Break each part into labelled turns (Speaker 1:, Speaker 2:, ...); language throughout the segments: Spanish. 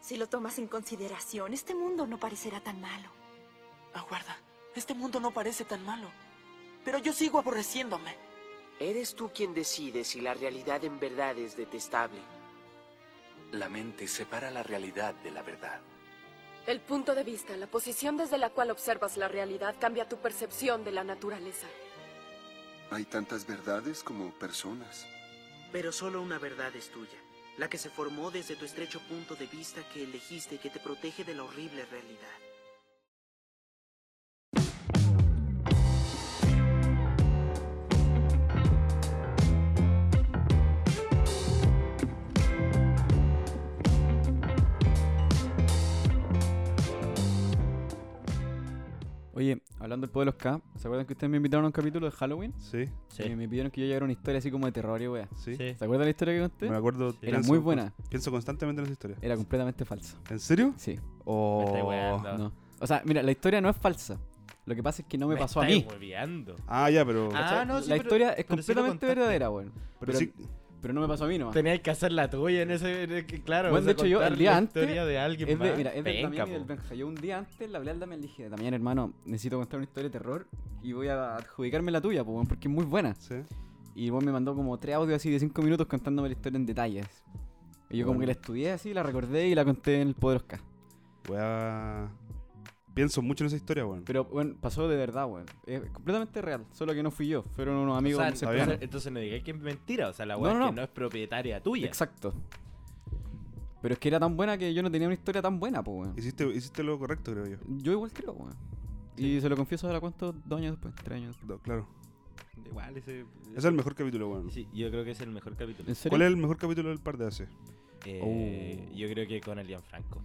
Speaker 1: Si lo tomas en consideración, este mundo no parecerá tan malo.
Speaker 2: Aguarda, este mundo no parece tan malo. Pero yo sigo aborreciéndome.
Speaker 3: Eres tú quien decide si la realidad en verdad es detestable.
Speaker 4: La mente separa la realidad de la verdad.
Speaker 5: El punto de vista, la posición desde la cual observas la realidad cambia tu percepción de la naturaleza.
Speaker 6: Hay tantas verdades como personas.
Speaker 3: Pero solo una verdad es tuya, la que se formó desde tu estrecho punto de vista que elegiste y que te protege de la horrible realidad.
Speaker 7: Oye, hablando del poder de los K, ¿se acuerdan que ustedes me invitaron a un capítulo de Halloween?
Speaker 8: Sí,
Speaker 9: Sí.
Speaker 7: Y me pidieron que yo llegara una historia así como de terror y wea.
Speaker 8: sí.
Speaker 9: Sí.
Speaker 7: ¿Se acuerdan la historia que conté?
Speaker 8: Me acuerdo.
Speaker 9: Era
Speaker 7: Era
Speaker 8: pienso-
Speaker 7: muy buena.
Speaker 8: Pienso constantemente en esa historia.
Speaker 7: Era completamente falsa.
Speaker 8: ¿En serio?
Speaker 7: Sí.
Speaker 9: Me
Speaker 8: O...
Speaker 9: estáis weando.
Speaker 7: No. O sea, mira, la historia no es falsa. Lo que pasa es que no me, pasó a mí.
Speaker 9: estáis hueveando.
Speaker 8: Ah, ya, pero.
Speaker 9: Ah, no, sí,
Speaker 7: la
Speaker 9: pero-
Speaker 7: historia es
Speaker 9: pero sí lo
Speaker 7: completamente
Speaker 9: contaste.
Speaker 7: verdadera, weón.
Speaker 8: pero,
Speaker 7: pero-
Speaker 8: sí.
Speaker 7: Pero no me pasó a mí nomás.
Speaker 9: Tenías que hacer la tuya en ese. en- que- Claro,
Speaker 7: Bueno, de
Speaker 9: o sea,
Speaker 7: hecho, yo
Speaker 9: contar
Speaker 7: el día
Speaker 9: la
Speaker 7: antes-
Speaker 9: historia de alguien
Speaker 7: Es de,
Speaker 9: más.
Speaker 7: mira, es del
Speaker 9: Venga,
Speaker 7: Damián y
Speaker 9: po.
Speaker 7: del Benja. Yo un día antes le hablé al Damián y le dije, Damián, hermano, necesito contar una historia de terror y voy a adjudicarme la tuya, po, weón, porque es muy buena.
Speaker 8: Sí.
Speaker 7: Y vos me mandó como tres audios así de cinco minutos contándome la historia en detalles. Y yo como que la estudié así, la recordé y la conté en el Poderos K.
Speaker 8: Wea. Pienso mucho en esa historia, weón.
Speaker 7: Pero, bueno, pasó de verdad, weón. Es completamente real. Solo que no fui yo. Fueron unos
Speaker 9: O
Speaker 7: amigos.
Speaker 9: sea,
Speaker 7: muy
Speaker 8: está
Speaker 7: cercanos.
Speaker 9: entonces, entonces no digáis que es mentira. O sea, la
Speaker 7: No,
Speaker 9: weá
Speaker 7: no,
Speaker 9: es
Speaker 7: no.
Speaker 9: que no es propietaria tuya.
Speaker 7: Exacto. Pero es que era tan buena que yo no tenía una historia tan buena, pues, weón.
Speaker 8: Hiciste, hiciste lo correcto, creo yo.
Speaker 7: Yo igual creo, weón. Y se lo confieso ahora cuántos dos años después, tres años después.
Speaker 8: No, claro.
Speaker 9: Igual, ese.
Speaker 8: Ese es el mejor capítulo, weón.
Speaker 9: Sí, yo creo que es el mejor capítulo.
Speaker 7: ¿En serio?
Speaker 8: ¿Cuál es el mejor capítulo del par de hace?
Speaker 9: Eh,
Speaker 7: Oh.
Speaker 9: Yo creo que con el Gianfranco.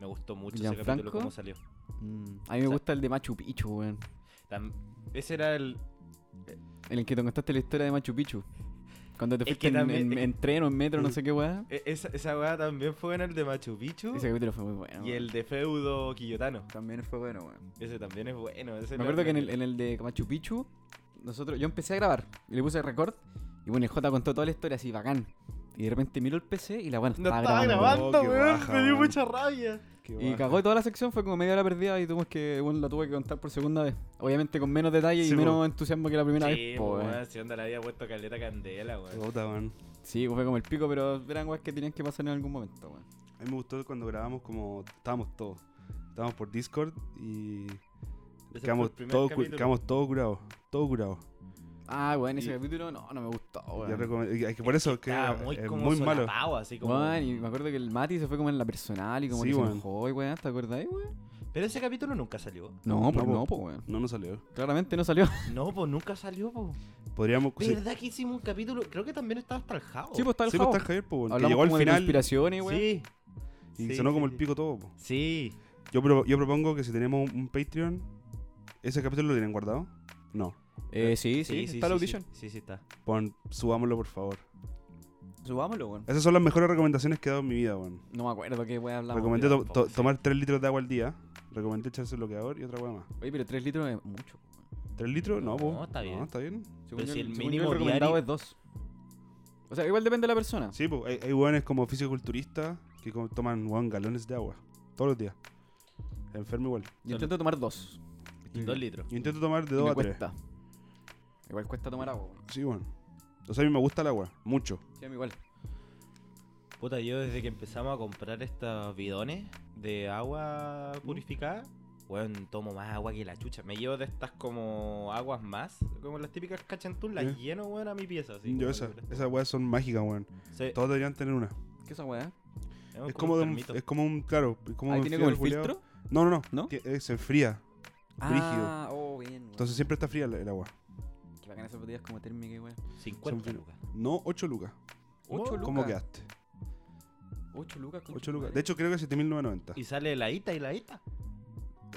Speaker 9: Me gustó mucho ese
Speaker 7: ¿Gianfranco?
Speaker 9: capítulo, cómo salió.
Speaker 7: Mm, a mí me gusta el de Machu Picchu, weón.
Speaker 9: Tam- Ese era el.
Speaker 7: En el que te contaste la historia de Machu Picchu. Cuando te
Speaker 9: Es
Speaker 7: fuiste
Speaker 9: que
Speaker 7: en,
Speaker 9: también-
Speaker 7: en- en tren o en metro, no sé qué weón.
Speaker 9: e- Esa, esa weá también fue en el de Machu Picchu.
Speaker 7: Ese capítulo fue muy Ah, bueno.
Speaker 9: Y
Speaker 7: weón.
Speaker 9: el de Feudo Quillotano.
Speaker 7: También fue bueno, weón.
Speaker 9: Ese también es bueno. ese
Speaker 7: Me
Speaker 9: no-
Speaker 7: acuerdo que en el, en el de Machu Picchu, nosotros, yo empecé a grabar y le puse record. Y bueno, el J contó toda la historia así, bacán. Y de repente miro el PC y la buena
Speaker 9: No
Speaker 7: estaba,
Speaker 9: estaba
Speaker 7: grabando.
Speaker 9: grabando,
Speaker 8: Oh, qué
Speaker 9: weón.
Speaker 8: baja,
Speaker 9: Me dio
Speaker 8: weón.
Speaker 9: mucha rabia.
Speaker 7: Y cagó
Speaker 8: de
Speaker 7: toda la sección, fue como media hora perdida y tuvimos que, bueno, la tuve que contar por segunda vez. Obviamente con menos detalle
Speaker 8: Sí,
Speaker 7: y
Speaker 8: po.
Speaker 7: menos entusiasmo que la primera
Speaker 9: Sí,
Speaker 7: vez. po,
Speaker 9: po,
Speaker 7: weón.
Speaker 9: weón, si onda le había puesto caleta candela, weón.
Speaker 8: Puta, weón.
Speaker 7: Sí, fue como el pico, pero eran weas que tenían que pasar en algún momento, weón.
Speaker 8: A mí me gustó cuando grabamos como estábamos todos. Estábamos por Discord y
Speaker 9: Ese
Speaker 8: quedamos
Speaker 9: fue el primer
Speaker 8: todos, cu-
Speaker 9: capítulo.
Speaker 8: quedamos todos curados. Todos curados.
Speaker 7: Ah, weón, ese
Speaker 8: Y-
Speaker 7: capítulo no, no me gustó,
Speaker 8: Ya
Speaker 7: weón.
Speaker 8: recomend- y- es eh, que por eso es que
Speaker 9: Estaba muy
Speaker 8: es
Speaker 9: como
Speaker 8: muy malo.
Speaker 9: solapado, así como...
Speaker 7: Weón, y me acuerdo que el Mati se fue como en la personal y como
Speaker 8: Sí,
Speaker 7: que
Speaker 8: weón.
Speaker 7: se enojó y weón, ¿te acordáis, weón?
Speaker 9: Pero ese capítulo nunca salió.
Speaker 7: No, pues
Speaker 8: po.
Speaker 7: no, pues weón.
Speaker 8: No nos salió.
Speaker 7: Claramente no salió.
Speaker 9: No, pues nunca salió, po.
Speaker 8: Podríamos. sí,
Speaker 9: ¿Verdad que hicimos un capítulo? Creo que también estaba hasta el jabo.
Speaker 7: Sí, pues está el
Speaker 8: sí, pues,
Speaker 7: jabo.
Speaker 8: está Javier, po, weón, que
Speaker 7: Hablamos
Speaker 8: llegó
Speaker 7: como
Speaker 8: al
Speaker 7: de
Speaker 8: final
Speaker 7: conspiraciones, weón.
Speaker 9: Sí.
Speaker 8: y
Speaker 9: Sí,
Speaker 8: sonó como el
Speaker 9: sí, sí.
Speaker 8: pico todo. po.
Speaker 9: Sí.
Speaker 8: Yo, pro- yo propongo que si tenemos un, un Patreon, ¿ese capítulo lo tienen guardado? No.
Speaker 7: Eh, sí, sí, está la audición.
Speaker 9: Sí, sí, está.
Speaker 8: Pon, subámoslo, por favor.
Speaker 7: Subámoslo, weón.
Speaker 8: Esas son las mejores recomendaciones que he dado en mi vida, weón.
Speaker 7: No me acuerdo qué weón hablamos.
Speaker 8: Recomendé
Speaker 9: yo
Speaker 8: to-
Speaker 9: tampoco
Speaker 8: to-
Speaker 9: sé.
Speaker 8: tomar 3 litros de agua al día. Recomendé echarse bloqueador y otra weá más.
Speaker 7: Oye, pero 3 litros es mucho. weón.
Speaker 8: ¿Tres litros? No,
Speaker 9: No,
Speaker 8: po.
Speaker 9: está bien.
Speaker 8: No, está bien.
Speaker 7: Según
Speaker 9: si
Speaker 7: yo-
Speaker 9: el
Speaker 7: según yo
Speaker 9: mínimo
Speaker 7: recomendado
Speaker 9: diario-
Speaker 7: es 2. O sea, igual depende de la persona.
Speaker 8: Sí, pues hay, hay hueones como fisiculturistas que co- toman hueón, galones de agua todos los días. Enfermo igual.
Speaker 7: Yo intento tomar 2.
Speaker 9: Dos litros.
Speaker 8: Yo intento tomar de
Speaker 7: me
Speaker 8: 2 a 3.
Speaker 7: cuesta. Igual cuesta tomar agua, weón.
Speaker 8: Sí, bueno. O sea, a mí me gusta el agua, mucho.
Speaker 7: Sí, a mí igual.
Speaker 9: Puta, yo desde que empezamos a comprar estos bidones de agua
Speaker 8: ¿Mm?
Speaker 9: purificada, weón, tomo más agua que la chucha. Me llevo de estas como aguas más, como las típicas cachantún, las
Speaker 8: Sí.
Speaker 9: lleno, weón, a mi pieza. Así,
Speaker 8: ¿Eh? Yo
Speaker 9: como
Speaker 8: esa,
Speaker 9: locura.
Speaker 8: esas weas son mágicas, weón.
Speaker 7: Eh,
Speaker 9: Sí,
Speaker 8: Todos deberían tener una.
Speaker 7: ¿Qué esa weá?
Speaker 8: Es como, de
Speaker 9: un
Speaker 8: un,
Speaker 9: termito.
Speaker 8: es como un, claro, es como
Speaker 7: Ahí
Speaker 8: un
Speaker 7: Ah, tiene como el
Speaker 8: culiao.
Speaker 7: filtro.
Speaker 8: No, no, no.
Speaker 7: ¿No?
Speaker 8: Ti- eh, se enfría.
Speaker 7: Ah, oh, bien. weón.
Speaker 8: Entonces siempre está fría el, el agua.
Speaker 7: Que bacán esas botellas como térmica y weón.
Speaker 9: 50
Speaker 8: son-
Speaker 9: lucas.
Speaker 8: No, 8 lucas.
Speaker 7: Ocho
Speaker 8: ¿Cómo
Speaker 7: lucas.
Speaker 8: quedaste?
Speaker 7: 8 lucas. concha
Speaker 8: 8
Speaker 7: tu
Speaker 8: lucas.
Speaker 7: madre.
Speaker 8: De hecho, creo que 7990.
Speaker 9: Y sale la ita y la ita.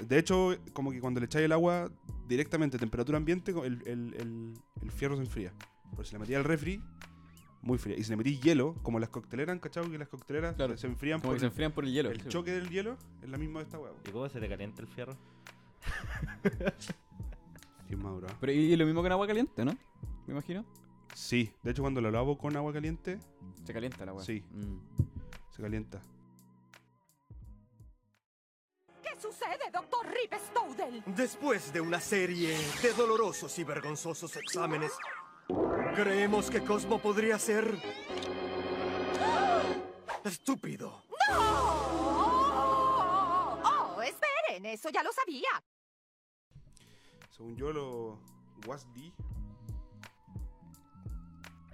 Speaker 8: De hecho, como que cuando le echáis el agua directamente a temperatura ambiente, el, el- el- el fierro se enfría. Pero si le metí al refri, muy fría. Y si le metí hielo, como las cocteleras, ¿han ¿cachado? Que las cocteleras
Speaker 7: Claro.
Speaker 8: se enfrían
Speaker 7: como
Speaker 8: por
Speaker 7: que se enfrían por el hielo.
Speaker 8: el
Speaker 7: Sí.
Speaker 8: choque del hielo, es la misma de esta hueá.
Speaker 9: ¿Y cómo se te calienta el fierro?
Speaker 8: Sí, maduro. ¿eh?
Speaker 7: Pero y, y lo mismo con agua caliente, ¿no? Me imagino.
Speaker 8: Sí, de hecho cuando lo lavo con agua caliente,
Speaker 7: Se calienta la weá.
Speaker 8: Sí.
Speaker 7: Mm.
Speaker 8: se calienta.
Speaker 1: sucede, doctor Rip Stoudel?
Speaker 10: Después de una serie de dolorosos y vergonzosos exámenes, creemos que Cosmo podría ser... Estúpido.
Speaker 1: ¡Oh! ¡Oh, esperen! Eso ya lo sabía.
Speaker 8: Según yo, los WASD,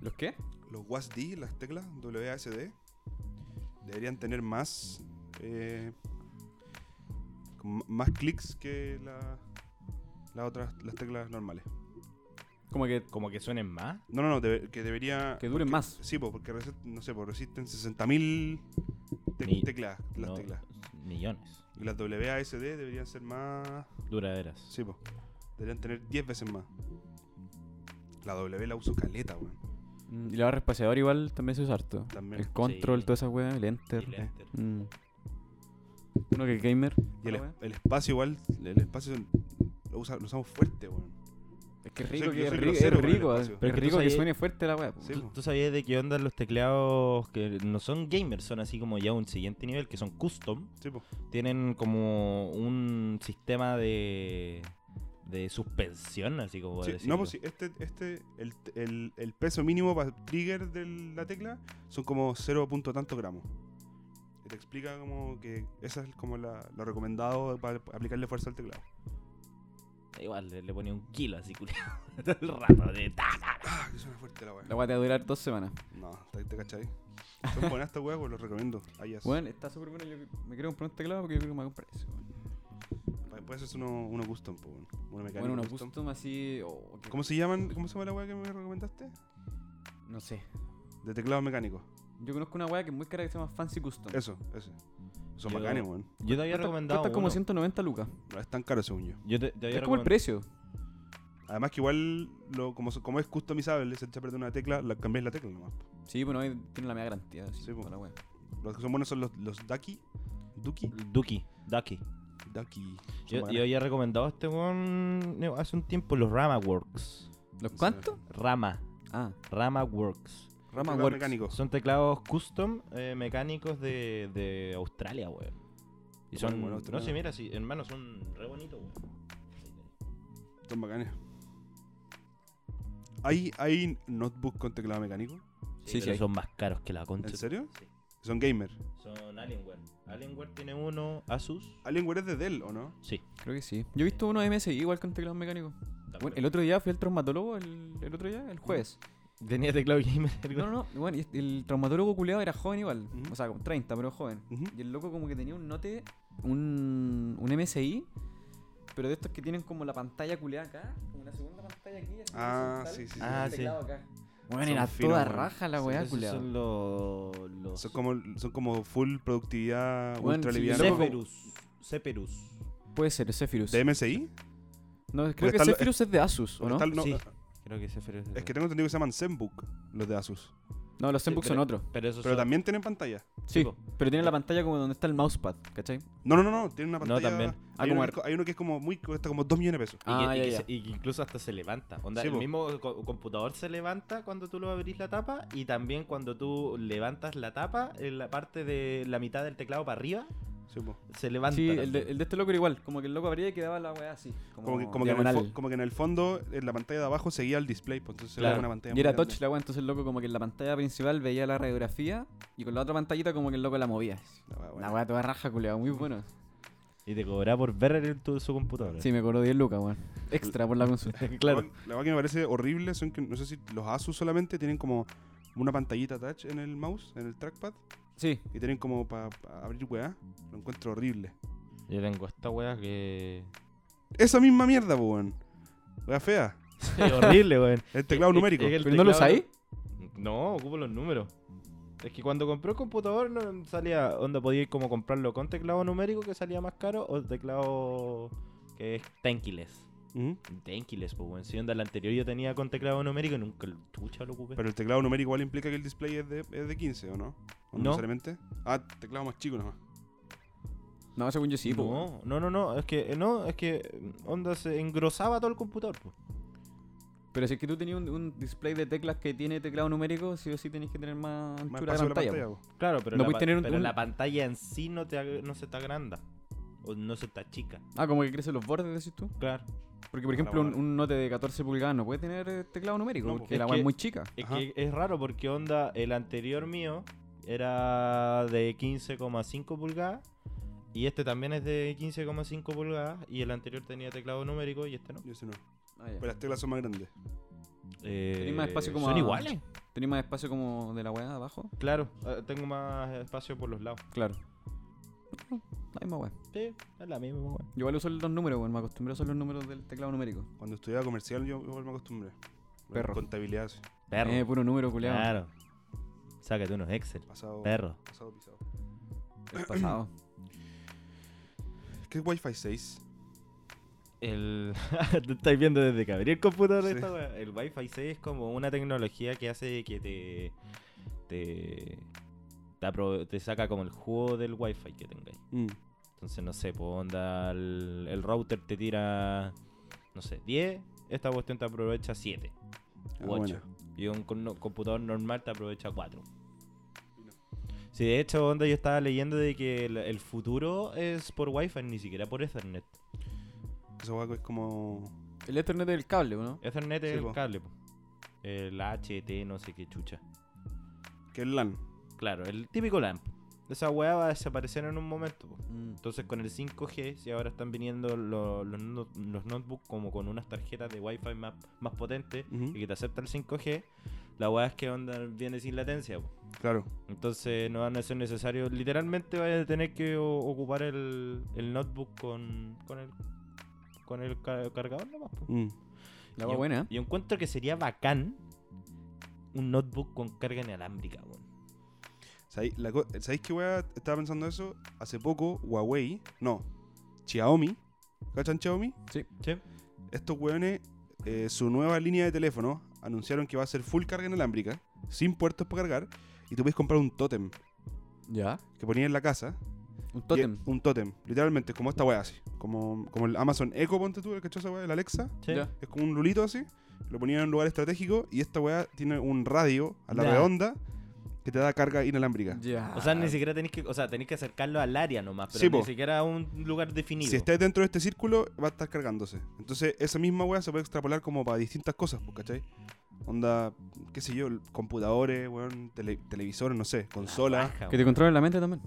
Speaker 7: ¿Los qué?
Speaker 8: los WASD, las teclas WASD, deberían tener más. eh, como m- más clics que la- las otras las teclas normales.
Speaker 7: Como que,
Speaker 9: Como que suenen más.
Speaker 8: No, no, no, debe- que debería.
Speaker 7: que duren más.
Speaker 8: Sí, po, porque resi- no sé, pues resisten 60.000 tec-
Speaker 9: Ni-
Speaker 8: teclas, las
Speaker 9: No,
Speaker 8: teclas.
Speaker 9: Millones.
Speaker 8: Y las WASD deberían ser más.
Speaker 9: Duraderas.
Speaker 8: Sí, po. Deberían tener 10 veces más. La W la uso caleta, weón.
Speaker 7: Mm, Y la barra espaciador igual también se usa harto.
Speaker 8: También.
Speaker 7: El control,
Speaker 9: Sí.
Speaker 7: toda esa weá, el enter.
Speaker 9: Y Lester.
Speaker 7: Mm. Uno que es gamer.
Speaker 8: Y el,
Speaker 7: la weá.
Speaker 8: el espacio igual, el espacio lo, usa- lo usamos fuerte, weón.
Speaker 7: Es que es
Speaker 8: soy-
Speaker 7: rico,
Speaker 8: yo
Speaker 7: que es
Speaker 8: soy
Speaker 7: rico, es
Speaker 8: grosero con el
Speaker 7: rico,
Speaker 8: espacio.
Speaker 7: pero
Speaker 9: Pero
Speaker 7: es
Speaker 9: tú
Speaker 7: rico que
Speaker 9: sabes-
Speaker 7: suene fuerte la weá. po.
Speaker 8: Sí,
Speaker 9: ¿Tú,
Speaker 8: po.
Speaker 9: tú sabías de qué onda los tecleados que no son gamers, son así como ya un siguiente nivel, que son custom?
Speaker 8: Sí, po.
Speaker 9: Tienen como un sistema de, de suspensión, así como
Speaker 8: Sí,
Speaker 9: decirlo.
Speaker 8: no, pues sí, este, este, el, el- el peso mínimo para trigger de la tecla son como 0. punto tanto gramos. Y Te explica como que esa es como la, lo recomendado para aplicarle fuerza al teclado.
Speaker 9: Igual le, le ponía un kilo así, culiao, todo el rato de ta, ta.
Speaker 8: Ah, que suena fuerte la weá.
Speaker 7: La weá te va a durar dos semanas.
Speaker 8: No, te, te cachai. Son buenas estas weas, pues los recomiendo. Ah, yes.
Speaker 7: Bueno, está súper bueno. Yo me quiero comprar un teclado porque yo creo que me voy a comprar eso.
Speaker 8: Pa- Puedes hacer uno, uno custom, pues, bueno. Uno mecánico
Speaker 7: Bueno, unos
Speaker 8: custom.
Speaker 7: custom así. oh, que-
Speaker 8: ¿Cómo se llaman? ¿Cómo se llama la weá que me recomendaste?
Speaker 7: No sé.
Speaker 8: De teclado mecánico.
Speaker 7: Yo conozco una weá que es muy cara que se llama Fancy Custom.
Speaker 8: Eso, ese. Son
Speaker 9: Yo-
Speaker 8: bacanes, weón.
Speaker 9: Yo te había
Speaker 7: Cuesta-
Speaker 9: recomendado
Speaker 7: Cuesta como
Speaker 9: uno.
Speaker 7: 190 lucas.
Speaker 8: No es tan caro según yo.
Speaker 9: Yo te, te había
Speaker 7: Es como el
Speaker 9: recomen-
Speaker 7: precio.
Speaker 8: Además que igual, lo, como, so- como es customizable, se echa a perder una tecla, la, cambiáis la tecla nomás. po.
Speaker 7: Sí, bueno, ahí tiene la media garantía. así,
Speaker 8: Sí, pues. po.
Speaker 7: toda la weá.
Speaker 8: Los que son buenos son los, los Ducky. Ducky.
Speaker 9: Duki, Duki.
Speaker 8: Ducky. Son
Speaker 9: Yo, yo
Speaker 8: bacanes.
Speaker 9: había recomendado a este weón eh, hace un tiempo los Rama Works.
Speaker 7: ¿Los cuántos?
Speaker 9: Rama,
Speaker 7: Ah,
Speaker 9: Rama Works.
Speaker 7: Rama
Speaker 8: Teclado
Speaker 7: Works.
Speaker 8: mecánico.
Speaker 9: Son teclados custom eh, mecánicos de, de Australia, weón. Y son.
Speaker 8: Bueno, bueno,
Speaker 9: no
Speaker 8: Australia.
Speaker 9: sé, mira, sí, hermano, son re bonitos, weón.
Speaker 8: Son bacanes. ¿Hay, ¿Hay notebook con teclado mecánico?
Speaker 7: Sí, sí,
Speaker 9: pero
Speaker 7: hay.
Speaker 9: son más caros que la concha.
Speaker 8: ¿En serio?
Speaker 9: Sí.
Speaker 8: Son gamer.
Speaker 9: Son Alienware. Alienware tiene uno, Asus.
Speaker 8: Alienware es de Dell, ¿o no?
Speaker 9: Sí.
Speaker 7: Creo que sí. Yo he visto uno MSI igual con teclado mecánico. Bueno, el otro día fui al traumatólogo, el, el otro día, el jueves.
Speaker 9: Tenía teclado gamer.
Speaker 7: No,
Speaker 9: el weón.
Speaker 7: no, no. Bueno, y este- el traumatólogo culeado era joven igual.
Speaker 8: Ujú.
Speaker 7: O sea, como 30, pero joven.
Speaker 8: Ujú.
Speaker 7: Y el loco como que tenía un note, un, un MSI, pero de estos que tienen como la pantalla culeada acá, como una segunda pantalla aquí. así
Speaker 8: Ah,
Speaker 7: horizontal,
Speaker 8: sí, sí, sí.
Speaker 7: y
Speaker 9: Ah,
Speaker 7: el
Speaker 9: sí.
Speaker 7: teclado acá. Bueno,
Speaker 8: Son
Speaker 7: era
Speaker 8: finos,
Speaker 7: toda
Speaker 8: weón.
Speaker 7: raja la
Speaker 9: Sí,
Speaker 7: weá
Speaker 9: esos
Speaker 7: culeada.
Speaker 9: Son los. los
Speaker 8: Son como, son como full productividad
Speaker 7: Bueno,
Speaker 8: ultra
Speaker 7: sí,
Speaker 8: liviana.
Speaker 7: loco, como-
Speaker 9: Zephyrus. Zephyrus.
Speaker 7: Puede ser, es Zephyrus.
Speaker 8: ¿De MSI?
Speaker 7: No,
Speaker 8: Porque
Speaker 7: creo que
Speaker 8: están los-
Speaker 7: Zephyrus es de Asus, ¿o
Speaker 8: Porque
Speaker 7: no?
Speaker 8: tal- no- eh,
Speaker 9: Sí. Creo que Zephyrus.
Speaker 8: Es que tengo entendido que se llaman Zenbook, los de Asus.
Speaker 7: No, los Zenbook son otros.
Speaker 9: Pero esos
Speaker 8: Pero
Speaker 9: son-
Speaker 8: también tienen pantalla.
Speaker 7: Sí,
Speaker 9: po.
Speaker 7: pero tienen la pantalla como donde está el mousepad, ¿cachai?
Speaker 8: No, no, no, no, tienen una
Speaker 9: No,
Speaker 8: pantalla.
Speaker 9: también.
Speaker 7: Ah,
Speaker 8: Hay,
Speaker 7: como
Speaker 8: uno que,
Speaker 7: ar-
Speaker 8: es co- hay uno que es como muy. cuesta como 2 millones de pesos.
Speaker 9: Y,
Speaker 7: Ah,
Speaker 9: que, y
Speaker 7: ya,
Speaker 9: que
Speaker 7: ya.
Speaker 9: se- y que incluso hasta se levanta. Onda,
Speaker 8: Sí,
Speaker 9: el
Speaker 8: po.
Speaker 9: mismo co- computador se levanta cuando tú lo abrís la tapa y también cuando tú levantas la tapa, en la parte de la mitad del teclado para arriba
Speaker 8: Sí, po.
Speaker 9: se levanta.
Speaker 7: Sí, el
Speaker 9: también.
Speaker 7: de, el de este loco era igual, como que el loco abría y quedaba la weá así. Como,
Speaker 8: Como, que, como que en el
Speaker 7: diagonal.
Speaker 8: fo- como que en el fondo, en la pantalla de abajo seguía el display, pues entonces
Speaker 7: Claro.
Speaker 8: era una pantalla
Speaker 7: y era
Speaker 8: muy grande.
Speaker 7: touch la weá, entonces el loco como que en la pantalla principal veía la radiografía y con la otra pantallita como que el loco la movía.
Speaker 8: La weá,
Speaker 7: La
Speaker 8: bueno.
Speaker 7: weá toda raja, culeado, muy bueno.
Speaker 9: Y te cobraba por ver el, tu- su computadora.
Speaker 7: Sí, me cobró 10 lucas, weón. Extra por la consulta.
Speaker 9: claro.
Speaker 8: La weá- La weá que me parece horrible son que, no sé si los Asus solamente tienen como una pantallita touch en el mouse, en el trackpad,
Speaker 7: Sí,
Speaker 8: y tienen como para abrir weá. Lo encuentro horrible.
Speaker 9: Yo tengo esta wea que.
Speaker 8: Esa misma mierda, po, weón. Weá fea.
Speaker 9: Es horrible, weón.
Speaker 8: El teclado
Speaker 9: Es-
Speaker 8: numérico.
Speaker 9: es el
Speaker 7: pero ¿no lo
Speaker 9: teclado-
Speaker 7: usáis?
Speaker 9: No, ocupo los números. Es que cuando compré el computador no salía onda podía ir como comprarlo con teclado numérico que salía más caro o teclado que es tenkiles.
Speaker 8: Ujú.
Speaker 9: Tenkiles, pues bueno, si onda la anterior yo tenía con teclado numérico y nunca lo- chucha lo ocupé.
Speaker 8: Pero el teclado numérico igual implica que el display es de, es de 15, ¿o no? ¿O no?
Speaker 9: No.
Speaker 8: necesariamente? Ah, teclado más chico nomás.
Speaker 7: No, según yo sí, po, weón.
Speaker 9: no, no, no, no, es que eh, no, es que mm, onda se engrosaba todo el computador, pues.
Speaker 7: Pero si es que tú tenías un, un display de teclas que tiene teclado numérico, sí o sí tenés que tener más
Speaker 8: Más
Speaker 7: anchura de
Speaker 8: espacio en la
Speaker 7: pantalla.
Speaker 8: pantalla,
Speaker 7: po.
Speaker 8: po.
Speaker 9: Claro, pero,
Speaker 7: No
Speaker 9: la,
Speaker 7: puedes
Speaker 9: pa-
Speaker 7: tener un-
Speaker 9: pero
Speaker 7: un-
Speaker 9: la pantalla en sí no te ag- no se te agranda. O no son tan chicas.
Speaker 7: Ah, como que crecen los bordes, decís tú.
Speaker 9: Claro.
Speaker 7: Porque, por ejemplo, un, un note de 14 pulgadas no puede tener eh, teclado numérico,
Speaker 8: No, po.
Speaker 7: porque
Speaker 9: Es
Speaker 7: la agua es
Speaker 9: que-
Speaker 7: muy chica.
Speaker 9: Es
Speaker 8: Ajá.
Speaker 9: que es raro porque onda, el anterior mío era de 15,5 pulgadas. Y este también es de 15,5 pulgadas. Y el anterior tenía teclado numérico y este no.
Speaker 8: Yo sé no. Pero
Speaker 7: Ah, ya.
Speaker 8: las teclas son más grandes.
Speaker 9: Eh,
Speaker 7: más espacio como
Speaker 9: ¿Son
Speaker 7: a-
Speaker 9: iguales?
Speaker 7: ¿Tenés más espacio como de la weá abajo?
Speaker 9: Claro, eh, tengo más espacio por los lados.
Speaker 7: Claro. La misma weá.
Speaker 9: Sí, es la misma, weón.
Speaker 7: Yo igual uso los números, weón. Me acostumbré a usar los números del teclado numérico.
Speaker 8: Cuando estudiaba comercial yo igual me acostumbré.
Speaker 7: Perro.
Speaker 8: Contabilidad, sí.
Speaker 9: Perro.
Speaker 7: Eh, puro número, culeado.
Speaker 9: claro. Sácate unos Excel.
Speaker 8: pasado,
Speaker 9: Perro.
Speaker 8: pasado pisado.
Speaker 7: El pasado.
Speaker 8: ¿Qué es Wi-Fi 6?
Speaker 9: El... Te estáis viendo desde que abrí el computador
Speaker 8: Sí.
Speaker 9: esta wea. El Wi-Fi 6 es como una tecnología que hace que te... Te... Te, apro- te saca como el juego del Wi-Fi que tengáis. Entonces, no sé, pues onda... El, el router te tira... No sé, 10. Esta cuestión te aprovecha 7
Speaker 8: Ah,
Speaker 9: u 8.
Speaker 8: bueno.
Speaker 9: Y un con- computador normal te aprovecha 4. Sí, de hecho, onda, yo estaba leyendo de que el, el futuro es por Wi-Fi, ni siquiera por Ethernet.
Speaker 8: Esa hueá es como...
Speaker 7: El Ethernet del cable, ¿no?
Speaker 9: Ethernet
Speaker 8: Sí,
Speaker 9: es
Speaker 8: po.
Speaker 9: el cable, po. El HT, no sé qué chucha.
Speaker 8: ¿Qué es LAN?
Speaker 9: Claro, el típico LAN. Esa weá va a desaparecer en un momento. po.
Speaker 7: Mm.
Speaker 9: Entonces con el 5G, si ahora están viniendo lo- los, no- los notebooks como con unas tarjetas de Wi-Fi más, más potentes
Speaker 8: Ujú.
Speaker 9: y que te acepta el 5G, la weá es que onda viene sin latencia. po.
Speaker 8: Claro.
Speaker 9: Entonces no van a ser necesarios. Literalmente vas a tener que o- ocupar el, el notebook con, con el con el ca- cargador nomás. po.
Speaker 8: Mm.
Speaker 7: La
Speaker 9: Yo-
Speaker 7: weá buena, ¿eh?
Speaker 9: Yo encuentro que sería bacán un notebook con carga inalámbrica, weón.
Speaker 8: ¿Sabéis, la co- ¿sabéis qué weá? Estaba pensando eso. Hace poco, Huawei, no, Xiaomi, ¿cachan Xiaomi?
Speaker 9: Sí.
Speaker 8: Estos weones, eh, su nueva línea de teléfono, anunciaron que va a ser full carga inalámbrica, sin puertos para cargar, y tú puedes comprar un tótem
Speaker 7: Ya.
Speaker 8: que ponías en la casa.
Speaker 7: Un
Speaker 8: y-
Speaker 7: tótem.
Speaker 8: un tótem, literalmente, como esta weá así. Como, como el Amazon Echo, ponte tú, el esa weá, el Alexa.
Speaker 9: Sí.
Speaker 7: Ya.
Speaker 8: Es como un lulito así, lo ponían en un lugar estratégico, y esta weá tiene un radio a la
Speaker 9: Ya.
Speaker 8: redonda que te da carga inalámbrica.
Speaker 7: Ya.
Speaker 9: O sea, ni siquiera tenéis que, o sea, tenéis que acercarlo al área nomás, pero
Speaker 8: Sí,
Speaker 9: ni
Speaker 8: po.
Speaker 9: siquiera a un lugar definido.
Speaker 8: Si estás dentro de este círculo, va a estar cargándose. Entonces, esa misma weá se puede extrapolar como para distintas cosas, pues, ¿cachai? Onda, qué sé yo, computadores, weón, tele- televisores, no sé, consolas.
Speaker 9: Baja,
Speaker 7: Que te
Speaker 9: weón.
Speaker 7: controlen la mente también.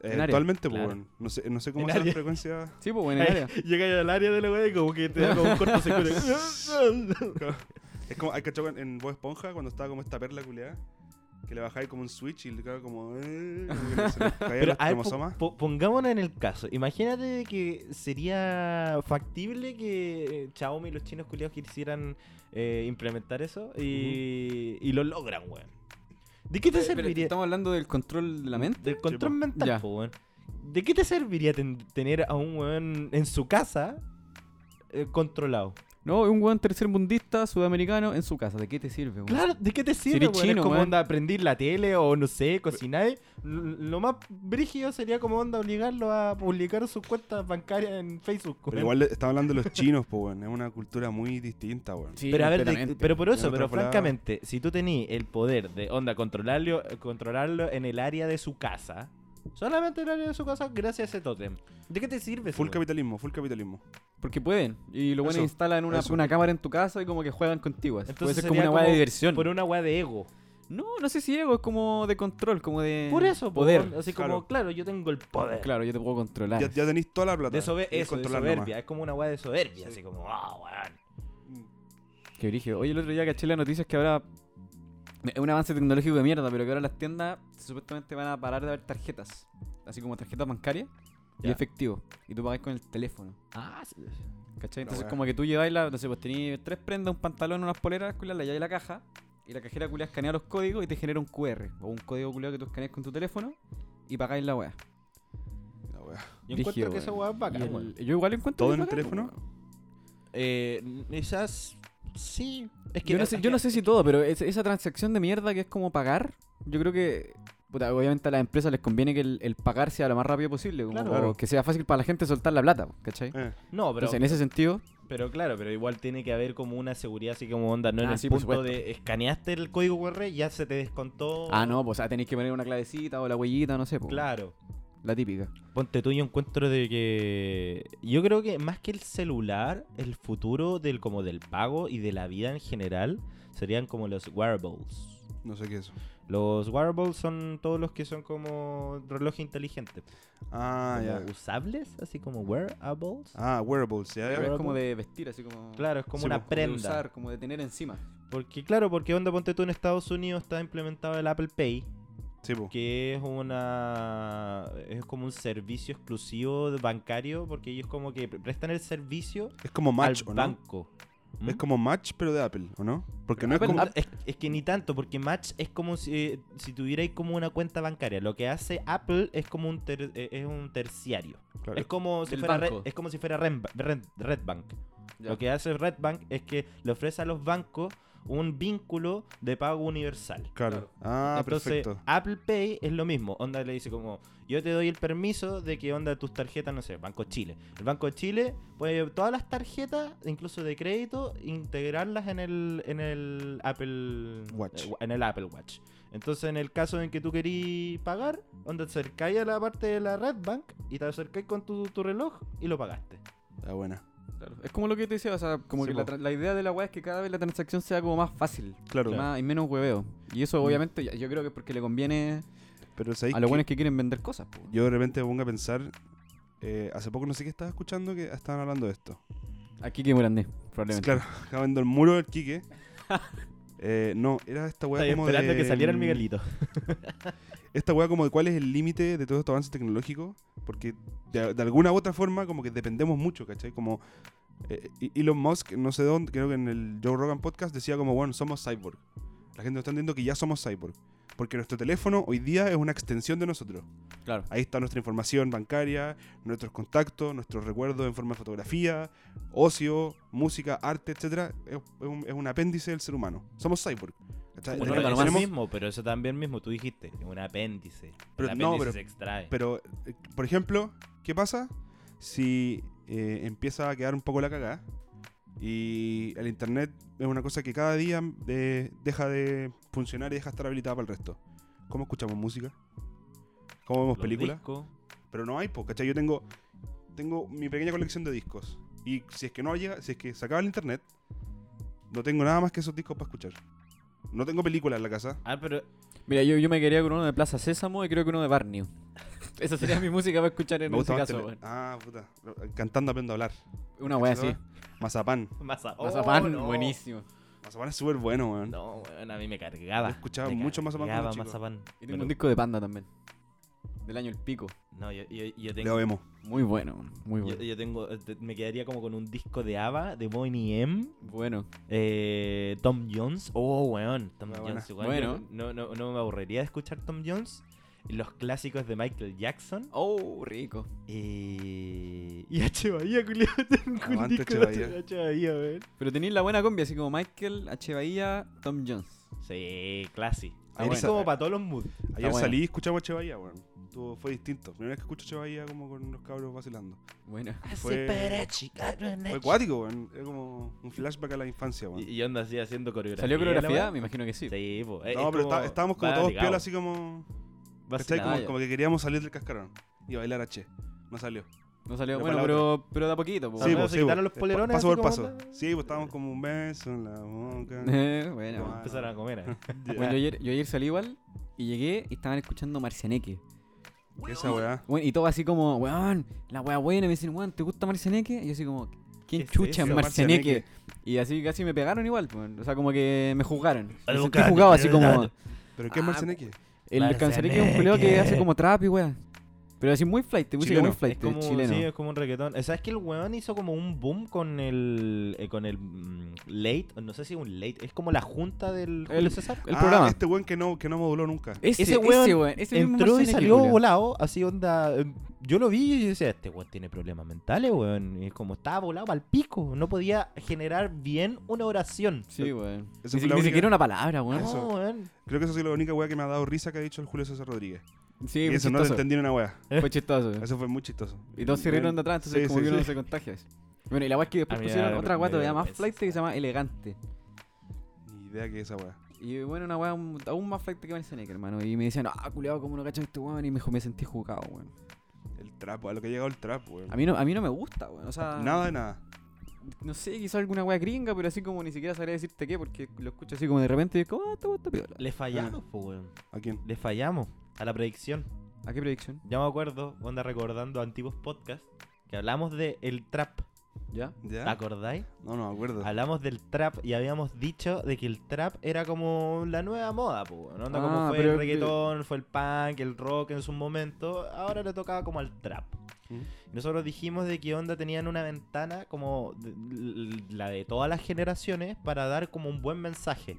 Speaker 8: Eh,
Speaker 7: en área,
Speaker 8: actualmente, pues,
Speaker 9: Ah, claro.
Speaker 8: weón. No sé, no sé cómo
Speaker 9: En
Speaker 8: es la
Speaker 9: área.
Speaker 8: frecuencia.
Speaker 7: Sí, pues, en el área.
Speaker 9: Llega al área de la weá y como que te da como un cortocircuito.
Speaker 7: "Eh,
Speaker 8: Es como, hay cachado en en Bob Esponja cuando estaba como esta perla culeada. Que le bajáis como un switch y le cae como. eh, como que se le caían
Speaker 9: Pero
Speaker 8: los
Speaker 9: a ver,
Speaker 8: cromosomas.
Speaker 9: po- po- pongámonos en el caso. Imagínate que sería factible que eh, Xiaomi y los chinos culiados quisieran eh, implementar eso y, y lo logran, weón. ¿De qué te
Speaker 7: Pero- pero
Speaker 9: serviría? Mm,
Speaker 7: estamos hablando del control de la mente.
Speaker 9: Del control mental,
Speaker 7: Ya.
Speaker 9: po, weón. ¿De qué te serviría ten- tener a un weón en su casa eh, controlado?
Speaker 7: No, un weón tercermundista sudamericano en su casa. ¿De qué te sirve, weón?
Speaker 9: Claro, ¿de qué te sirve,
Speaker 7: Sería
Speaker 9: weón?
Speaker 7: chino,
Speaker 9: es como
Speaker 7: weón.
Speaker 9: onda aprender la tele o no sé, cocinar. L- Lo más brígido sería como onda obligarlo a publicar sus cuentas bancarias en Facebook.
Speaker 8: Pero
Speaker 9: weón.
Speaker 8: igual estaba hablando de los chinos, pues, weón. Es una cultura muy distinta, weón.
Speaker 7: Sí,
Speaker 9: pero a ver, de-
Speaker 7: completamente.
Speaker 9: pero por
Speaker 8: De
Speaker 9: eso,
Speaker 8: otra
Speaker 9: pero
Speaker 8: palabra.
Speaker 9: francamente, si tú tenías el poder de onda controlarlo, eh, controlarlo en el área de su casa, solamente en el área de su casa, gracias a ese tótem. ¿De qué te sirve?
Speaker 8: Full
Speaker 9: weón?
Speaker 8: capitalismo, full capitalismo.
Speaker 7: Porque pueden. Y los buenos
Speaker 8: Eso,
Speaker 7: instalan una,
Speaker 8: eso.
Speaker 7: una cámara en tu casa y como que juegan contigo. así. Puede
Speaker 9: Entonces
Speaker 7: ser como
Speaker 9: sería
Speaker 7: una weá de
Speaker 9: como
Speaker 7: diversión.
Speaker 9: Por una weá de ego.
Speaker 7: No, no sé si ego, es como de control, como de.
Speaker 9: Por eso, po,
Speaker 7: Eh, poder.
Speaker 9: weón. Así
Speaker 8: Claro.
Speaker 9: como, claro, yo tengo el poder.
Speaker 7: Claro, yo te puedo controlar.
Speaker 8: Ya, ya tenéis toda la plata.
Speaker 9: De sobe-
Speaker 8: podéis
Speaker 9: eso, de
Speaker 8: controlar
Speaker 9: soberbia.
Speaker 8: nomás.
Speaker 9: Es como una weá de soberbia. Así como, ah, weón.
Speaker 7: Qué brígido. Oye, el otro día caché las noticias que ahora. Es un avance tecnológico de mierda, pero que ahora las tiendas supuestamente van a parar de haber tarjetas. Así como tarjetas bancarias y
Speaker 9: Ya.
Speaker 7: efectivo. Y tú pagas con el teléfono.
Speaker 9: Ah, sí.
Speaker 7: ¿Cachai?
Speaker 8: La
Speaker 7: Entonces,
Speaker 8: weá.
Speaker 7: como que tú lleváis la. No sé, pues tenías tres prendas, un pantalón, unas poleras, culiá, la lleváis a la caja. Y la cajera culia escanea los códigos y te genera un QR. O un código culiado que tú escaneas con tu teléfono y pagáis la weá.
Speaker 8: La weá.
Speaker 9: Yo
Speaker 7: Brígido,
Speaker 9: encuentro que
Speaker 7: weón.
Speaker 9: esa weá es
Speaker 7: Y
Speaker 9: bacán,
Speaker 7: el-
Speaker 9: weón.
Speaker 7: Yo igual encuentro.
Speaker 8: ¿Todo
Speaker 7: que
Speaker 8: en el
Speaker 7: es bacán,
Speaker 8: teléfono?
Speaker 7: weón.
Speaker 9: Eh, quizás. Sí. Es que
Speaker 7: Yo no, sé, yo no sé si todo, pero es- esa transacción de mierda que es como pagar, yo creo que puta, obviamente a las empresas les conviene que el, el pagar sea lo más rápido posible, como
Speaker 9: Claro.
Speaker 7: que sea fácil para la gente soltar la plata, ¿cachai?
Speaker 8: Eh.
Speaker 9: No, pero.
Speaker 7: Entonces, en ese sentido,
Speaker 9: Pero claro, pero igual tiene que haber como una seguridad así como onda, no en
Speaker 7: Ah,
Speaker 9: el
Speaker 7: sí, por
Speaker 9: punto de escaneaste el código QR, ya se te descontó.
Speaker 7: ah, no, pues ah, tenéis que poner una clavecita o la huellita, no sé, po.
Speaker 9: Claro.
Speaker 7: La típica.
Speaker 9: Ponte tú, yo encuentro de que. Yo creo que más que el celular, el futuro del como del pago y de la vida en general serían como los wearables.
Speaker 8: No sé qué es eso.
Speaker 9: Los wearables son todos los que son como relojes inteligentes.
Speaker 8: Ah,
Speaker 9: como
Speaker 8: ya.
Speaker 9: usables, así como wearables.
Speaker 8: Ah, wearables, ya, ya.
Speaker 7: Pero es como de vestir, así como.
Speaker 9: Claro, es como
Speaker 8: Sí,
Speaker 9: una
Speaker 8: pues,
Speaker 7: como de
Speaker 9: prenda.
Speaker 7: usar, como de tener encima.
Speaker 9: Porque claro, porque onda ponte tú en Estados Unidos está implementado el Apple Pay,
Speaker 8: Sí, po.
Speaker 9: que es una es como un servicio exclusivo de bancario, porque ellos como que pre- prestan el servicio
Speaker 8: Es como Match,
Speaker 9: al
Speaker 8: ¿o no?
Speaker 9: banco.
Speaker 8: Es
Speaker 9: ¿Mm?
Speaker 8: como Match, pero de Apple, ¿o no? Porque no es
Speaker 9: Apple-
Speaker 8: como...
Speaker 9: App- es, es que ni tanto, porque Match es como si, si tuvierais como una cuenta bancaria. Lo que hace Apple es como un ter- eh, es un terciario.
Speaker 8: Claro.
Speaker 9: Es como si
Speaker 7: Del
Speaker 9: fuera Red,
Speaker 7: banco.
Speaker 9: es como si fuera Ren- Red, Red Bank. Lo que hace Red Bank es que le ofrece a los bancos un vínculo de pago universal.
Speaker 8: Claro. Ah,
Speaker 9: Entonces,
Speaker 8: perfecto.
Speaker 9: Apple Pay es lo mismo. Onda le dice como, yo te doy el permiso de que onda tus tarjetas, no sé, Banco Chile. El Banco Chile puede todas las tarjetas, incluso de crédito, integrarlas en el, en el Apple
Speaker 8: Watch.
Speaker 9: eh, en el Apple Watch. Entonces, en el caso en que tú querís pagar, onda te acercáis a la parte de la Red Bank y te acercáis con tu, tu reloj y lo pagaste.
Speaker 8: Está buena.
Speaker 7: Es como lo que te decía, o sea, como
Speaker 8: Sí,
Speaker 7: que la,
Speaker 8: po.
Speaker 7: tra- la idea de la weá es que cada vez la transacción sea como más fácil.
Speaker 8: Claro.
Speaker 7: Más, y menos hueveo. Y eso, obviamente, ya- yo creo que es porque le conviene
Speaker 8: Pero ¿sabéis
Speaker 7: a los
Speaker 8: qué?
Speaker 7: buenos Mm. que quieren vender cosas. po.
Speaker 8: Yo de repente me pongo a pensar... eh, hace poco no sé qué estaba escuchando que estaban hablando de esto.
Speaker 7: Aquí que grande, probablemente.
Speaker 8: Claro, acaba viendo el muro del Quique. Eh, no, era esta weá
Speaker 9: Estaba
Speaker 8: como
Speaker 9: esperando
Speaker 8: de...
Speaker 9: que saliera el
Speaker 8: mm,
Speaker 9: Miguelito.
Speaker 8: esta weá como de cuál es el límite de todo este avance tecnológico, porque de, de alguna u otra forma como que dependemos mucho, ¿cachai? Como eh, e- Elon Musk, no sé dónde, creo que en el Joe Rogan podcast decía como, bueno, somos cyborg. La gente nos está entendiendo que ya somos cyborg, porque nuestro teléfono hoy día es una extensión de nosotros.
Speaker 7: Claro.
Speaker 8: Ahí está nuestra información bancaria, nuestros contactos, nuestros recuerdos en forma de fotografía, ocio, música, arte, etcétera. Es, es un, es un apéndice del ser humano. Somos cyborg. ¿cachai?
Speaker 9: Bueno,
Speaker 8: Tenemos-
Speaker 9: eso
Speaker 8: tenemos-
Speaker 9: mismo, pero eso también mismo tú dijiste, es un apéndice.
Speaker 8: Pero
Speaker 9: el
Speaker 8: no,
Speaker 9: apéndice
Speaker 8: pero-
Speaker 9: se extrae.
Speaker 8: Pero, eh, por ejemplo, ¿qué pasa si eh, empieza a quedar un poco la cagada? Y el internet es una cosa que cada día eh, deja de funcionar y deja de estar habilitada para el resto. ¿Cómo escuchamos música? ¿Cómo vemos
Speaker 9: Los
Speaker 8: películas?
Speaker 9: discos,
Speaker 8: Pero no hay, po, ¿cachai? Yo tengo, tengo mi pequeña colección de discos. Y si es que no llega, si es que se acaba el internet, no tengo nada más que esos discos para escuchar. No tengo películas en la casa.
Speaker 9: Ah, pero
Speaker 7: Mira, yo, yo me quería con uno de Plaza Sésamo y creo que uno de Barney. Esa sería mi música para escuchar en
Speaker 8: Me gusta
Speaker 7: ese
Speaker 8: más
Speaker 7: caso.
Speaker 8: tele-
Speaker 7: weón.
Speaker 8: Ah, puta. Cantando aprendo a hablar.
Speaker 7: Una weá
Speaker 8: ¿Cachai?
Speaker 7: así.
Speaker 8: Mazapán.
Speaker 9: más a-
Speaker 7: Mazapán,
Speaker 9: oh, no.
Speaker 7: buenísimo.
Speaker 8: Mazapán es súper bueno, weón.
Speaker 9: No, weón, a mí me cargaba.
Speaker 8: Yo escuchaba
Speaker 9: Me
Speaker 8: mucho Mazapán cuando
Speaker 9: cargaba
Speaker 8: chico.
Speaker 9: Mazapán.
Speaker 7: Y tengo
Speaker 9: Pero-
Speaker 7: un disco de Panda también. Del año El Pico.
Speaker 9: No, yo, yo- yo
Speaker 8: Leo
Speaker 9: tengo.
Speaker 8: Emo.
Speaker 7: Muy bueno, weón, muy
Speaker 9: Yo,
Speaker 7: bueno.
Speaker 9: yo tengo. eh, te- Me quedaría como con un disco de Ava, de Bonnie M.
Speaker 7: Bueno,
Speaker 9: eh, Tom Jones. Oh, weón. Tom
Speaker 8: Muy buena.
Speaker 9: Jones igual.
Speaker 7: Bueno.
Speaker 9: yo No, no, no me aburriría de escuchar Tom Jones. Los clásicos de Michael Jackson.
Speaker 7: oh, rico.
Speaker 9: eh, y H. Bahía, culiado. Tengo un
Speaker 8: Aguante
Speaker 9: disco
Speaker 8: H. Bahía.
Speaker 9: de H. Bahía, weón.
Speaker 7: Pero tenéis la buena combi, así como Michael, H. Bahía, Tom Jones.
Speaker 9: Sí, classy.
Speaker 8: Ahí
Speaker 9: Ahí es
Speaker 8: está.
Speaker 9: como para todos los moods.
Speaker 8: Ayer
Speaker 7: bueno.
Speaker 8: salí y escuchaba Che Bahía, weón. Estuvo- fue distinto. Primera vez que escucho Che Bahía como con los cabros vacilando.
Speaker 7: Bueno.
Speaker 8: Fue, fue acuático, weón. Era como un flashback a la infancia, weón.
Speaker 9: Y, eh, y onda así haciendo coreografía.
Speaker 7: ¿Salió
Speaker 9: la
Speaker 7: coreografía?
Speaker 9: weá.
Speaker 7: Me imagino que sí.
Speaker 9: Sí, po. Eh,
Speaker 8: No,
Speaker 9: es
Speaker 8: pero está- estábamos como
Speaker 9: va
Speaker 8: todos
Speaker 9: ligado.
Speaker 8: piola, así como, ¿cachai?
Speaker 9: Vacilado.
Speaker 8: como.
Speaker 7: ya.
Speaker 8: como que queríamos salir del cascarón y bailar a Che. No salió.
Speaker 7: No salió.
Speaker 8: La
Speaker 7: Bueno,
Speaker 8: palabra.
Speaker 7: pero, pero de a poquito. po.
Speaker 9: Sí,
Speaker 8: pues,
Speaker 9: Ah, se quitaron los
Speaker 8: pues.
Speaker 9: polerones,
Speaker 8: Paso por
Speaker 9: así
Speaker 8: paso.
Speaker 9: como-
Speaker 8: Sí, pues estábamos como un beso en la boca.
Speaker 7: Eh, bueno.
Speaker 8: No,
Speaker 9: Empezaron a comer. eh.
Speaker 7: Bueno, yo ayer, yo ayer salí igual y llegué y estaban escuchando Marcianeque.
Speaker 8: ¿Qué esa weá?
Speaker 7: Bueno, y todo así como, weón, la weá buena. Y me dicen, weón, ¿te gusta Marcianeque? Y yo así como, ¿quién
Speaker 9: ¿Qué es
Speaker 7: chucha es
Speaker 9: eso,
Speaker 7: Marcianeque? Y así casi me pegaron igual. po. O sea, como que me juzgaron. Me sentí jugado así como.
Speaker 8: ¿Pero qué
Speaker 7: Ah,
Speaker 8: es Marceneque?
Speaker 7: El Canceneque es un culeo que hace como trap y weá. Pero así muy flight, música
Speaker 8: Chileno.
Speaker 7: muy flight,
Speaker 9: es como,
Speaker 7: Este, chileno.
Speaker 9: Sí, es como un reggaetón. O sea, es que el weón hizo como un boom con el. eh, con el. mm, late. No sé si un late. Es como la junta del. Julio
Speaker 7: El,
Speaker 9: César.
Speaker 7: el
Speaker 8: Ah,
Speaker 7: programa. ¿Eh?
Speaker 8: Este weón que no, que no moduló nunca.
Speaker 7: Ese,
Speaker 9: Ese
Speaker 7: ese
Speaker 9: weón
Speaker 7: weón, ese mismo
Speaker 9: Entró y
Speaker 7: Marcianeque,
Speaker 9: salió
Speaker 7: culiao.
Speaker 9: volado. Así onda. eh, Yo lo vi y yo decía, este weón tiene problemas mentales, weón. Y es como estaba volado al pico. No podía generar bien una oración.
Speaker 7: Sí, weón.
Speaker 8: Esa
Speaker 7: Ni, si-
Speaker 8: fue la
Speaker 7: ni
Speaker 8: única-
Speaker 7: siquiera una palabra,
Speaker 9: No,
Speaker 7: weón.
Speaker 8: Eso.
Speaker 9: weón.
Speaker 8: Creo que esa ha sido la única weá que me ha dado risa que ha dicho el Julio César Rodríguez.
Speaker 7: Sí,
Speaker 8: Y
Speaker 7: fue
Speaker 8: eso no lo
Speaker 7: chistoso.
Speaker 8: entendí en una weá.
Speaker 7: Fue chistoso.
Speaker 8: Eso fue muy chistoso.
Speaker 7: Y todos se rieron de atrás, entonces
Speaker 8: Sí,
Speaker 7: como
Speaker 8: sí,
Speaker 7: que uno
Speaker 8: sí.
Speaker 7: se contagia. Bueno, y la weá es que después
Speaker 9: A mí me
Speaker 7: pusieron
Speaker 9: da-
Speaker 7: otra weá
Speaker 9: me da
Speaker 7: todavía más
Speaker 9: vergüenza
Speaker 7: flight que
Speaker 9: esa
Speaker 7: se llama Elegante.
Speaker 8: Ni idea que es esa weá.
Speaker 7: Y bueno, una weá un- aún más flight que Schwarzenegger, hermano. Y me decían, ah, culiado, ¿cómo no cachan este weón? Y me, me sentí jugado, weón.
Speaker 8: El trap, a lo que ha llegado el trap, weón.
Speaker 7: A mí no, a mí no me gusta, weón. O sea,
Speaker 8: Nada de nada.
Speaker 7: no sé, quizás alguna weá gringa, pero así como ni siquiera sabría decirte qué, porque lo escucho así como de repente y es como, ah, esta weá está piola.
Speaker 9: Le fallamos, po, weón.
Speaker 8: ¿A quién?
Speaker 9: Le fallamos a la predicción.
Speaker 7: ¿A qué predicción?
Speaker 9: Ya me acuerdo, onda recordando antiguos podcasts, que hablamos de el trap.
Speaker 7: ¿Ya?
Speaker 9: ¿Te
Speaker 8: ¿Ya?
Speaker 9: acordáis?
Speaker 8: No, no me acuerdo.
Speaker 9: Hablamos del trap y habíamos dicho de que el trap era como la nueva moda, po, ¿no? Onda
Speaker 7: Ah,
Speaker 9: como fue
Speaker 7: pero-
Speaker 9: el reggaetón, fue el punk, el rock en su momento, ahora le tocaba como al trap.
Speaker 8: ¿Mm?
Speaker 9: Y Nosotros dijimos de que onda tenían una ventana como de- l- la de todas las generaciones para dar como un buen mensaje.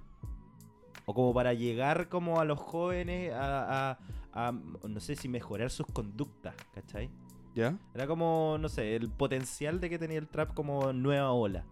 Speaker 9: O como para llegar como a los jóvenes a, a- a, no sé si mejorar sus conductas, ¿cachai?
Speaker 8: ¿Ya?
Speaker 9: Era como, no sé, el potencial de que tenía el trap como nueva ola.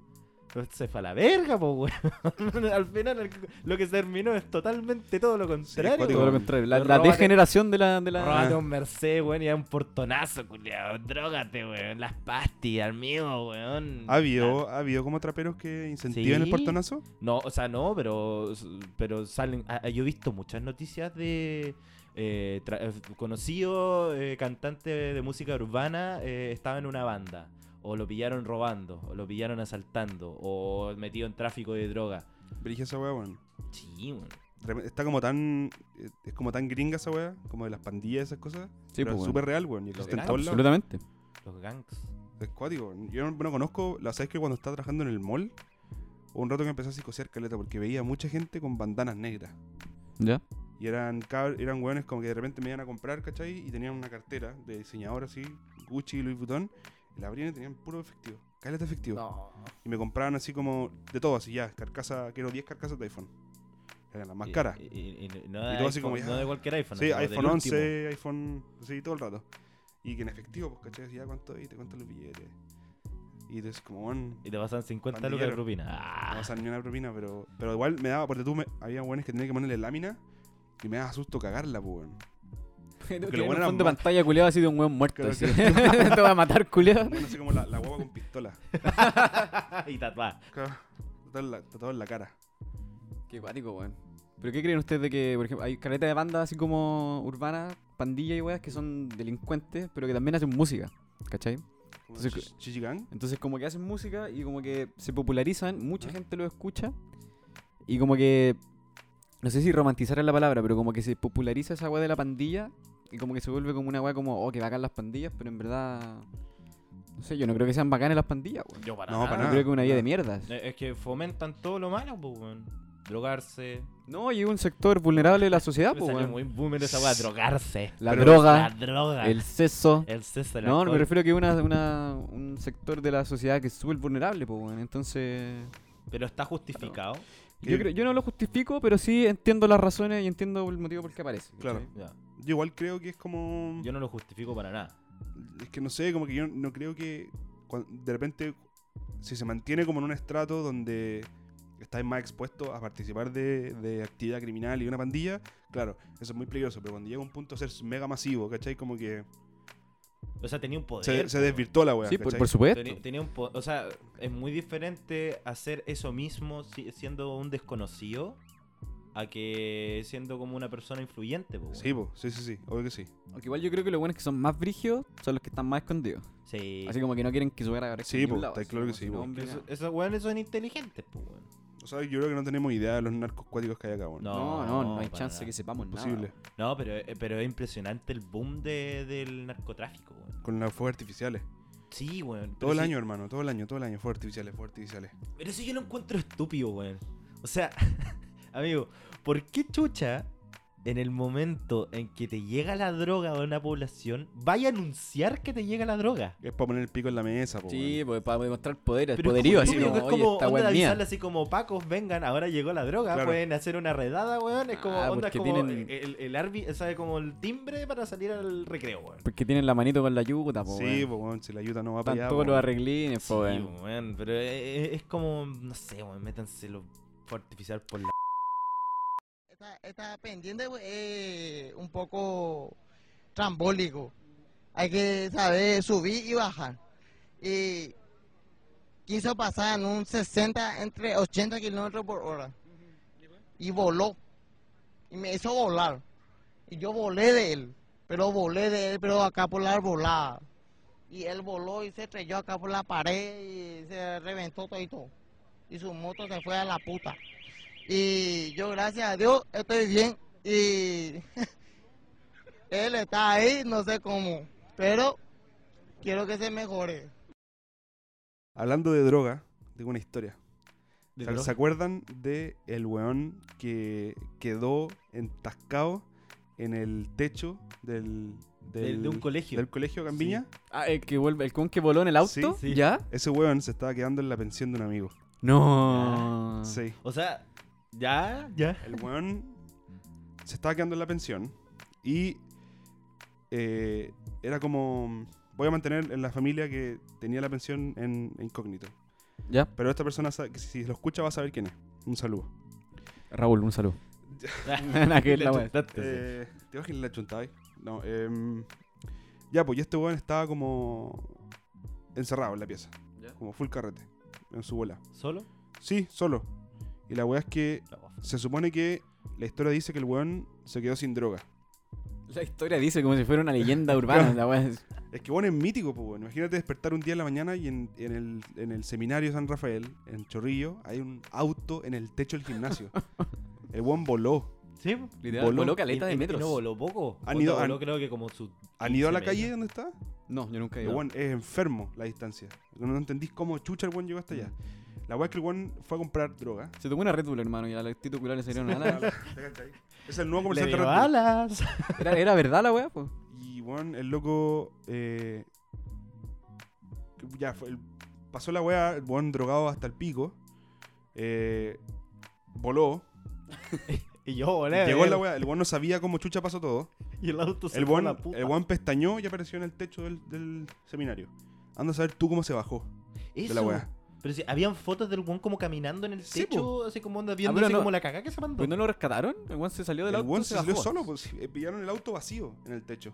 Speaker 9: Pero se fue a la verga, po, weón. Al final el- lo que terminó es totalmente todo lo contrario.
Speaker 8: cuático.
Speaker 7: Todo lo contrario. La, la
Speaker 9: Róbate-
Speaker 7: degeneración de la. De la...
Speaker 9: Róbate un Merced, weón, y a un portonazo, culiao. Drógate, weón. Las pastillas, amigo, weón.
Speaker 8: ¿Ha habido, ha habido como traperos que incentiven el
Speaker 9: Sí.
Speaker 8: portonazo?
Speaker 9: No, o sea, no, pero, pero salen. ah, ah, Yo he visto muchas noticias de eh, tra- eh, conocido eh, cantante de música urbana eh, estaba en una banda. O lo pillaron robando, o lo pillaron asaltando, o metido en tráfico de droga.
Speaker 8: Brige esa weá, weón.
Speaker 9: Sí, weón.
Speaker 8: Rem- Está como tan. eh, Es como tan gringa esa weá, como de las pandillas y esas cosas.
Speaker 7: Sí,
Speaker 8: pero
Speaker 7: pues,
Speaker 8: es
Speaker 7: weón.
Speaker 8: súper real, weón. Y que está en
Speaker 9: Claro,
Speaker 8: todos lados.
Speaker 7: Absolutamente.
Speaker 9: Los gangs.
Speaker 8: Es cuático. weón. Yo no, no conozco. La sabes que cuando estaba trabajando en el mall, hubo un rato que empecé a psicosear caleta porque veía mucha gente con bandanas negras.
Speaker 7: ¿Ya?
Speaker 8: Y eran, cab- eran weones como que de repente me iban a comprar, ¿cachai? Y tenían una cartera de diseñador así, Gucci, Louis Vuitton. Y la abrían y tenían puro efectivo. Caleta efectivo. Y me compraban así como de todo, así ya, carcasa, quiero 10 carcasas de iPhone. Eran las más
Speaker 9: Y-
Speaker 8: caras.
Speaker 9: Y, y- y no, de
Speaker 8: Y todo así
Speaker 9: iPhone-
Speaker 8: como ya.
Speaker 9: no de cualquier iPhone.
Speaker 8: Sí,
Speaker 9: como del
Speaker 8: iPhone
Speaker 9: último.
Speaker 8: 11, iPhone, sí, todo el rato. Y que en efectivo, pues, ¿cachai? Decía cuánto es? y te cuentan los billetes. Y entonces, como, bueno,
Speaker 9: Y te pasan 50 lucas de
Speaker 8: Pandillero.
Speaker 9: propina.
Speaker 8: no
Speaker 9: Ah.
Speaker 8: vas a ni una propina, pero, pero igual me daba, porque tú, me, había buenos que tenían que ponerle lámina y me daba susto cagarla, pues, weón.
Speaker 7: Pero
Speaker 8: lo
Speaker 7: que un
Speaker 8: bueno era
Speaker 7: fondo de
Speaker 8: más-
Speaker 7: pantalla culeado así de un weón muerto.
Speaker 8: Claro
Speaker 7: así.
Speaker 8: que-
Speaker 7: Te va a matar culeado.
Speaker 8: Bueno, así como la, la guagua con pistola.
Speaker 9: y tatuá.
Speaker 8: Acá, Tatuado en la, tatuado en la cara.
Speaker 7: Qué guático, weón. ¿Pero qué creen ustedes de que, por ejemplo, hay caletas de bandas así como urbanas, pandillas y weas que son delincuentes, pero que también hacen música, ¿cachai?
Speaker 8: Como
Speaker 7: Entonces,
Speaker 8: chi- Chichigang.
Speaker 7: Entonces como que hacen música y como que se popularizan,
Speaker 9: Ah.
Speaker 7: mucha gente lo escucha y como que, no sé si romantizar es la palabra, pero como que se populariza esa wea de la pandilla y como que se vuelve como una wea como, oh, que bacán las pandillas, pero en verdad, no sé, yo no creo que sean bacanes las pandillas, weón.
Speaker 9: Yo para
Speaker 8: No,
Speaker 9: nada.
Speaker 8: para
Speaker 7: Yo
Speaker 8: nada.
Speaker 7: creo que es una vida de
Speaker 8: Ah.
Speaker 7: mierdas.
Speaker 9: Eh, Es que fomentan todo lo malo, pues, weón. Drogarse.
Speaker 7: No, y un sector vulnerable de la sociedad,
Speaker 9: Me
Speaker 7: pues,
Speaker 9: salió
Speaker 7: weón.
Speaker 9: muy boomer esa weá, drogarse.
Speaker 7: La
Speaker 9: Pero-
Speaker 7: droga,
Speaker 9: La droga.
Speaker 7: El sexo.
Speaker 9: el César.
Speaker 7: No, me refiero que una, una, un sector de la sociedad que es súper vulnerable, pues, weón. Entonces.
Speaker 9: Pero está justificado.
Speaker 8: Que-
Speaker 7: Yo, creo- yo no lo justifico, pero sí entiendo las razones y entiendo el motivo por qué aparece.
Speaker 8: Claro.
Speaker 7: ¿cachai?
Speaker 9: Ya.
Speaker 8: Yo igual creo que es como.
Speaker 9: Yo no lo justifico para nada.
Speaker 8: Es que no sé, como que yo no creo que cuan- de repente si se mantiene como en un estrato donde estáis más expuestos a participar de, de actividad criminal y una pandilla, claro, eso es muy peligroso, pero cuando llega un punto a ser mega masivo, ¿cachai? Como que
Speaker 9: O sea, tenía un poder.
Speaker 8: se, se
Speaker 9: po.
Speaker 8: desvirtuó la weá,
Speaker 7: Sí, por,
Speaker 8: ¿cachai?
Speaker 7: por supuesto.
Speaker 9: Tenía, tenía un po- O sea, es muy diferente hacer eso mismo si- siendo un desconocido a que siendo como una persona influyente, pues.
Speaker 8: Sí, po, sí, sí, sí, obvio que sí.
Speaker 7: Aunque igual yo creo que los buenos que son más brígidos son los que están más escondidos.
Speaker 9: Sí.
Speaker 7: Así como que no quieren que su cara aparezca
Speaker 8: Sí,
Speaker 7: en ningún
Speaker 8: po,
Speaker 7: lado,
Speaker 8: está
Speaker 7: así
Speaker 8: claro
Speaker 7: como
Speaker 8: que sí,
Speaker 7: si no,
Speaker 8: po.
Speaker 7: hombre,
Speaker 9: Eso-
Speaker 7: nada.
Speaker 9: esos weones son inteligentes, pues, weón.
Speaker 8: O sea, yo creo que no tenemos idea de los narcos cuáticos que hay acá, weón.
Speaker 7: No, no, no, hay
Speaker 9: para
Speaker 7: chance
Speaker 9: nada.
Speaker 7: que sepamos
Speaker 8: Imposible.
Speaker 7: nada.
Speaker 9: No, pero, eh, pero es impresionante el boom de- del narcotráfico, weón.
Speaker 8: Con las fuegos artificiales.
Speaker 9: Sí, weón. pero
Speaker 8: Todo el
Speaker 9: sí-
Speaker 8: año, hermano, todo el año, todo el año, fuegos artificiales, fuegos artificiales.
Speaker 9: Pero eso yo lo encuentro estúpido, weón. O sea, amigo, ¿por qué chucha en el momento en que te llega la droga a una población, vaya a anunciar que te llega la droga?
Speaker 8: Es para poner el pico en la mesa, po,
Speaker 7: Sí,
Speaker 8: weón.
Speaker 7: pues para demostrar poder, el
Speaker 9: Pero
Speaker 7: poderío,
Speaker 9: es
Speaker 7: así
Speaker 9: como,
Speaker 7: como, oye,
Speaker 9: estúpido, es como
Speaker 7: esta
Speaker 9: onda
Speaker 7: wea
Speaker 9: de
Speaker 7: es mía.
Speaker 9: avisarle así como, Pacos, vengan, ahora llegó la droga,
Speaker 8: Claro.
Speaker 9: pueden hacer una redada, weón. Es como,
Speaker 7: Ah,
Speaker 9: onda, es
Speaker 7: porque
Speaker 9: como
Speaker 7: tienen-
Speaker 9: el, el arbi- ¿sabe? como el timbre para salir al recreo, weón.
Speaker 7: Porque tienen la manito con la yuta, po,
Speaker 8: Sí,
Speaker 7: weón.
Speaker 8: po, weón, si la ayuda no va para
Speaker 7: Están
Speaker 8: allá.
Speaker 7: todos
Speaker 8: po,
Speaker 7: los
Speaker 8: weón.
Speaker 7: arreglines,
Speaker 9: Sí,
Speaker 7: po, weón.
Speaker 9: weón, pero e- e- es, como, no sé, weón, métanse lo artificial por la...
Speaker 11: Está, está pendiente eh, un poco trambólico. Hay que saber subir y bajar. Y quiso pasar en un 60, entre 80 kilómetros por hora. y voló. Y me hizo volar. Y yo volé de él, pero volé de él, pero acá por la arbolada. Y él voló y se estrelló acá por la pared y se reventó todo y todo. Y su moto se fue a la puta. Y yo, gracias a Dios, estoy bien. Y él está ahí, no sé cómo. Pero quiero que se mejore.
Speaker 8: Hablando de droga, tengo una historia.
Speaker 9: ¿De
Speaker 8: O sea,
Speaker 9: droga?
Speaker 8: ¿Se acuerdan de el weón que quedó entascado en el techo del,
Speaker 9: Del- de un colegio.
Speaker 8: Del colegio Campiña?
Speaker 7: Ah, el que vuelve, el con que voló en el auto,
Speaker 9: Sí, sí.
Speaker 7: ¿ya?
Speaker 8: Ese weón se estaba quedando en la pensión de un amigo.
Speaker 9: Ah.
Speaker 7: No.
Speaker 8: Ah. Sí.
Speaker 9: O sea, ya, ya.
Speaker 8: El weón se estaba quedando en la pensión y eh, era como... Voy a mantener en la familia que tenía la pensión en incógnito.
Speaker 7: ¿Ya?
Speaker 8: Pero esta persona, sa- que si lo escucha, va a saber quién es. Un saludo.
Speaker 7: Raúl, un saludo. Nada que ver la
Speaker 9: Le
Speaker 7: wea.
Speaker 9: chuntaste, sí.
Speaker 8: Eh, ¿Te imaginas la chuntada ahí? No, em, ya, pues, y este weón estaba como encerrado en la pieza. Como full carrete, en su bola.
Speaker 9: ¿Solo?
Speaker 8: Sí, solo. Y la weá es que
Speaker 9: La guafa.
Speaker 8: se supone que la historia dice que el weón se quedó sin droga.
Speaker 7: La historia dice como si fuera una leyenda urbana. la wea es-
Speaker 8: Es que weón es mítico, pues, weón. Imagínate despertar un día en la mañana y en, en el, en el seminario San Rafael, en Chorrillo, hay un auto en el techo del gimnasio. el weón voló.
Speaker 9: Sí,
Speaker 7: Literal,
Speaker 8: Voló.
Speaker 7: voló caleta
Speaker 9: y-
Speaker 7: de
Speaker 9: y- y
Speaker 7: metros.
Speaker 9: No voló poco.
Speaker 8: Han
Speaker 9: Puta,
Speaker 8: ido-
Speaker 9: voló
Speaker 8: han-
Speaker 9: creo que como su.
Speaker 8: ¿Han ido a la
Speaker 9: 15
Speaker 8: calle
Speaker 9: metros.
Speaker 8: donde está?
Speaker 7: No, yo nunca he
Speaker 8: El
Speaker 7: ido.
Speaker 8: weón es enfermo la distancia. No, no entendís cómo chucha el weón llegó hasta allá. La weá es que el weón fue a comprar droga.
Speaker 7: Se tomó una Red Bull, hermano, y a la titular le salieron alas.
Speaker 8: es el nuevo
Speaker 9: Le
Speaker 8: comerciante
Speaker 9: dio
Speaker 8: de Red Bull.
Speaker 9: alas.
Speaker 7: ¿Era, era verdad la wea, po?
Speaker 8: Y weón, el loco. eh, ya, fue- el- pasó la weá, el weón drogado hasta el pico. eh, voló.
Speaker 9: Y yo volé.
Speaker 8: llegó
Speaker 9: él,
Speaker 8: la weá, el weón no sabía cómo chucha pasó todo.
Speaker 9: Y el auto se
Speaker 8: El
Speaker 9: fue
Speaker 8: weón,
Speaker 9: a la puta.
Speaker 8: el weón pestañó y apareció en el techo del, del seminario. Anda a saber tú cómo se bajó de la
Speaker 9: Eso.
Speaker 8: weá.
Speaker 9: Pero sí, habían fotos del weón como caminando en el
Speaker 8: Sí,
Speaker 9: techo,
Speaker 8: po.
Speaker 9: así como onda viendo
Speaker 7: Ah, pero
Speaker 9: así
Speaker 7: no-
Speaker 9: como la cagada que se mandó.
Speaker 7: ¿Pues no lo rescataron? El weón se salió del
Speaker 8: El
Speaker 7: auto.
Speaker 8: weón se salió
Speaker 7: bajó.
Speaker 8: solo, pues, eh, pillaron el auto vacío en el techo.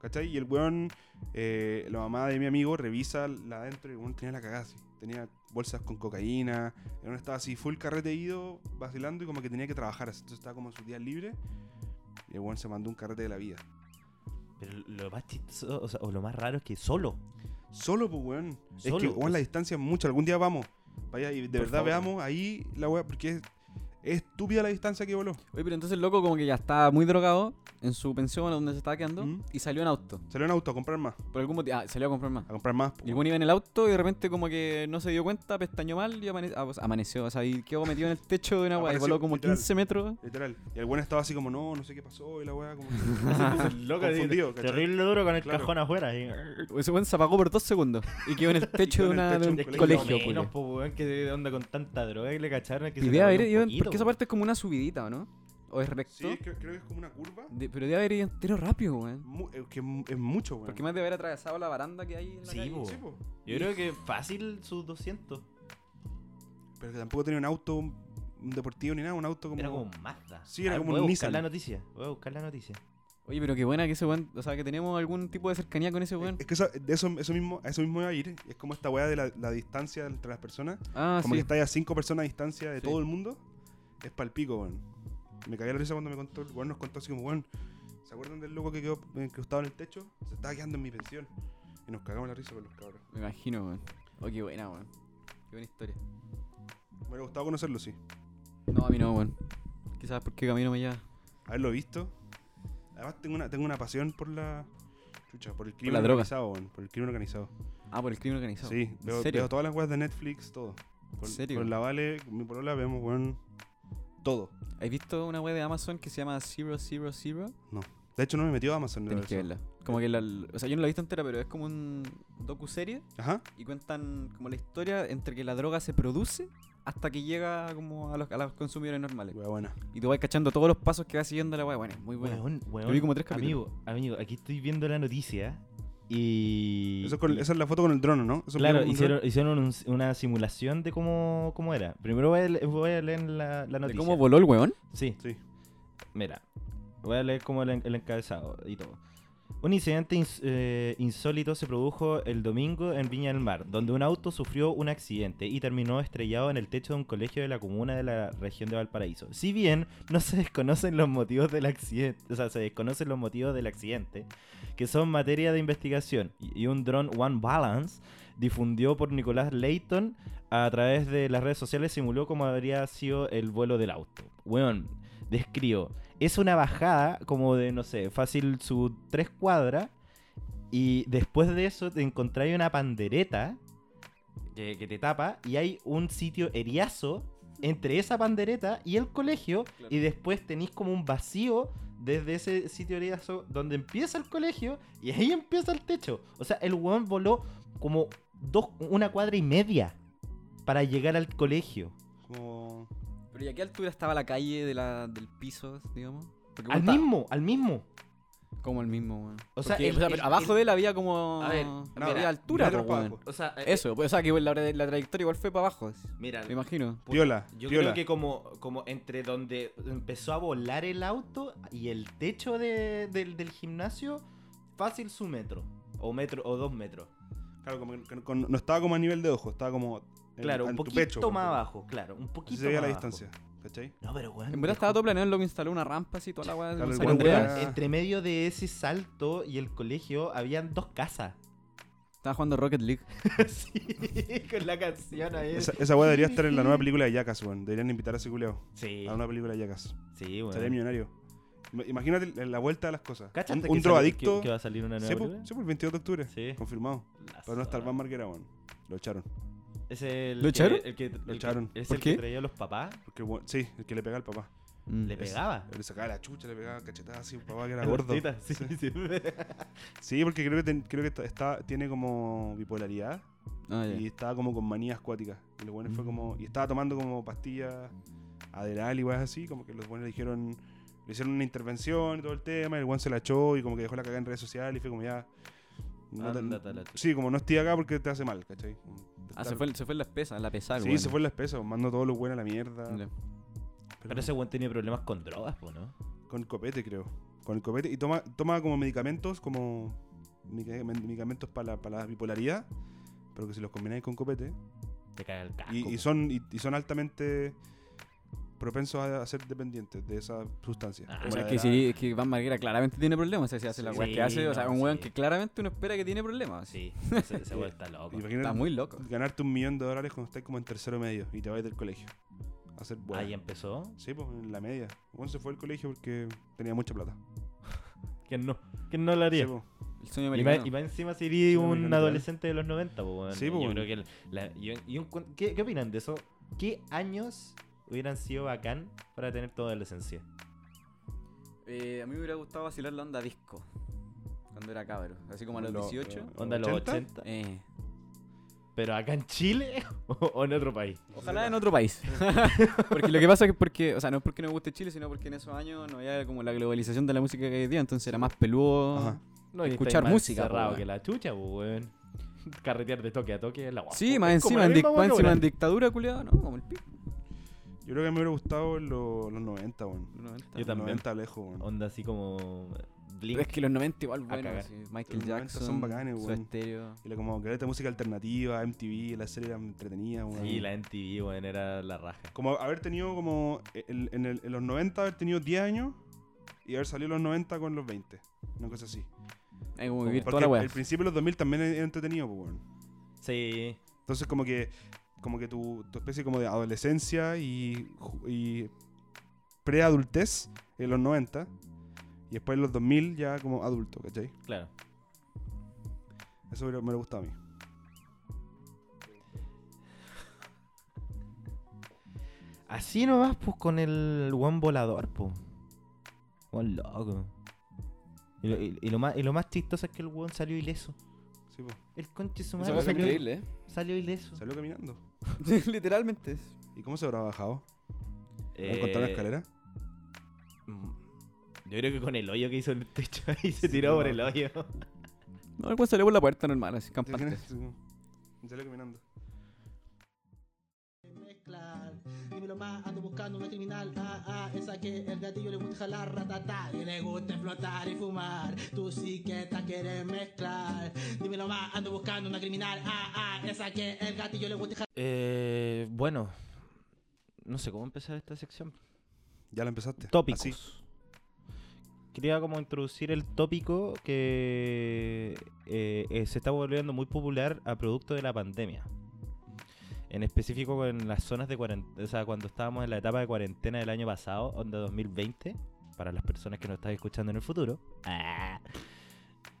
Speaker 8: ¿Cachai? Y el weón, eh, la mamá de mi amigo, revisa la adentro y el weón tenía la cagada así. Tenía bolsas con cocaína, el weón estaba así full carrete ido, vacilando y como que tenía que trabajar. así. Entonces estaba como en sus días libres y el weón se mandó un carrete de la vida.
Speaker 9: Pero lo más chistoso, o, sea, o lo más raro es que solo.
Speaker 8: Solo, pues, weón.
Speaker 9: Solo,
Speaker 8: es que,
Speaker 9: pues.
Speaker 8: weón, la distancia es mucha. Algún día vamos. Vaya, y de
Speaker 9: Por
Speaker 8: verdad
Speaker 9: favor.
Speaker 8: veamos ahí la weá, porque es, es estúpida la distancia que voló.
Speaker 7: Oye, pero entonces el loco como que ya estaba muy drogado en su pensión donde se estaba quedando
Speaker 8: Mm.
Speaker 7: y salió en auto.
Speaker 8: Salió en auto a comprar más.
Speaker 7: Por algún motivo. Ah, salió a comprar más.
Speaker 8: A comprar más, pues,
Speaker 7: Y el weón iba en el auto y de repente como que no se dio cuenta, pestañó mal y amane- ah, pues, amaneció. O sea, y quedó metido en el techo de una weá y
Speaker 8: Apareció,
Speaker 7: voló como
Speaker 8: literal.
Speaker 7: 15 metros.
Speaker 8: Literal. Y el buen estaba así como, no, no sé qué pasó, y la weá, como. que-
Speaker 9: Loco, así,
Speaker 8: Confundido, ¿cachai?
Speaker 9: terrible duro con el
Speaker 8: Claro.
Speaker 9: cajón afuera. así.
Speaker 7: Ese weón se apagó por dos segundos y quedó en el techo de,
Speaker 8: quedó en el
Speaker 7: una, de un
Speaker 8: techo de un
Speaker 9: Es que
Speaker 7: colegio.
Speaker 9: lo menos,
Speaker 7: culiao.
Speaker 9: po, weón, que onda con tanta droga y le cacharon que
Speaker 7: Y
Speaker 9: se
Speaker 7: debe
Speaker 9: tardó
Speaker 7: haber
Speaker 9: un
Speaker 7: ido, en-
Speaker 9: poquito,
Speaker 7: porque esa
Speaker 9: weón.
Speaker 7: parte es como una subidita, ¿o no? ¿O es recto?
Speaker 8: Sí, creo, creo que es como una curva.
Speaker 7: De- pero debe haber ido entero rápido, weón.
Speaker 8: mu- eh, que mu- es mucho, weón.
Speaker 7: Porque más de haber atravesado la baranda que hay en la
Speaker 9: Sí,
Speaker 7: calle.
Speaker 9: po.
Speaker 8: Sí, pues. po.
Speaker 9: Yo creo que fácil sus 200.
Speaker 8: Pero que tampoco tenía un auto un deportivo ni nada, un auto como.
Speaker 9: Era como un Mazda.
Speaker 8: Sí, era
Speaker 9: Ah,
Speaker 8: como un
Speaker 9: voy a buscar
Speaker 8: Nissan.
Speaker 9: la noticia. Voy a buscar la noticia.
Speaker 7: Oye, pero qué buena que ese weón. O sea, que tenemos algún tipo de cercanía con ese weón.
Speaker 8: Es que esa- de eso, eso mismo, a eso mismo iba a ir. Es como esta weá de la, la distancia entre las personas.
Speaker 7: Ah,
Speaker 8: como
Speaker 7: sí.
Speaker 8: que estáis a cinco personas a distancia de
Speaker 7: Sí.
Speaker 8: todo el mundo. Es palpico, weón. Me cagué la risa cuando me contó, el weón nos contó así como, weón, ¿se acuerdan del loco que quedó encrustado en el techo? Se estaba quedando en mi pensión. Y nos cagamos la risa con los cabros.
Speaker 7: Me imagino, weón. Oh, qué buena, weón. Qué buena historia.
Speaker 8: Me hubiera gustado conocerlo, sí.
Speaker 7: No, a mí no, weón. Quizás porque camino me lleva.
Speaker 8: haberlo visto. Además tengo una, tengo una pasión por la chucha, por el crimen
Speaker 7: la droga.
Speaker 8: organizado, weón, por el crimen organizado.
Speaker 7: Ah, por el crimen organizado.
Speaker 8: Sí, veo,
Speaker 7: ¿En serio?
Speaker 8: veo todas las weas de Netflix, todo. Con,
Speaker 7: serio?
Speaker 8: con la Vale, con mi polola vemos weón todo.
Speaker 7: ¿Has visto una web de Amazon que se llama Zero Zero Zero?
Speaker 8: De hecho no me metió a Amazon.
Speaker 7: Tenéis
Speaker 8: era
Speaker 7: que
Speaker 8: eso.
Speaker 7: verla. Como que la, o sea, yo no la he visto entera, pero es como un docu-serie
Speaker 8: Ajá.
Speaker 7: y cuentan como la historia entre que la droga se produce hasta que llega como a los, a los consumidores normales.
Speaker 8: Wea buena.
Speaker 7: Y tú vas cachando todos los pasos que va siguiendo la web. Bueno, es muy buena.
Speaker 9: Weón, weón.
Speaker 7: Yo vi como tres capítulos.
Speaker 9: amigo, amigo, aquí estoy viendo la noticia. Y.
Speaker 8: Eso es con- esa es la foto con el drono, ¿no? Eso
Speaker 9: Claro,
Speaker 8: fue con-
Speaker 9: hicieron, hicieron un- una simulación de cómo, cómo era. Primero voy a, le- voy a leer la, la
Speaker 7: ¿De
Speaker 9: noticia.
Speaker 7: cómo voló el weón?
Speaker 9: Sí.
Speaker 8: Sí.
Speaker 9: Mira, voy a leer como el, en- el encabezado y todo. Un incidente ins- eh, insólito se produjo el domingo en Viña del Mar, donde un auto sufrió un accidente y terminó estrellado en el techo de un colegio de la comuna de la región de Valparaíso. Si bien no se desconocen los motivos del accidente, o sea, se desconocen los motivos del accidente, que son materia de investigación, y y un dron One Balance difundió por Nicolás Leighton a través de las redes sociales simuló como habría sido el vuelo del auto. Weón, describo. Es una bajada como de, no sé, fácil su tres cuadras. Y después de eso te encontráis una pandereta que, que te tapa. Y hay un sitio eriazo entre esa pandereta y el colegio. Y después tenéis como un vacío desde ese sitio eriazo donde empieza el colegio. Y ahí empieza el techo. O sea, el weón voló como dos, una cuadra y media para llegar al colegio.
Speaker 8: Como...
Speaker 7: Pero ¿y a qué altura estaba la calle de la, del piso, digamos? Porque, bueno,
Speaker 9: Al
Speaker 7: está-
Speaker 9: mismo, al mismo.
Speaker 7: Como el mismo, weón.
Speaker 9: O sea,
Speaker 7: Porque,
Speaker 9: el- el-
Speaker 7: pero abajo
Speaker 9: el-
Speaker 7: de él había como.
Speaker 9: A ver,
Speaker 7: no,
Speaker 9: mira,
Speaker 7: había altura,
Speaker 8: metros
Speaker 7: po,
Speaker 8: para
Speaker 7: weón.
Speaker 8: abajo.
Speaker 9: O sea, eh,
Speaker 7: Eso, pues, o sea, que igual la, la trayectoria igual fue para abajo. así.
Speaker 9: Mira,
Speaker 7: Me imagino.
Speaker 9: puta,
Speaker 8: Piola,
Speaker 9: Yo
Speaker 8: piola.
Speaker 9: creo que como, como entre donde empezó a volar el auto y el techo de- del, del gimnasio, fácil su metro. O metro, o dos metros.
Speaker 8: Claro, como que no- con- no estaba como a nivel de ojo, estaba como. en-
Speaker 9: Claro,
Speaker 8: en
Speaker 9: un
Speaker 8: tu
Speaker 9: poquito
Speaker 8: pecho,
Speaker 9: más
Speaker 8: como-
Speaker 9: abajo, claro. Un
Speaker 8: Así
Speaker 9: poquito
Speaker 8: se veía
Speaker 9: más
Speaker 8: la
Speaker 9: abajo.
Speaker 8: distancia, ¿cachai?
Speaker 9: No, pero weón.
Speaker 7: En verdad estaba todo planeado, loco instaló una rampa así, toda la weá.
Speaker 8: Claro,
Speaker 7: de
Speaker 8: el
Speaker 7: San
Speaker 9: Pero,
Speaker 8: Cuando
Speaker 9: weón,
Speaker 7: Andreas.
Speaker 8: era-
Speaker 9: entre medio de ese salto y el colegio habían dos casas.
Speaker 7: Estaba jugando Rocket League.
Speaker 9: sí, con la canción ahí.
Speaker 8: Esa, esa weá debería estar en la nueva película de Jackass, weón. Deberían invitar a ese culeo
Speaker 9: Sí,
Speaker 8: a una película de Jackass.
Speaker 9: sí,
Speaker 8: Estaría
Speaker 9: weón.
Speaker 8: millonario. Ima- Imagínate la- la vuelta a las cosas.
Speaker 9: ¿Cachaste
Speaker 8: Un,
Speaker 9: que
Speaker 8: un
Speaker 9: sale-
Speaker 8: drogadicto.
Speaker 9: que- que va a salir una
Speaker 8: Sí,
Speaker 9: nueva
Speaker 8: po-
Speaker 9: película?
Speaker 8: sí, po, el 22 de octubre.
Speaker 9: Sí. Ah.
Speaker 8: Confirmado.
Speaker 9: La
Speaker 8: Pero no está el
Speaker 9: zorra.
Speaker 8: Van Marguera, weón. Lo echaron.
Speaker 9: Es el
Speaker 7: ¿Lo echaron?
Speaker 9: Que, el que, el que-
Speaker 8: echaron.
Speaker 9: Es
Speaker 7: ¿Por
Speaker 9: el
Speaker 7: qué?
Speaker 9: que traía a los papás.
Speaker 8: Porque, weón, sí, el que le pega al papá.
Speaker 7: Mm.
Speaker 9: Le pegaba.
Speaker 8: Le sacaba la chucha, le pegaba cachetadas así, un papá que era
Speaker 9: Las
Speaker 8: gordo.
Speaker 9: tetas, sí, sí.
Speaker 8: Sí, porque creo que, ten- creo que está, está- tiene como bipolaridad.
Speaker 7: Ah, ya.
Speaker 8: Y estaba como con manías acuáticas. Y los buenos fue
Speaker 7: Mm.
Speaker 8: como. Y estaba tomando como pastillas Aderal y weas así. Como que los buenos le dijeron. Le hicieron una intervención y todo el tema. Y el guan se la echó y como que dejó la cagada en redes sociales. Y fue como ya. no te-
Speaker 9: Ándate a la chucha.
Speaker 8: sí, como no estoy acá porque te hace mal, ¿cachai?
Speaker 7: Ah, se fue, se fue en la espesa, en la pesada,
Speaker 8: Sí,
Speaker 7: weón.
Speaker 8: se fue en la espesa. Mandó todos los buenos a la mierda.
Speaker 7: Ya.
Speaker 9: Pero ese weón tenía problemas con drogas, po, ¿no?
Speaker 8: Con copete, creo. Con el copete. Y toma, toma como medicamentos, como medica- medicamentos para la, para la bipolaridad. Pero que si los combináis con copete,
Speaker 9: Te cae el casco.
Speaker 8: y, y
Speaker 9: po.
Speaker 8: son, y, y son altamente propensos a, a ser dependientes de esa sustancia.
Speaker 9: Ah,
Speaker 8: Como
Speaker 7: O sea,
Speaker 8: la
Speaker 7: es que,
Speaker 8: de-
Speaker 7: si, es que Van Marguera claramente tiene problemas. O sea, si hace la
Speaker 9: Sí,
Speaker 7: weá que hace, o sea,
Speaker 9: no,
Speaker 7: un weón
Speaker 9: sí.
Speaker 7: que claramente uno espera que tiene problemas.
Speaker 9: Sí, ese, ese weón está loco.
Speaker 8: Imagínate
Speaker 7: Está muy loco.
Speaker 8: ganarte un millón de dólares cuando estás como en tercero medio y te vas del colegio. A ser bueno.
Speaker 9: Ahí em- empezó.
Speaker 8: Sí, pues en la media. Bueno, se fue del colegio porque tenía mucha plata.
Speaker 9: ¿Quién no? ¿Quién no lo haría?
Speaker 8: Sí, pues.
Speaker 7: El sueño
Speaker 9: y, más,
Speaker 7: americano.
Speaker 9: y más encima sería
Speaker 8: Sí,
Speaker 9: un
Speaker 8: americano.
Speaker 9: adolescente de los 90, po, weón.
Speaker 8: Sí, po,
Speaker 9: Yo
Speaker 8: weón.
Speaker 9: creo que... el- la- yo- yo encuent- ¿qué, ¿Qué opinan de eso? ¿Qué años hubieran sido bacán para tener toda adolescencia?
Speaker 7: Eh, a mí me hubiera gustado vacilar la onda disco. Cuando era cabro. Así como a
Speaker 8: Lo-
Speaker 7: los 18.
Speaker 8: lo-
Speaker 9: ¿Onda los
Speaker 8: 80?
Speaker 9: 80?
Speaker 7: Eh,
Speaker 9: ¿Pero acá en Chile o, o en otro país?
Speaker 7: Ojalá en otro país. porque lo que pasa es que porque, o sea, no es porque no me guste Chile, sino porque en esos años no había como la globalización de la música que hay hoy día, entonces era más peludo.
Speaker 8: Ajá.
Speaker 9: No,
Speaker 7: que
Speaker 9: y
Speaker 7: escuchar
Speaker 9: estáis más
Speaker 7: música, po,
Speaker 9: encerrado
Speaker 7: weón.
Speaker 9: que la chucha, po, weón. Carretear de toque a toque es la guapa.
Speaker 7: Sí, más encima, en, dic- más encima en dictadura, culiado, no, como el pico.
Speaker 8: Yo creo que me hubiera gustado lo- los 90, weón.
Speaker 7: los 90.
Speaker 9: Yo
Speaker 8: Los
Speaker 9: también.
Speaker 8: 90 lejos, weón.
Speaker 9: Onda así como. Blink.
Speaker 7: Pero es que los 90 igual,
Speaker 9: cagar.
Speaker 7: bueno, sí, Michael
Speaker 8: Los 90
Speaker 7: Jackson,
Speaker 8: son bacanes,
Speaker 7: su
Speaker 8: weón.
Speaker 7: estéreo.
Speaker 8: Y la como que música alternativa, MTV, la serie era entretenida, weón.
Speaker 9: Sí, la NTV, weón, era la raja.
Speaker 8: Como haber tenido como el- en, el- en los 90 haber tenido 10 años y haber salido en los 90 con los 20. Una cosa así.
Speaker 7: Hay como vivir
Speaker 8: Porque
Speaker 7: toda la
Speaker 8: el-
Speaker 7: weá.
Speaker 8: el principio de los 2000 también era entretenido, pues, weón.
Speaker 9: Sí,
Speaker 8: Entonces como que como que tu, tu especie como de adolescencia y, ju- y preadultez en los 90 y después en los 2000 ya como adulto, ¿cachai?
Speaker 9: claro.
Speaker 8: Eso me, lo- me lo gusta a mí.
Speaker 9: Así nomás, pues con el buen volador, pues. Buen loco. Y lo, y- y lo más, y lo más chistoso es que el weón salió ileso.
Speaker 8: Sí, pues.
Speaker 9: El conche su
Speaker 7: Esa
Speaker 9: madre
Speaker 7: weá fue
Speaker 9: salió,
Speaker 7: increíble,
Speaker 9: salió ileso.
Speaker 8: Salió caminando.
Speaker 7: ¿eh? Literalmente.
Speaker 8: ¿Y cómo se habrá bajado? ¿Habrá
Speaker 9: Eh,
Speaker 8: encontrado una escalera?
Speaker 9: mm, Yo creo que con el hoyo que hizo en el techo y se tiró
Speaker 8: no.
Speaker 9: por el hoyo.
Speaker 7: No, el weón salió por la puerta normal, así,
Speaker 8: Sí, tiene-
Speaker 7: campante.
Speaker 8: sí, Salió caminando.
Speaker 12: claro. Dímelo más, ando buscando una criminal. Ah, ah, esa que el gatillo le gusta jalar, ratatá. Y le gusta explotar y fumar. Tú sí que te quieres mezclar. Dímelo más, ando buscando una criminal. Ah, ah, esa que el gatillo le gusta jalar.
Speaker 9: Eh, bueno, no sé cómo empezar esta sección.
Speaker 8: Ya la empezaste.
Speaker 9: Tópicos. Quería como introducir el tópico que eh, eh, se está volviendo muy popular a producto de la pandemia. En específico en las zonas de cuarentena, o sea, cuando estábamos en la etapa de cuarentena del año pasado, onda 2020, para las personas que nos están escuchando en el futuro. Ah,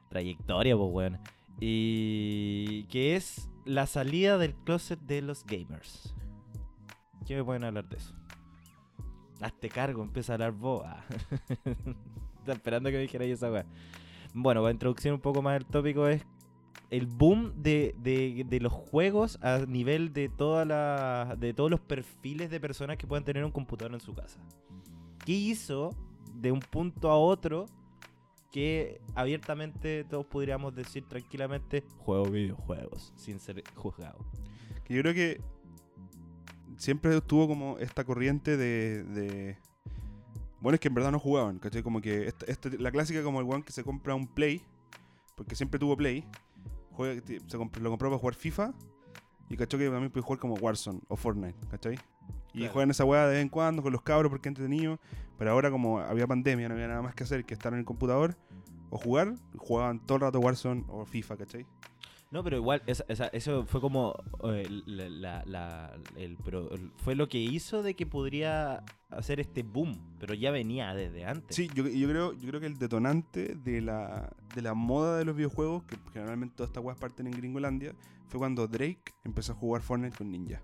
Speaker 9: trayectoria, pues, weón. Y que es la salida del closet de los gamers. ¿Qué me pueden hablar de eso? Hazte cargo, empieza a hablar vos. Ah. Estaba esperando que me dijerais esa weá. Bueno, para introducción un poco más el tópico es el boom de, de- de los juegos a nivel de, toda la, de todos los perfiles de personas que puedan tener un computador en su casa. ¿Qué hizo de un punto a otro que abiertamente todos podríamos decir tranquilamente juego videojuegos sin ser juzgado?
Speaker 8: Que yo creo que siempre estuvo como esta corriente de, de- Bueno, es que en verdad no jugaban, ¿cachai? Como que esta- esta- la clásica como el one que se compra un Play, porque siempre tuvo Play, juega, ti- se comp- lo compró para jugar FIFA, y cachó que también puede jugar como Warzone o Fortnite, ¿cachai? Y
Speaker 9: Claro.
Speaker 8: juegan esa weá de vez en cuando con los cabros porque entretenido, pero ahora como había pandemia, no había nada más que hacer que estar en el computador o jugar, jugaban todo el rato Warzone o FIFA, ¿cachai?
Speaker 9: No, pero igual, esa- esa- eso fue como. eh, la- la- la- el pro- el- fue lo que hizo de que podría hacer este boom, pero ya venía desde antes.
Speaker 8: Sí, yo, yo creo, yo creo que el detonante de la, de la moda de los videojuegos, que generalmente todas estas weas parten en Gringolandia, fue cuando Drake empezó a jugar Fortnite con Ninja.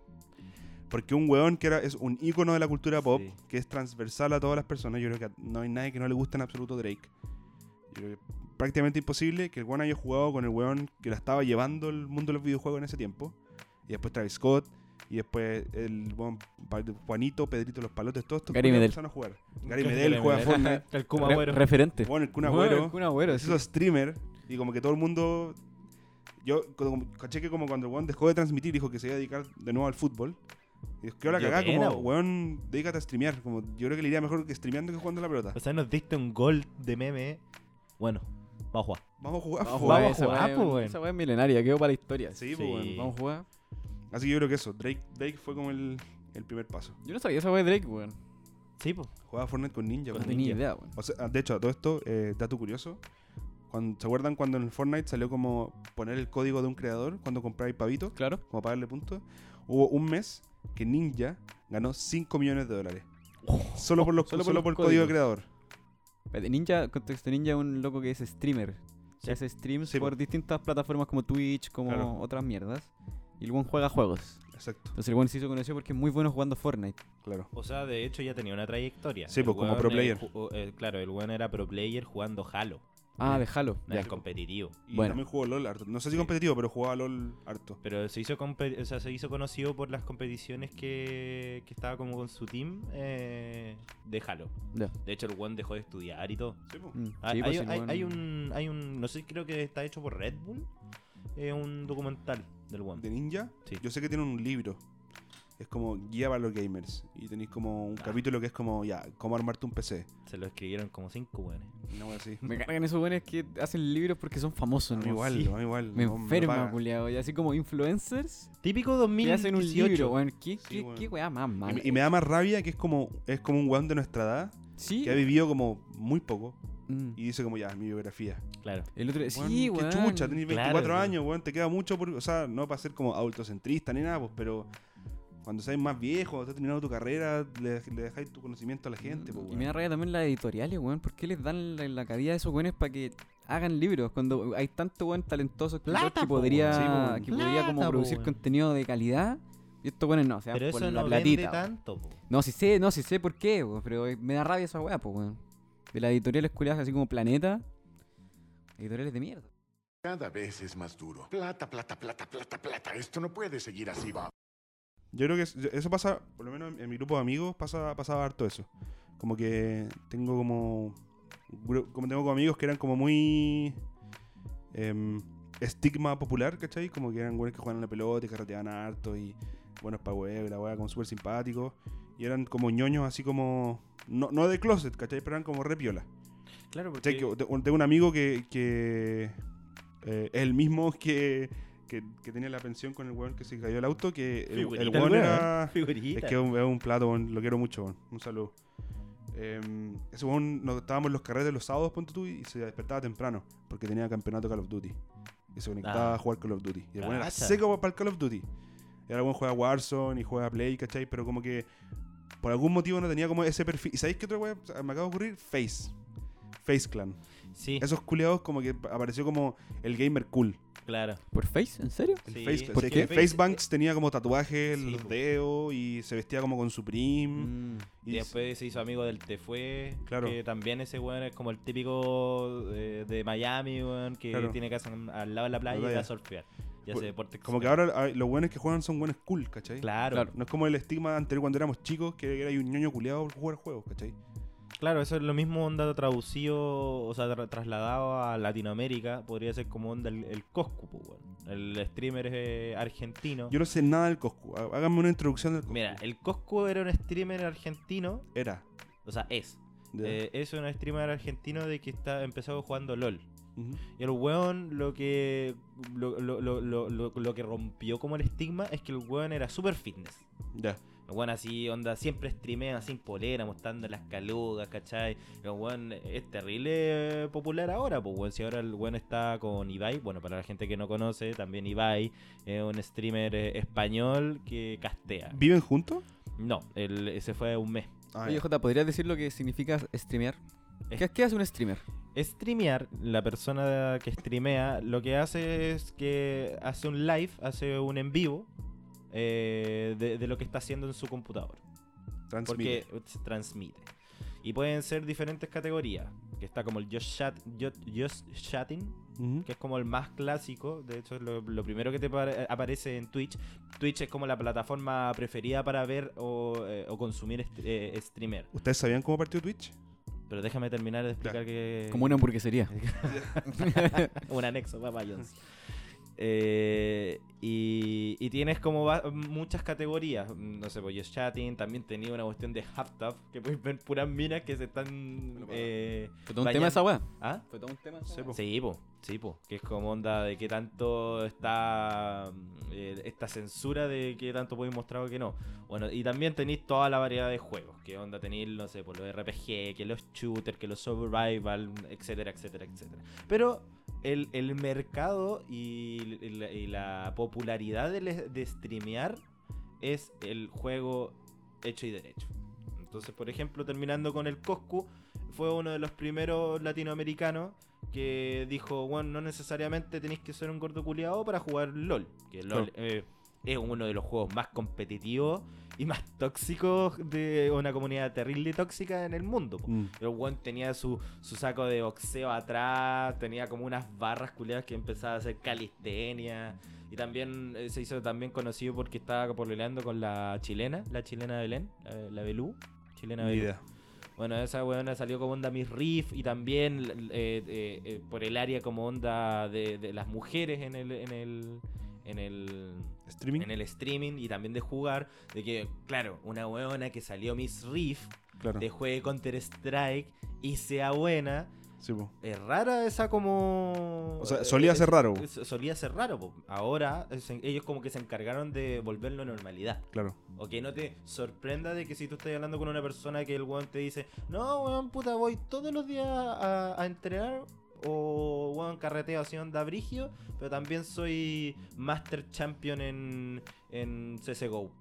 Speaker 8: Porque un weón que era, es un ícono de la cultura pop, que es transversal a todas las personas, yo creo que a- no hay nadie que no le guste en absoluto Drake. Yo creo que prácticamente imposible que el weón haya jugado con el weón que la estaba llevando el mundo de los videojuegos en ese tiempo. Y después Travis Scott, y después el weón Pa- Juanito, Pedrito Los Palotes, todos estos
Speaker 7: Gary
Speaker 8: culiados
Speaker 7: Medel.
Speaker 8: empezaron a jugar. Gary
Speaker 7: Gary
Speaker 8: Medel juega
Speaker 7: Medel.
Speaker 8: Fortnite.
Speaker 7: El Kun Agüero. Re- referente.
Speaker 8: Bueno, el Kun
Speaker 7: Bueno,
Speaker 8: Agüero.
Speaker 7: el Kun Agüero,
Speaker 8: Es un streamer. Y como que todo el mundo. Yo como- caché que como cuando el weón dejó de transmitir, dijo que se iba a dedicar de nuevo al fútbol. Y que ahora
Speaker 9: Dio
Speaker 8: cagá,
Speaker 9: pena,
Speaker 8: como
Speaker 9: bo.
Speaker 8: weón, dedícate a streamear. Como, yo creo que le iría mejor que streameando que jugando a la pelota.
Speaker 9: O sea, nos diste un gol de meme. Bueno, vamos a jugar.
Speaker 8: Vamos a jugar.
Speaker 9: Vamos a jugar,
Speaker 7: esa weá es-
Speaker 9: pues, weón.
Speaker 7: Esa weá es milenaria, quedó para la historia.
Speaker 8: Sí, pues, weón.
Speaker 7: Vamos a jugar.
Speaker 8: Así que yo creo que eso, Drake, Drake fue como el, el primer paso.
Speaker 7: Yo no sabía esa weá de Drake, weón.
Speaker 9: Sí, pues.
Speaker 8: Jugaba Fortnite con Ninja.
Speaker 7: No
Speaker 8: weón.
Speaker 7: tenía idea, weón.
Speaker 8: O sea, ah, de hecho, a todo esto, eh, dato curioso. Cuando, ¿Se acuerdan cuando en el Fortnite salió como poner el código de un creador cuando compráis pavitos?
Speaker 7: Claro.
Speaker 8: Como pagarle puntos. Hubo un mes que Ninja ganó 5 millones de dólares. Solo por, los,
Speaker 7: Oh, Solo
Speaker 8: solo
Speaker 7: por los
Speaker 8: por, el código de
Speaker 7: códigos.
Speaker 8: creador.
Speaker 7: Espérate, Ninja, contexto ninja, es un loco que es streamer.
Speaker 9: Sí.
Speaker 7: Que hace streams
Speaker 8: Sí,
Speaker 7: por
Speaker 8: po.
Speaker 7: distintas plataformas como Twitch, como
Speaker 8: Claro.
Speaker 7: otras mierdas. Y el buen juega juegos.
Speaker 8: Exacto.
Speaker 7: Entonces el buen se hizo conocido porque es muy bueno jugando Fortnite.
Speaker 8: Claro.
Speaker 9: O sea, de hecho ya tenía una trayectoria.
Speaker 7: Sí,
Speaker 9: El
Speaker 7: pues, como
Speaker 9: weón,
Speaker 7: pro
Speaker 9: eh,
Speaker 7: player.
Speaker 9: ju- eh, claro, el weón era pro player jugando Halo.
Speaker 7: Ah, de Halo,
Speaker 9: No
Speaker 7: ya.
Speaker 9: es competitivo.
Speaker 8: Y también jugó LOL harto. No sé si competitivo, pero jugaba LOL harto.
Speaker 9: Pero se hizo, compe- o sea, se hizo conocido por las competiciones que, que estaba como con su team eh, de Halo.
Speaker 7: Ya.
Speaker 9: De hecho, el weón dejó de estudiar y todo.
Speaker 7: Mm,
Speaker 9: Ah,
Speaker 7: sí,
Speaker 9: hay,
Speaker 7: pues el
Speaker 9: hay-
Speaker 7: weón-
Speaker 9: hay un, hay un- no sé, creo que está hecho por Red Bull. Es un documental del weón.
Speaker 8: ¿De Ninja? Yo sé que tienen un libro. Es como guía para los gamers. Y tenéis como
Speaker 7: Ah.
Speaker 8: un capítulo que es como, ya, cómo armarte un PC.
Speaker 9: Se lo escribieron como cinco weones.
Speaker 8: No, así.
Speaker 7: Me cargan esos buenos que hacen libros porque son famosos,
Speaker 8: A mí
Speaker 7: ¿no?
Speaker 8: igual,
Speaker 7: Sí.
Speaker 8: a mí igual,
Speaker 7: Me
Speaker 8: no, me lo
Speaker 7: enferma,
Speaker 8: pagan.
Speaker 7: culiado. Y así como influencers.
Speaker 9: Típico
Speaker 7: Que hacen un
Speaker 9: 2018.
Speaker 7: libro, weón. ¿Qué,
Speaker 9: Sí,
Speaker 7: qué,
Speaker 9: weón.
Speaker 7: qué weá más
Speaker 8: Y
Speaker 7: mala?
Speaker 8: me- Y, me da más rabia que es como, es como un weón de nuestra edad que ha vivido como muy poco.
Speaker 7: Mm.
Speaker 8: Y dice como ya, mi biografía.
Speaker 9: Claro.
Speaker 7: El otro-
Speaker 8: Weón,
Speaker 7: sí,
Speaker 8: qué
Speaker 7: weón.
Speaker 8: chucha, tenés 24
Speaker 7: Claro,
Speaker 8: años, weón, te queda mucho por. O sea, no para ser como autocentrista ni nada, pues, pero cuando seas más viejo, estás terminando tu carrera, le, le dejáis tu conocimiento a la gente, pues,
Speaker 7: Mm, Y me da rabia también las editoriales, weón. ¿Por qué les dan la, la cabida a esos weones para que hagan libros? Cuando hay tanto weón talentoso escritor
Speaker 9: Plata,
Speaker 7: que
Speaker 9: po,
Speaker 7: podría,
Speaker 9: weón. Sí, po, weón.
Speaker 7: que podría como
Speaker 9: Plata, po,
Speaker 7: producir
Speaker 9: weón.
Speaker 7: contenido de calidad. Y estos weones no, se van
Speaker 9: Pero
Speaker 7: por
Speaker 9: eso
Speaker 7: la
Speaker 9: no
Speaker 7: platita.
Speaker 9: vende
Speaker 7: weón.
Speaker 9: tanto, po.
Speaker 7: No, sí sé, no, sí sé por qué, weón, pero eh, me da rabia esa weá, pues, weón. De las editoriales culiadas así como Planeta. Editoriales de mierda.
Speaker 13: Cada vez es más duro. Plata, plata, plata, plata, plata. Esto no puede seguir así, va.
Speaker 8: Yo creo que es- eso pasa, por lo menos en- en mi grupo de amigos, pasa, pasaba harto eso. Como que tengo como. gru- Como tengo como amigos que eran como muy. em, estigma popular, ¿cachai? Como que eran güeyes que jugaban a la pelota y carreteaban harto y buenos para huevo, la hueá, como súper simpáticos. Y eran como ñoños, así como. No, no de closet, ¿cachai? Pero eran como repiola.
Speaker 9: Claro, porque-
Speaker 8: ¿Cachai? Que un- Tengo un amigo que. que, eh, es el mismo que. Que, que tenía la pensión con el weón que se cayó el auto, que el, el
Speaker 9: Figurita, el
Speaker 8: weón
Speaker 9: weón,
Speaker 8: era.
Speaker 9: figurita.
Speaker 8: Es que es un, es un plato, weón, lo quiero mucho, weón. Un saludo. Eh, ese weón, nos estábamos en los carretes los sábados, ponte tú, y se despertaba temprano, porque tenía campeonato Call of Duty. Y se conectaba
Speaker 9: Ah.
Speaker 8: a jugar Call of Duty. Y el weón era
Speaker 9: Cacha.
Speaker 8: seco para el Call of Duty. Y ahora el weón juega Warzone y juega Play, ¿cachai? Pero como que por algún motivo no tenía como ese perfil. ¿Y sabéis qué otra weón me acaba de ocurrir? Face. Face Clan.
Speaker 9: Sí.
Speaker 8: Esos culiados como que apareció como el gamer cool.
Speaker 9: Claro.
Speaker 7: ¿Por Face? ¿En serio?
Speaker 8: El
Speaker 9: Sí.
Speaker 8: Face Clan.
Speaker 9: ¿Por
Speaker 8: Sí,
Speaker 9: qué? eh,
Speaker 8: que Face Banks tenía como tatuajes, en los dedos y se vestía como con
Speaker 7: Mm.
Speaker 8: Supreme.
Speaker 9: Y después se hizo amigo del Te Fue.
Speaker 8: Claro.
Speaker 9: Que también ese weón es como el típico eh, de Miami, weón, que
Speaker 8: Claro.
Speaker 9: tiene casa en- al lado de la playa
Speaker 8: playa.
Speaker 9: y va a surfear. Y hace
Speaker 8: Pues,
Speaker 9: deporte.
Speaker 8: Como que
Speaker 9: extremo.
Speaker 8: ahora ah, los buenos que juegan son buenos cool, ¿cachai?
Speaker 9: Claro. Claro.
Speaker 8: No es como el estigma anterior cuando éramos chicos, que era un ñoño culiado por jugar juegos, ¿cachai?
Speaker 9: Claro, eso es lo mismo onda traducido, o sea, tra- trasladado a Latinoamérica. Podría ser como onda el, el Coscu, pues, weón. El streamer eh, argentino.
Speaker 8: Yo no sé nada del Coscu. Há- Háganme una introducción del Coscu.
Speaker 9: Mira, el Coscu era un streamer argentino.
Speaker 8: Era.
Speaker 9: O sea, es.
Speaker 8: Ya.
Speaker 9: Eh, es un streamer argentino de que está empezó jugando LOL.
Speaker 8: Ujú.
Speaker 9: Y el weón lo que. Lo, lo- lo- lo- lo- lo que rompió como el estigma es que el weón era super fitness.
Speaker 8: Ya.
Speaker 9: El weón así, onda, siempre streamea sin polera, mostrando las calugas, ¿cachai? El weón es terrible eh, popular ahora, pues weón. Si ahora el weón está con Ibai, bueno, para la gente que no conoce, también Ibai es un streamer eh, español que castea.
Speaker 8: ¿Viven juntos? Ah,
Speaker 9: No, él se fue un mes.
Speaker 7: Oye, Jota, ¿podrías decir lo que significa streamear? ¿Qué, qué hace un streamer?
Speaker 9: Streamear, la persona que streamea, lo que hace es que hace un live, hace un en vivo eh, de, de lo que está haciendo en su computador.
Speaker 8: Transmite.
Speaker 9: Porque se transmite. Y pueden ser diferentes categorías. Que está como el Just, chat, just, Just Chatting,
Speaker 8: Ujú.
Speaker 9: que es como el más clásico. De hecho, es lo, lo primero que te pare- aparece en Twitch. Twitch es como la plataforma preferida para ver o, eh, o consumir est- eh, streamer.
Speaker 8: ¿Ustedes sabían cómo partió Twitch?
Speaker 9: Pero déjame terminar de explicar que...
Speaker 7: Como una hamburguesería.
Speaker 9: Un anexo, papá Jones. Eh, y, y tienes como va- muchas categorías. No sé, pues Just Chatting. También tenía una cuestión de Halftub. Que puedes ver puras minas que se están. eh,
Speaker 7: Fue todo un
Speaker 9: bañan-
Speaker 7: tema esa weá.
Speaker 9: ¿Ah?
Speaker 7: Fue todo un tema
Speaker 9: Sí, po. Sí, po. Que es como onda de qué tanto está. mm, eh, esta censura de qué tanto podéis mostrar o qué no. Bueno, y también tenéis toda la variedad de juegos. Que onda tenéis, no sé, por los RPG, que los shooters, que los survival, etcétera, etcétera, etcétera. Pero el, el mercado y, l- y la, y la popularidad de, le- de streamear es el juego hecho y derecho. Entonces, por ejemplo, terminando con el Coscu, fue uno de los primeros latinoamericanos que dijo, bueno, no necesariamente tenéis que ser un gordo culiado para jugar LOL. Que LOL eh, es uno de los juegos más competitivos y más tóxicos de una comunidad terrible y tóxica en el mundo. po.
Speaker 8: Mm.
Speaker 9: El weón tenía su, su saco de boxeo atrás, tenía como unas barras culiadas que empezaba a hacer calistenia. Y también eh, se hizo también conocido porque estaba pololeando con la chilena, la chilena Belén, la, la Belú, chilena
Speaker 8: Ni
Speaker 9: Belú.
Speaker 8: idea.
Speaker 9: Bueno, esa weona salió como onda Miss Riff y también eh, eh, eh, por el área como onda de, de las mujeres en el, en el en el
Speaker 8: streaming
Speaker 9: en el streaming y también de jugar de que claro una weona que salió Miss Riff
Speaker 8: Claro.
Speaker 9: te juegue Counter Strike y sea buena
Speaker 8: Sí, po.
Speaker 9: es rara esa como... eh,
Speaker 8: O sea, solía ser raro, po.
Speaker 9: es- Solía ser raro. po. Ahora es- ellos como que se encargaron de volverlo a normalidad.
Speaker 8: Claro.
Speaker 9: O que no te sorprenda de que si tú estás hablando con una persona que el weón te dice, no, weón, puta, voy todos los días a, a entrenar. O weón, carreteo así onda brigio. Pero también soy Master Champion en, en CSGO.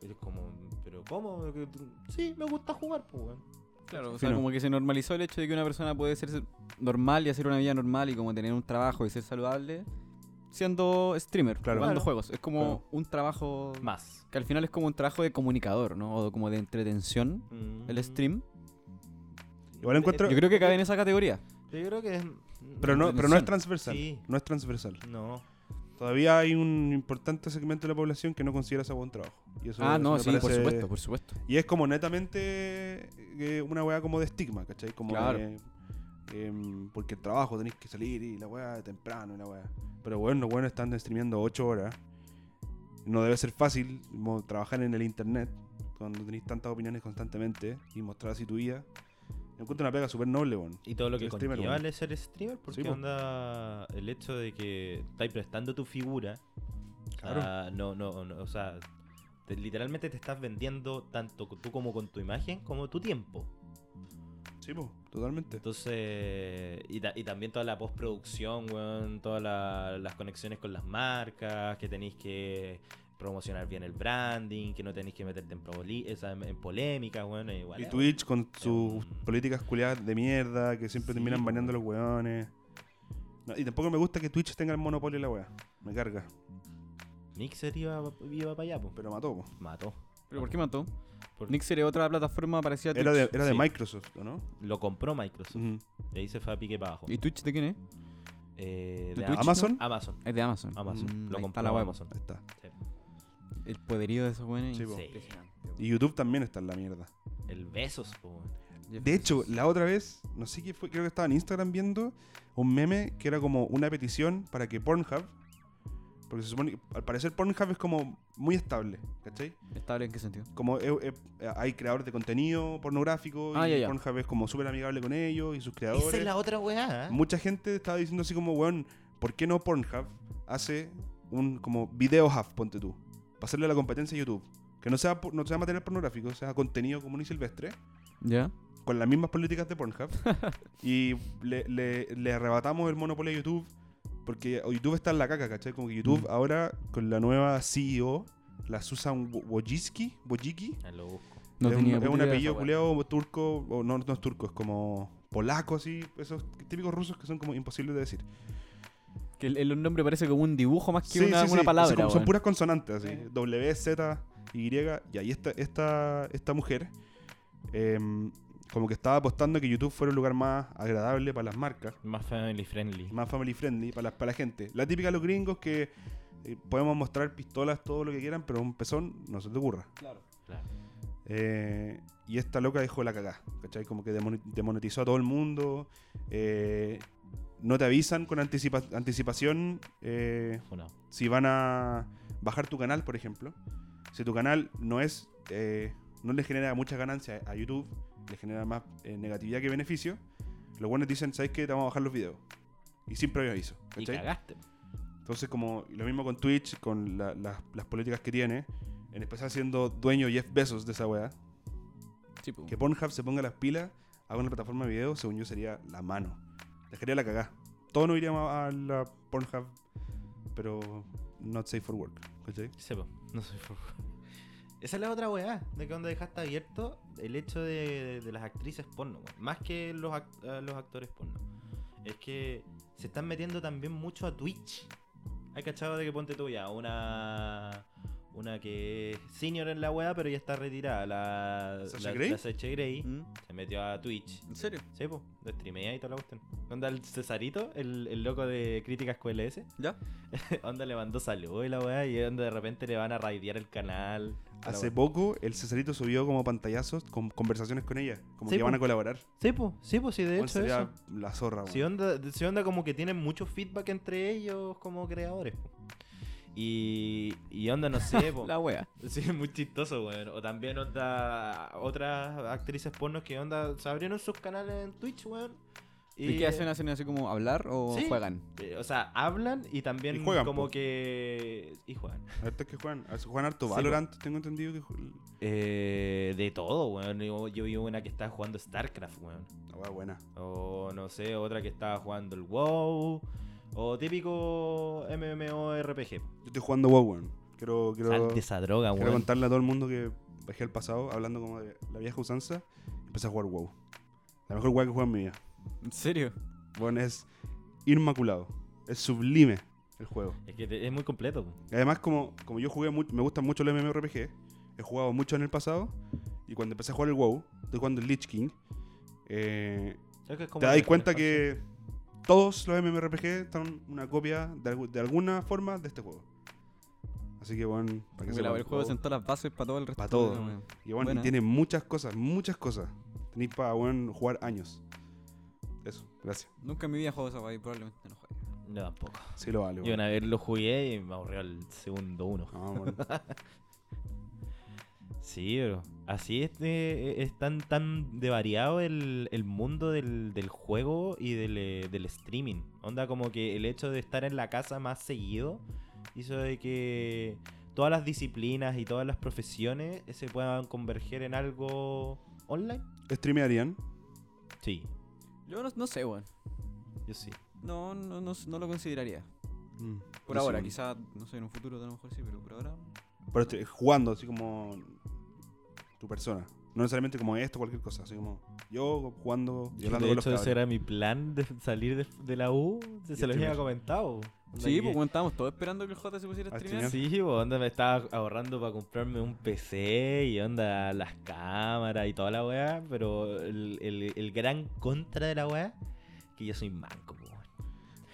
Speaker 9: Y es como, pero ¿cómo? Sí, me gusta jugar, pues, weón.
Speaker 7: Claro, O sea,
Speaker 9: Fino.
Speaker 7: como que se normalizó el hecho de que una persona puede ser normal y hacer una vida normal y como tener un trabajo y ser saludable siendo streamer, jugando
Speaker 9: Claro.
Speaker 7: juegos. Es como
Speaker 9: Claro.
Speaker 7: un trabajo...
Speaker 9: Más.
Speaker 7: Que al final es como un trabajo de comunicador, ¿no? O como de entretención,
Speaker 9: Mm.
Speaker 7: el stream.
Speaker 9: Eh,
Speaker 8: Igual encuentro-
Speaker 7: Yo creo que cae en esa categoría.
Speaker 9: Yo creo que es...
Speaker 8: Pero no, pero no es
Speaker 7: Entretención.
Speaker 8: transversal.
Speaker 9: Sí.
Speaker 8: No es transversal.
Speaker 9: No.
Speaker 8: Todavía hay un importante segmento de la población que no considera ese buen trabajo. Y eso-
Speaker 7: Ah,
Speaker 8: eso
Speaker 7: no,
Speaker 8: me
Speaker 7: sí, por
Speaker 8: parece-
Speaker 7: supuesto, por supuesto.
Speaker 8: Y es como netamente eh, una weá como de estigma, ¿cachai? Como
Speaker 7: Claro.
Speaker 8: de, em, porque el trabajo tenés que salir y la weá temprano y la weá. Pero bueno, los buenos están streameando 8 horas No debe ser fácil mo- trabajar en el internet cuando tenéis tantas opiniones constantemente y mostrar así tu vida. Encuentro una pega súper noble, weón.
Speaker 9: Y todo lo que
Speaker 8: Ser streamer,
Speaker 9: conlleva
Speaker 8: weón.
Speaker 9: el ser streamer, porque
Speaker 8: Sí, po.
Speaker 9: onda el hecho de que estáis prestando tu figura.
Speaker 8: Claro.
Speaker 9: a- no, no, no, o sea, te- literalmente te estás vendiendo tanto tú como con tu imagen, como tu tiempo.
Speaker 8: Sí, po, totalmente.
Speaker 9: Entonces, y, ta- y también toda la postproducción, weón, todas la- las conexiones con las marcas, que tenéis que promocionar bien el branding, que no tenéis que meterte en, poli- esa- en polémica, weón, e igual.
Speaker 8: Y
Speaker 9: es-
Speaker 8: Twitch con sus políticas culiadas de mierda que siempre terminan bañando a los weones. No, y tampoco me gusta que Twitch tenga el monopolio de la wea. Me carga.
Speaker 9: Mixer iba, iba para allá, po.
Speaker 8: Pero mató, po.
Speaker 9: Mató.
Speaker 7: ¿Pero por qué mató? Nixer era otra plataforma parecida a Twitch.
Speaker 8: Era de, era de
Speaker 9: Sí.
Speaker 8: Microsoft, ¿o ¿no?
Speaker 9: Lo compró Microsoft.
Speaker 8: Ujú.
Speaker 9: Y ahí se fue a pique para abajo.
Speaker 7: ¿Y Twitch de quién es?
Speaker 9: Eh,
Speaker 7: ¿De
Speaker 9: de
Speaker 7: Twitch,
Speaker 8: Amazon?
Speaker 7: no?
Speaker 9: Amazon.
Speaker 7: Es de Amazon.
Speaker 9: Amazon.
Speaker 7: Mm,
Speaker 9: Lo
Speaker 7: ahí
Speaker 9: compró
Speaker 7: está la web.
Speaker 9: Amazon.
Speaker 8: Ahí está.
Speaker 9: Sí.
Speaker 7: El poderío de esos buenos.
Speaker 8: Sí, pues.
Speaker 7: es
Speaker 8: po.
Speaker 7: impresionante.
Speaker 8: Y YouTube también está en la mierda.
Speaker 9: El Besos, po, weón.
Speaker 8: De hecho, la otra vez, no sé qué fue, creo que estaba en Instagram viendo un meme que era como una petición para que Pornhub, porque se supone, que- al parecer Pornhub es como muy estable, ¿cachai?
Speaker 7: ¿Estable en qué sentido?
Speaker 8: Como eh, eh, hay creadores de contenido pornográfico
Speaker 7: Ah,
Speaker 8: y
Speaker 7: ya, ya.
Speaker 8: Pornhub es como súper amigable con ellos y sus creadores.
Speaker 9: Esa es la otra
Speaker 7: Ah.
Speaker 9: weá. ¿eh?
Speaker 8: Mucha gente estaba diciendo así como, weón, ¿por qué no Pornhub hace un como video hub, ponte tú? Para hacerle la competencia a YouTube. Que no sea, por- no sea material pornográfico, sea contenido común y silvestre,
Speaker 7: ¿Ya?
Speaker 8: con las mismas políticas de Pornhub. y le, le- le arrebatamos el monopolio a YouTube, porque YouTube está en la caca, ¿cachai? Como que YouTube
Speaker 7: Mm.
Speaker 8: ahora, con la nueva CEO, la Susan Wo- Wojcicki, Wojcicki,
Speaker 9: Ah, lo busco.
Speaker 7: No
Speaker 8: es,
Speaker 7: tenía
Speaker 8: un, es
Speaker 7: puta
Speaker 8: un
Speaker 7: idea de
Speaker 8: apellido
Speaker 7: esa weá.
Speaker 8: culeado turco, o no, no es turco, es como polaco, así, esos típicos rusos que son como imposibles de decir.
Speaker 7: Que el, el nombre parece como un dibujo más que
Speaker 8: Sí,
Speaker 7: una,
Speaker 8: sí, sí.
Speaker 7: una
Speaker 8: Así
Speaker 7: palabra.
Speaker 8: como son
Speaker 7: weón.
Speaker 8: puras consonantes, así. W, Z, Y. Y ahí está esta, esta mujer. em, como que estaba apostando a que YouTube fuera un lugar más agradable para las marcas,
Speaker 9: Más family friendly.
Speaker 8: más family friendly para, la- para la gente. La típica de los gringos que eh, podemos mostrar pistolas, todo lo que quieran, pero un pezón no se te ocurra.
Speaker 9: Claro.
Speaker 8: Eh, y esta loca dejó la cagada, ¿cachai? Como que demoni- demonetizó a todo el mundo. eh, no te avisan con anticipa- anticipación eh,
Speaker 9: Funado.
Speaker 8: si van a bajar tu canal, por ejemplo. Si tu canal no es. eh, no le genera mucha ganancia a YouTube, le genera más eh, negatividad que beneficio. Los buenos dicen, ¿sabes qué? Te vamos a bajar los videos. Y sin previo aviso.
Speaker 9: Y
Speaker 8: ¿cachai?
Speaker 9: cagaste.
Speaker 8: Entonces, como lo mismo con Twitch, con la- las- las políticas que tiene, en especial siendo dueño Jeff Bezos de esa weá,
Speaker 7: Sí, pues. Mm, po.
Speaker 8: que Pornhub se ponga las pilas, haga una plataforma de video, según yo sería la mano. Dejaría la cagá. Todos no iríamos a la Pornhub, pero not safe for work. ¿Cachai?
Speaker 9: Sepa, no soy fofo. Esa es la otra weá, de que cuando dejaste abierto el hecho de, de las actrices porno, weón. más que los, act- a los actores porno. Es que se están metiendo también mucho a Twitch. Hay cachado de que ponte tú ya, una, una que es senior en la weá, pero ya está retirada. La
Speaker 8: ¿Sasha
Speaker 9: la-
Speaker 8: Grey?
Speaker 9: la Sasha Grey
Speaker 7: Mm.
Speaker 9: se metió a Twitch.
Speaker 7: ¿En serio?
Speaker 9: Sí, pues, lo streamea y toda la cuestión. Onda el Cesarito, el, el loco de críticas QLS.
Speaker 7: ¿Ya?
Speaker 9: onda le mandó salud y la weá, y onda de repente le van a raidear el canal. la
Speaker 8: Hace
Speaker 9: weá.
Speaker 8: poco el Cesarito subió como pantallazos con conversaciones con ella, como
Speaker 9: Sí,
Speaker 8: que van
Speaker 9: po.
Speaker 8: a colaborar.
Speaker 9: Sí, pues, sí, pues, sí, de
Speaker 8: Bueno,
Speaker 9: hecho
Speaker 8: sería
Speaker 9: eso.
Speaker 8: la zorra,
Speaker 9: Si
Speaker 8: weón.
Speaker 9: onda, si onda como que tienen mucho feedback entre ellos como creadores, po. Y, y onda, no sé, po.
Speaker 7: La wea.
Speaker 9: Sí, es muy chistoso, weón. O también onda, otras actrices pornos que onda, se abrieron sus canales en Twitch, weón.
Speaker 7: ¿Y, qué hacen? ¿Hacen así como hablar o
Speaker 9: Sí.
Speaker 7: juegan?
Speaker 9: Eh, O sea, hablan y también
Speaker 8: Y juegan,
Speaker 9: como
Speaker 8: po.
Speaker 9: que... Y juegan.
Speaker 8: Harto que juegan, a- juegan harto
Speaker 9: Sí, po.
Speaker 8: Valorant, tengo entendido que ju-
Speaker 9: Eh, de todo, weón. Yo, yo vi una que estaba jugando StarCraft, weón.
Speaker 8: la weá buena.
Speaker 9: O no sé, otra que estaba jugando el WoW. O típico MMORPG.
Speaker 8: Yo estoy jugando WoW, weón. Quiero, quiero,
Speaker 9: Salte esa droga,
Speaker 8: quiero
Speaker 9: weón.
Speaker 8: contarle a todo el mundo que bajé al pasado, hablando como de la vieja usanza, empecé a jugar WoW. La mejor weá que he jugado en mi vida.
Speaker 7: ¿En serio?
Speaker 8: Bueno, es inmaculado. Es sublime el juego.
Speaker 9: Es que te- es muy completo. po.
Speaker 8: Y además, como, como yo jugué mucho, me gustan mucho los MMORPG, he jugado mucho en el pasado. Y cuando empecé a jugar el WoW, estoy jugando el Lich King. eh,
Speaker 9: Es que es como
Speaker 8: te das
Speaker 9: el-
Speaker 8: cuenta
Speaker 9: el-
Speaker 8: que todos los MMORPG son una copia de, algu- de alguna forma de este juego. Así que, bueno, para que
Speaker 7: Porque
Speaker 8: se
Speaker 7: la- el juego sentó las bases para todo el resto.
Speaker 8: Para
Speaker 7: de la
Speaker 8: todo.
Speaker 7: wea.
Speaker 8: Y bueno,
Speaker 7: Buena.
Speaker 8: y tiene muchas cosas, muchas cosas. Tenéis para bueno, jugar años. Eso, gracias.
Speaker 7: Nunca en mi vida he jugado esa wea y probablemente no juegue.
Speaker 9: No, tampoco.
Speaker 8: Sí lo vale. Ah,
Speaker 9: Yo
Speaker 8: weón.
Speaker 9: una vez lo jugué y me aburrió el segundo uno. sí, pero así es, de- es tan, tan de variado el, el mundo del, del juego y del, eh, del streaming. Onda como que el hecho de estar en la casa más seguido hizo de que todas las disciplinas y todas las profesiones se puedan converger en algo online.
Speaker 8: ¿Streamearían?
Speaker 9: Sí.
Speaker 7: Yo no, no sé, weón.
Speaker 9: Yo sí.
Speaker 7: No, no, no, no lo consideraría.
Speaker 8: Mm,
Speaker 7: Por
Speaker 8: yo
Speaker 7: ahora,
Speaker 8: sí.
Speaker 7: quizá, no sé, en un futuro a lo mejor sí, pero por ahora.
Speaker 8: Pero este, jugando así como tu persona. No necesariamente como esto, cualquier cosa. Así como yo jugando y hablando
Speaker 9: de
Speaker 8: con los
Speaker 9: hecho, ese
Speaker 8: cabros. este
Speaker 9: era mi plan de salir de, de la U. Se, se lo había
Speaker 8: streamear.
Speaker 9: comentado.
Speaker 7: Sí,
Speaker 9: Onda
Speaker 7: pues
Speaker 9: que-
Speaker 7: bueno, estábamos todos esperando que el J se pusiera a streamear.
Speaker 9: Sí, po, onda me estaba ahorrando para comprarme un PC y onda las cámaras y toda la weá, pero el, el- el gran contra de la weá, que yo soy manco, po, weón.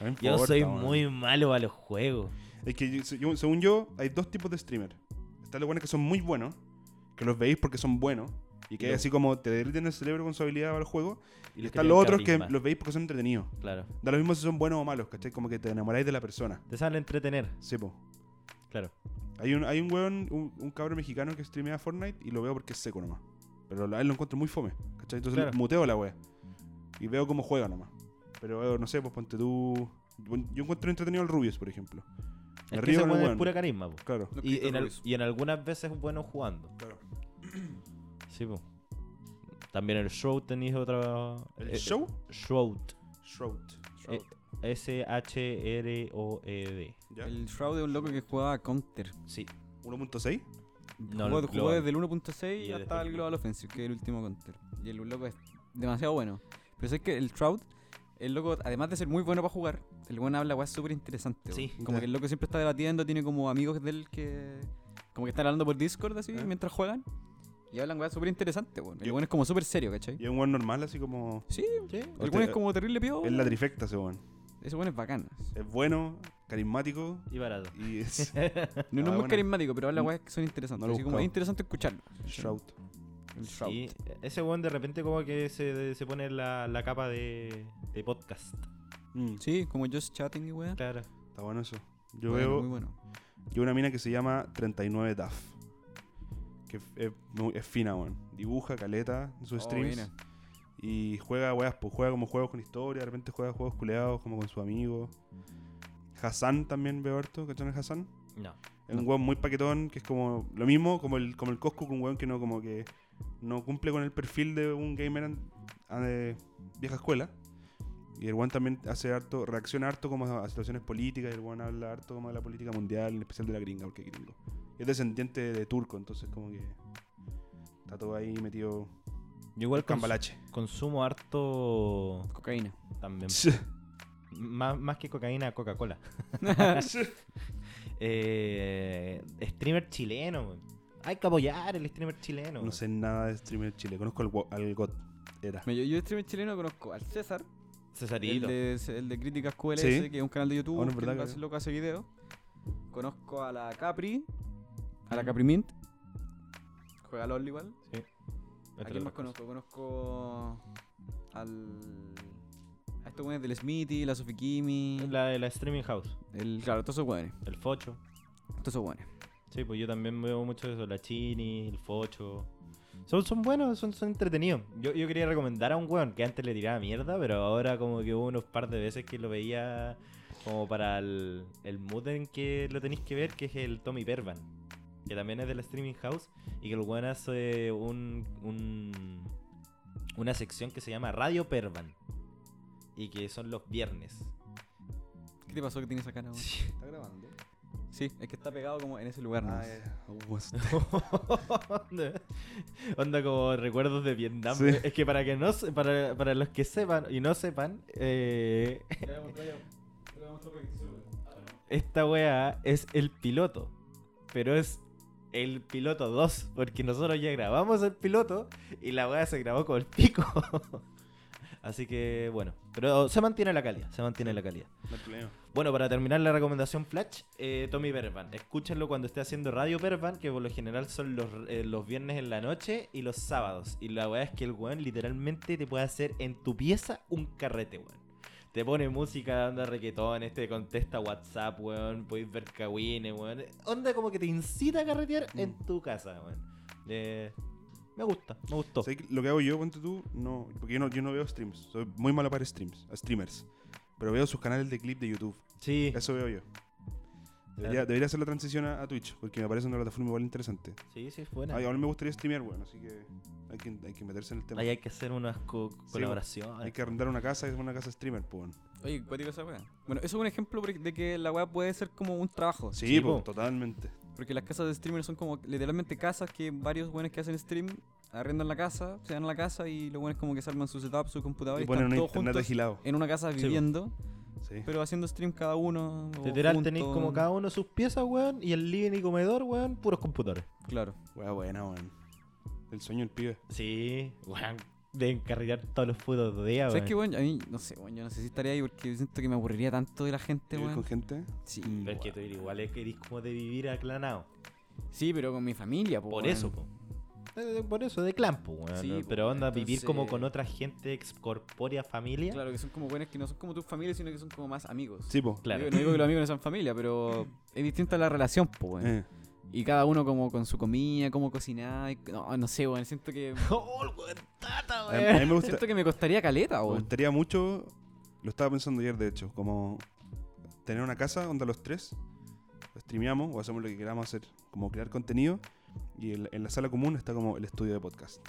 Speaker 8: No me
Speaker 9: Yo
Speaker 8: importa,
Speaker 9: soy
Speaker 8: weón.
Speaker 9: muy malo a los juegos.
Speaker 8: Es que yo- yo- según yo, hay dos tipos de streamer. Están los buenos que son muy buenos, que los veis porque son buenos, y que
Speaker 9: Y los-
Speaker 8: así como te derriten el cerebro con su habilidad para el juego.
Speaker 9: Y
Speaker 8: Y,
Speaker 9: los que
Speaker 8: están
Speaker 9: tienen
Speaker 8: los otros que
Speaker 9: carisma.
Speaker 8: los veis porque son entretenidos.
Speaker 9: Claro.
Speaker 8: Da lo mismo si son buenos o malos, ¿cachai? Como que te enamoráis de la persona.
Speaker 9: Te sale entretener.
Speaker 8: Sí, po.
Speaker 9: Claro.
Speaker 8: Hay un, hay un weón, un, un cabrón mexicano que streamea Fortnite y lo veo porque es seco nomás. Pero a él lo encuentro muy fome, ¿cachai? Entonces
Speaker 9: Claro.
Speaker 8: muteo la wea. Y veo cómo juega nomás. Pero eh, no sé, pues ponte tú. Yo encuentro entretenido al Rubius, por ejemplo.
Speaker 9: Es que
Speaker 8: río
Speaker 9: ese
Speaker 8: del
Speaker 9: weón es
Speaker 8: weón.
Speaker 9: pura carisma, po.
Speaker 8: Claro.
Speaker 9: Y en, al- y en algunas veces es bueno jugando.
Speaker 8: Claro.
Speaker 9: Sí, po. También el Shroud tenéis otra.
Speaker 8: ¿El
Speaker 9: eh,
Speaker 8: show?
Speaker 9: Shroud.
Speaker 8: Shroud.
Speaker 9: Eh, S-H-R-O-E-D.
Speaker 8: Ya.
Speaker 7: El Shroud es un loco que jugaba a Counter.
Speaker 9: E Sí.
Speaker 8: 1.6.
Speaker 9: No,
Speaker 7: jugó,
Speaker 9: el
Speaker 7: jugó
Speaker 9: Global.
Speaker 7: desde el
Speaker 9: Y
Speaker 7: 1.6
Speaker 9: después
Speaker 7: hasta el
Speaker 9: el
Speaker 7: Global Offensive, que es el último counter. Y el loco es demasiado bueno. Pero es que el Shroud, el loco, además de ser muy bueno para jugar, el buen habla weá súper interesante.
Speaker 9: Sí.
Speaker 7: Como
Speaker 8: Ya.
Speaker 7: que el loco siempre está debatiendo, tiene como amigos de él que. Como que están hablando por Discord así
Speaker 8: Ah.
Speaker 7: mientras juegan. Y hablan weá súper interesante, weón. El
Speaker 8: Yo-
Speaker 7: buen es como súper serio, ¿cachai?
Speaker 8: Y es un weón normal, así como.
Speaker 7: Sí,
Speaker 9: Sí.
Speaker 7: el buen es como terrible pío.
Speaker 8: Es la Ah, trifecta ese weón.
Speaker 7: Ese buen es bacán.
Speaker 8: Es bueno, carismático
Speaker 9: Y barato.
Speaker 8: y es.
Speaker 7: No, no es muy
Speaker 8: bueno. Mm.
Speaker 7: carismático, pero habla weas que son interesantes.
Speaker 8: No lo he
Speaker 7: así como
Speaker 8: buscado.
Speaker 7: es interesante escucharlo.
Speaker 8: Shroud.
Speaker 7: El Shroud.
Speaker 9: Sí, ese weón de repente como que se, se pone la, la capa de, de podcast.
Speaker 8: Mm,
Speaker 7: Sí, como Just Chatting y wea.
Speaker 9: Claro.
Speaker 8: está bueno eso. Yo
Speaker 7: Bueno,
Speaker 8: veo.
Speaker 7: Muy bueno.
Speaker 8: Yo una mina que se llama 39 DAF. Que es, es muy- es fina, weón. Dibuja, caleta en sus
Speaker 7: Oh,
Speaker 8: streams.
Speaker 7: buena.
Speaker 8: Y juega, weas, pues juega como juegos con historia. De repente juega juegos culeados como con su amigo. Hassan también veo harto. ¿Cachan el Hassan?
Speaker 9: No.
Speaker 8: Es un weón muy paquetón que es como lo mismo como el, como el Coscu, que un weón que no como que no cumple con el perfil de un gamer an- a- de vieja escuela. Y el weón también hace harto, reacciona harto como a a situaciones políticas, y el weón habla harto como de la política mundial, en especial de la gringa, porque es gringo. Y es descendiente de turco, entonces como que está todo ahí metido
Speaker 9: Yo igual cons-
Speaker 8: cambalache.
Speaker 9: consumo harto
Speaker 7: Cocaína.
Speaker 9: también. más, más que cocaína, Coca-Cola. Eh, streamer chileno. weón. Hay que apoyar el streamer chileno.
Speaker 8: no sé nada de streamer chile, conozco al, wo- al God era.
Speaker 7: Mira, Yo, yo streamer chileno conozco al César, el
Speaker 9: Cesarito.
Speaker 7: de, el de Críticas QLS,
Speaker 8: Sí.
Speaker 7: que es un canal de YouTube,
Speaker 8: Ah, bueno,
Speaker 7: que
Speaker 8: verdad,
Speaker 7: lo hace-
Speaker 8: claro.
Speaker 7: loco hace video. Conozco a la Capri, a la Capri Mint. Juega LOL igual. ¿A
Speaker 9: Sí. Entre
Speaker 7: quién más
Speaker 9: otras
Speaker 7: conozco? Conozco al... A estos güeyes del Smithy, la Sofi Kimi,
Speaker 9: cosas. La de la streaming house.
Speaker 7: el... Claro, todos esos güeyes.
Speaker 9: El Focho.
Speaker 7: Todos esos güeyes.
Speaker 9: Sí, pues yo también veo mucho eso, la Chini, el Focho. Son, son buenos, son, son entretenidos. Yo, yo quería recomendar a un weón que antes le tiraba mierda, pero ahora como que hubo unos par de veces que lo veía como para el, el mood en que lo tenéis que ver, que es el Tommy Pervan, que también es de la Streaming House, y que el weón hace un, un- una sección que se llama Radio Pervan, y que son los viernes.
Speaker 7: ¿Qué te pasó que tienes esa cara, güey?
Speaker 8: ¿Está grabando?
Speaker 7: Sí, es que está pegado como en ese lugar, ¿no?
Speaker 8: Ah,
Speaker 9: onda, onda como recuerdos de Vietnam.
Speaker 8: Sí.
Speaker 9: Es que para que no se- para, para los que sepan y no sepan, eh, esta wea es el piloto. Pero es el piloto 2. Porque nosotros ya grabamos el piloto y la wea se grabó con el pico. Así que bueno. Pero se mantiene la calidad. Se mantiene la calidad.
Speaker 8: No hay problema.
Speaker 9: Bueno, para terminar la recomendación Flash, eh, Tommy Berban. Escúchenlo cuando esté haciendo Radio Berban, que por lo general son los, eh, los viernes en la noche y los sábados. Y la weá es que el weón literalmente te puede hacer en tu pieza un carrete, weón. Te pone música, onda requetón, este contesta WhatsApp, weón. Podéis ver cagüines, weón. Onda como que te incita a carretear
Speaker 8: Mm.
Speaker 9: en tu casa, weón. Eh, me gusta, me gustó.
Speaker 8: ¿Sabes qué? Lo que hago yo, ponte tú, no, porque yo no, yo no veo streams. Soy muy malo para streams, a streamers. Pero veo sus canales de clip de YouTube.
Speaker 9: Sí.
Speaker 8: Eso veo yo. Debería,
Speaker 9: Claro.
Speaker 8: debería hacer la transición a, a Twitch, porque me parece una plataforma igual interesante.
Speaker 9: Sí, sí, es buena.
Speaker 8: Ay, ahora me gustaría streamear, bueno, así que hay que, hay que meterse en el tema.
Speaker 9: Ahí hay que hacer unas co-
Speaker 8: Sí,
Speaker 9: colaboraciones.
Speaker 8: hay que arrendar una casa, es una casa streamer, pues. bueno.
Speaker 7: Oye, cuático esa weá. Bueno, eso es un ejemplo por- de que la weá puede ser como un trabajo.
Speaker 8: Sí, po, totalmente.
Speaker 7: Porque las casas de streamers son como literalmente casas que varios buenos que hacen stream arrendan la casa, se dan la casa y los buenos como que se arman su setup, su computador
Speaker 8: Y
Speaker 7: y,
Speaker 8: ponen
Speaker 7: están
Speaker 8: un
Speaker 7: todos
Speaker 8: internet
Speaker 7: juntos Eh.
Speaker 8: agilado.
Speaker 7: en una casa
Speaker 8: Sí, po.
Speaker 7: viviendo,
Speaker 8: Sí.
Speaker 7: pero haciendo stream cada uno. o
Speaker 9: Literal, tenéis
Speaker 7: juntos.
Speaker 9: como cada uno sus piezas, weón. Y el living y comedor, weón, puros computadores.
Speaker 7: Claro.
Speaker 8: Weá, buena, weón. El sueño del
Speaker 9: Este
Speaker 8: pibe.
Speaker 9: Sí, weón. De encarrilar todos los putos
Speaker 8: Ah,
Speaker 9: días,
Speaker 7: ¿Sabes
Speaker 9: weón.
Speaker 7: qué, weón? A mí, no sé, weón, yo no sé si estaría ahí porque siento que me aburriría tanto de la gente,
Speaker 9: ¿Vivir
Speaker 7: weón.
Speaker 9: con
Speaker 8: gente?
Speaker 7: Sí.
Speaker 9: Pero es que tú igual es que eres como de vivir aclanado.
Speaker 7: Sí, pero con mi familia, po, weón.
Speaker 9: Por
Speaker 8: pues,
Speaker 9: eso, po. Eh, Por eso, de clan, po, weón.
Speaker 7: Sí,
Speaker 9: ¿no?
Speaker 7: po,
Speaker 9: pero onda, vivir como
Speaker 7: entonces-
Speaker 9: con otra gente excorpórea familia.
Speaker 7: Claro, que son como buenas que no son como tus familias, sino que son como más amigos.
Speaker 8: Sí, po.
Speaker 9: Claro.
Speaker 7: Digo- no digo que los amigos no sean familia, pero es distinta la relación, po, weón.
Speaker 8: Eh.
Speaker 7: Y cada uno como con su comida, cómo cocinar. y- No, no sé, weón. Siento que.
Speaker 9: ¡Oh, el weón tata,
Speaker 8: A mí- a mí me gusta-
Speaker 7: Siento que me costaría
Speaker 9: Ah,
Speaker 7: caleta,
Speaker 8: Me
Speaker 7: weón.
Speaker 8: gustaría mucho, lo estaba pensando ayer de hecho, como tener una casa donde los tres streameamos o hacemos lo que queramos hacer, como crear contenido y en la, en la sala común está como el estudio de podcast.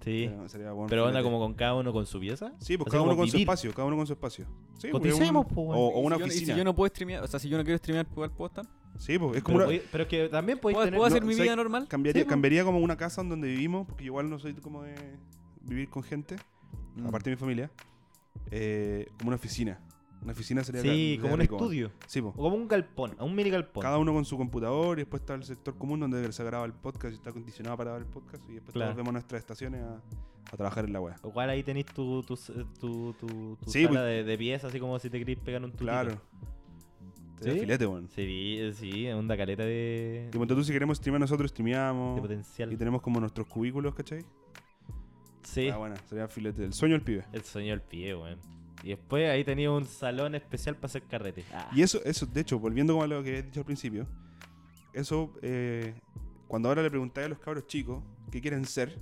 Speaker 9: Sí.
Speaker 8: Sería- sería bueno,
Speaker 9: pero onda
Speaker 8: filete.
Speaker 9: como con cada uno con su pieza.
Speaker 8: Sí, pues
Speaker 9: Así
Speaker 8: cada
Speaker 9: como
Speaker 8: uno con su
Speaker 9: vivir.
Speaker 8: espacio, cada uno con su espacio. Sí, porque
Speaker 9: Coticemos, pues,
Speaker 8: un-
Speaker 9: po,
Speaker 8: o,
Speaker 9: weón.
Speaker 8: o una
Speaker 7: Y si yo- y
Speaker 8: oficina.
Speaker 7: si yo no puedo streamear, o sea, si yo no quiero streamear, pues, igual puedo estar.
Speaker 8: Sí, pues es como
Speaker 9: Pero,
Speaker 8: una...
Speaker 9: podí- pero es que también podéis
Speaker 7: ¿Puedo-
Speaker 9: tener.
Speaker 7: puedo
Speaker 8: no,
Speaker 7: hacer mi
Speaker 8: ¿sabes?
Speaker 7: vida normal?
Speaker 8: Cambiaría,
Speaker 9: Sí, pues. po.
Speaker 8: cambiaría como una casa en donde vivimos, porque igual no soy como de vivir con gente,
Speaker 7: Mm.
Speaker 8: aparte de mi familia, eh, como una oficina. Una oficina sería
Speaker 9: Sí,
Speaker 8: sería
Speaker 9: como un
Speaker 8: rico,
Speaker 9: estudio.
Speaker 8: Sí, pues. po.
Speaker 9: O como un galpón, un mini galpón.
Speaker 8: Cada uno con su computador y después está el sector común donde se graba el podcast y está acondicionado para grabar el podcast y después
Speaker 9: Claro.
Speaker 8: todos vemos nuestras estaciones a, a trabajar en la web.
Speaker 9: Igual ahí tenéis tu, tu, tu, tu, tu
Speaker 8: Sí,
Speaker 9: sala
Speaker 8: pues-
Speaker 9: de, de pieza, así como si te querís pegar un tutito.
Speaker 8: Claro. Sería filete, weón.
Speaker 9: Sí, eh, sí, onda caleta de.
Speaker 8: Y ponte tú, si queremos streamear nosotros, streameamos.
Speaker 9: De potencial.
Speaker 8: Y tenemos como nuestros cubículos, ¿cachai?
Speaker 9: Sí.
Speaker 8: Ah, bueno, sería filete. El sueño del pibe.
Speaker 9: El sueño del pie, weón. Y después ahí tenía un salón especial para hacer carrete. Ah,
Speaker 8: Y eso, eso, de hecho, volviendo como a lo que he dicho al principio, eso, eh, cuando ahora le preguntáis a los cabros chicos qué quieren ser,